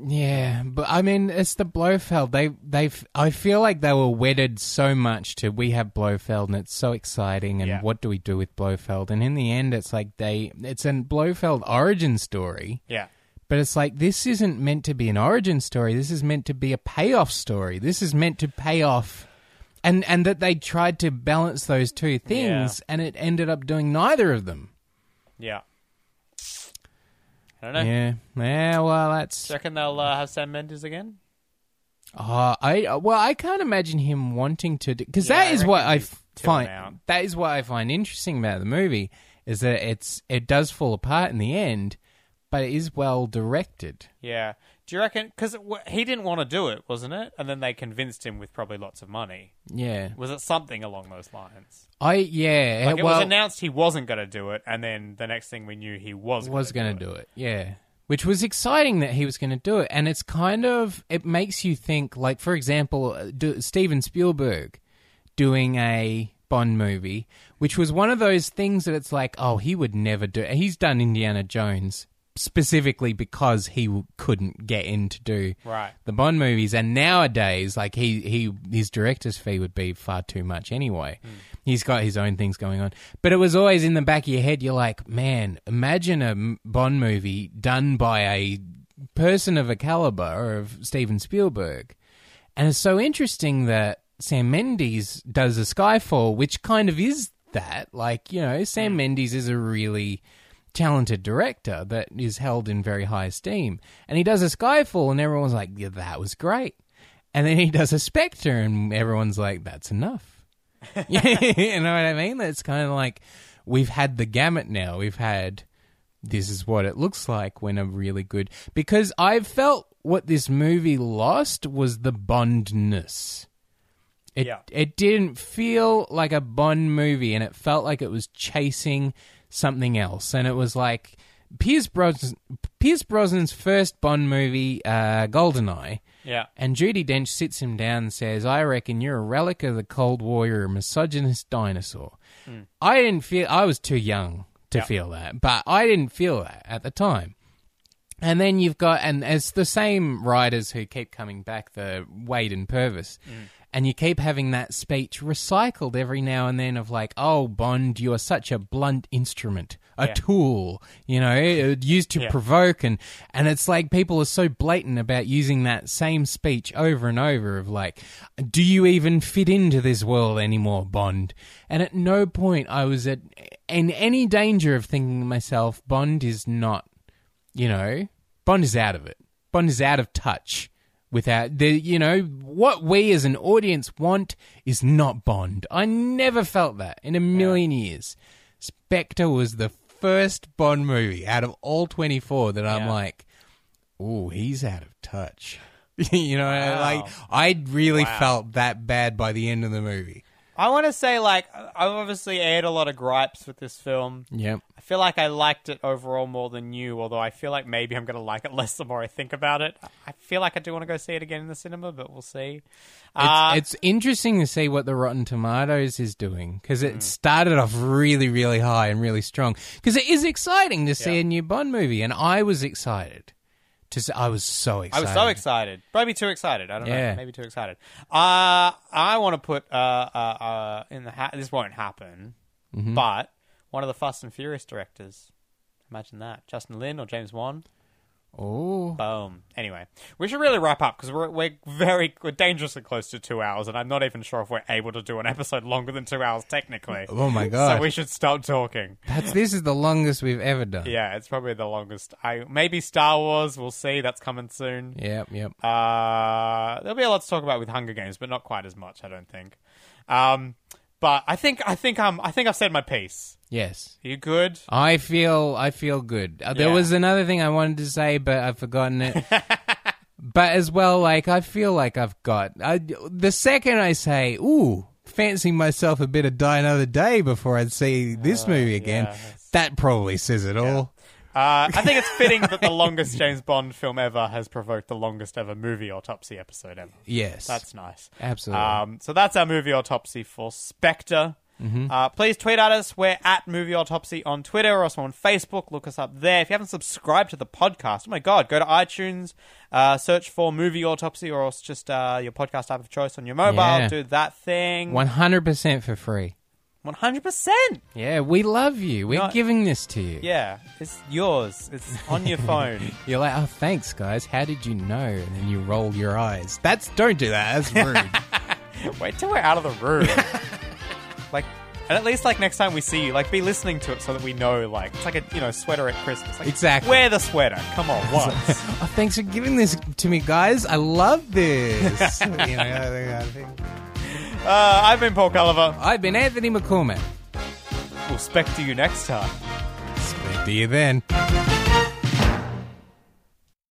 Yeah, but I mean, it's the Blofeld. They, they. I feel like they were wedded so much to we have Blofeld, and it's so exciting. And Yeah. what do we do with Blofeld? And in the end, it's like they. It's a Blofeld origin story, Yeah. but it's like this isn't meant to be an origin story. This is meant to be a payoff story. This is meant to pay off and and that they tried to balance those two things, and it ended up doing neither of them. Yeah. I don't know. Yeah, yeah. Well, that's Do you reckon they'll uh, have Sam Mendes again? Uh, I uh, well, I can't imagine him wanting to because Yeah, I that is what reckon I he's f- chilling find out. that is what I find interesting about the movie is that it's it does fall apart in the end, but it is well directed. Yeah. Do you reckon? Because w- he didn't want to do it, wasn't it? And then they convinced him with probably lots of money. Yeah, Was it something along those lines? I yeah. Like it Uh, well, was announced he wasn't going to do it, and then the next thing we knew, he was gonna was going do to do it. Yeah. Which was exciting that he was going to do it. And it's kind of, it makes you think, like, for example, uh, do, Steven Spielberg doing a Bond movie, which was one of those things that it's like, oh, he would never do it. He's done Indiana Jones specifically because he w- couldn't get in to do Right. the Bond movies, and nowadays, like he, he his director's fee would be far too much anyway. He's got his own things going on, but it was always in the back of your head. You're like, man, imagine a m- Bond movie done by a person of a caliber of Steven Spielberg, and it's so interesting that Sam Mendes does a Skyfall, which kind of is that. Like you know, Sam Mendes is a really talented director that is held in very high esteem. And he does a Skyfall, and everyone's like, yeah, that was great. And then he does a Spectre, and everyone's like, that's enough. you know what I mean? It's kind of like we've had the gamut now. We've had this is what it looks like when a really good. Because I felt what this movie lost was the Bondness. It, Yeah. it didn't feel like a Bond movie, and it felt like it was chasing something else. And it was like Pierce, Bros- Pierce Brosnan's first Bond movie, uh, Goldeneye. Yeah. And Judy Dench sits him down and says, I reckon you're a relic of the Cold War, you're a misogynist dinosaur. I didn't feel, I was too young to feel that, but I didn't feel that at the time. And then you've got, and it's the same writers who keep coming back, the Wade and Purvis. Mm. And you keep having that speech recycled every now and then of like, oh, Bond, you are such a blunt instrument, a Yeah. tool, you know, uh, used to Yeah. provoke. And, and it's like people are so blatant about using that same speech over and over of like, do you even fit into this world anymore, Bond? And at no point I was at, in any danger of thinking to myself, Bond is not you know, Bond is out of it. Bond is out of touch without the you know what we as an audience want is not Bond. I never felt that in a million years. Spectre was the first Bond movie out of all 24 that I'm Yeah. like, "Ooh, he's out of touch." you know, Wow. like I really felt that bad by the end of the movie. I want to say, like, I- I've obviously aired a lot of gripes with this film. Yep. I feel like I liked it overall more than you, although I feel like maybe I'm going to like it less the more I think about it. I feel like I do want to go see it again in the cinema, but we'll see. It's, Uh, it's interesting to see what the Rotten Tomatoes is doing because Hmm. it started off really, really high and really strong. Because it is exciting to see Yeah. a new Bond movie, and I was excited. To see, I was so Uh, I excited. was so excited. Maybe too excited. I don't know. Yeah. Maybe too excited. Uh, I want to put uh, uh, uh, in the hat. This won't happen, Mm-hmm. but one of the Fast and Furious directors. Imagine that. Justin Lin or James Wan. Oh, Boom. Anyway, we should really wrap up because we're, we're very we're dangerously close to two hours, and I'm not even sure if we're able to do an episode longer than two hours technically. oh my god! So we should stop talking. That's this is the longest we've ever done. Yeah, it's probably the longest. I maybe Star Wars. We'll see. That's coming soon. Yep, yep. Uh, there'll be a lot to talk about with Hunger Games, but not quite as much, I don't think. Um, but I think I think um I think I've said my piece. Yes. Are you good? I feel I feel good. Uh, There Yeah. was another thing I wanted to say, but I've forgotten it. but as well, like I feel like I've got I, the second I say, "Ooh, fancy myself a bit of Die Another Day" before I'd see this movie again, Uh, yeah, that's- that probably says it all. Uh, I think it's fitting that the longest James Bond film ever has provoked the longest ever movie autopsy episode ever. Yes, That's nice. absolutely. Um, so that's our movie autopsy for Spectre. Mm-hmm. Uh, please tweet at us. We're at Movie Autopsy on Twitter or also on Facebook. Look us up there. If you haven't subscribed to the podcast, oh my God, go to iTunes, uh, search for Movie Autopsy or else just uh, your podcast type of choice on your mobile. Yeah. Do that thing. One hundred percent for free. 100%. Yeah, we love you. We're Not- giving this to you. Yeah, it's yours. It's on your phone. You're like, oh, thanks, guys. How did you know? And then you roll your eyes. That's don't do that. That's rude. Wait till we're out of the room. like, and at least like next time we see you, like be listening to it so that we know. Like, it's like a you know sweater at Christmas. Like, Exactly. Wear the sweater. Come on, once. Oh, thanks for giving this to me, guys. I love this. You know, I think- I think- uh, I've been Paul Culliver. I've been Anthony McCormack. We'll spec to you next time. Speak to you then.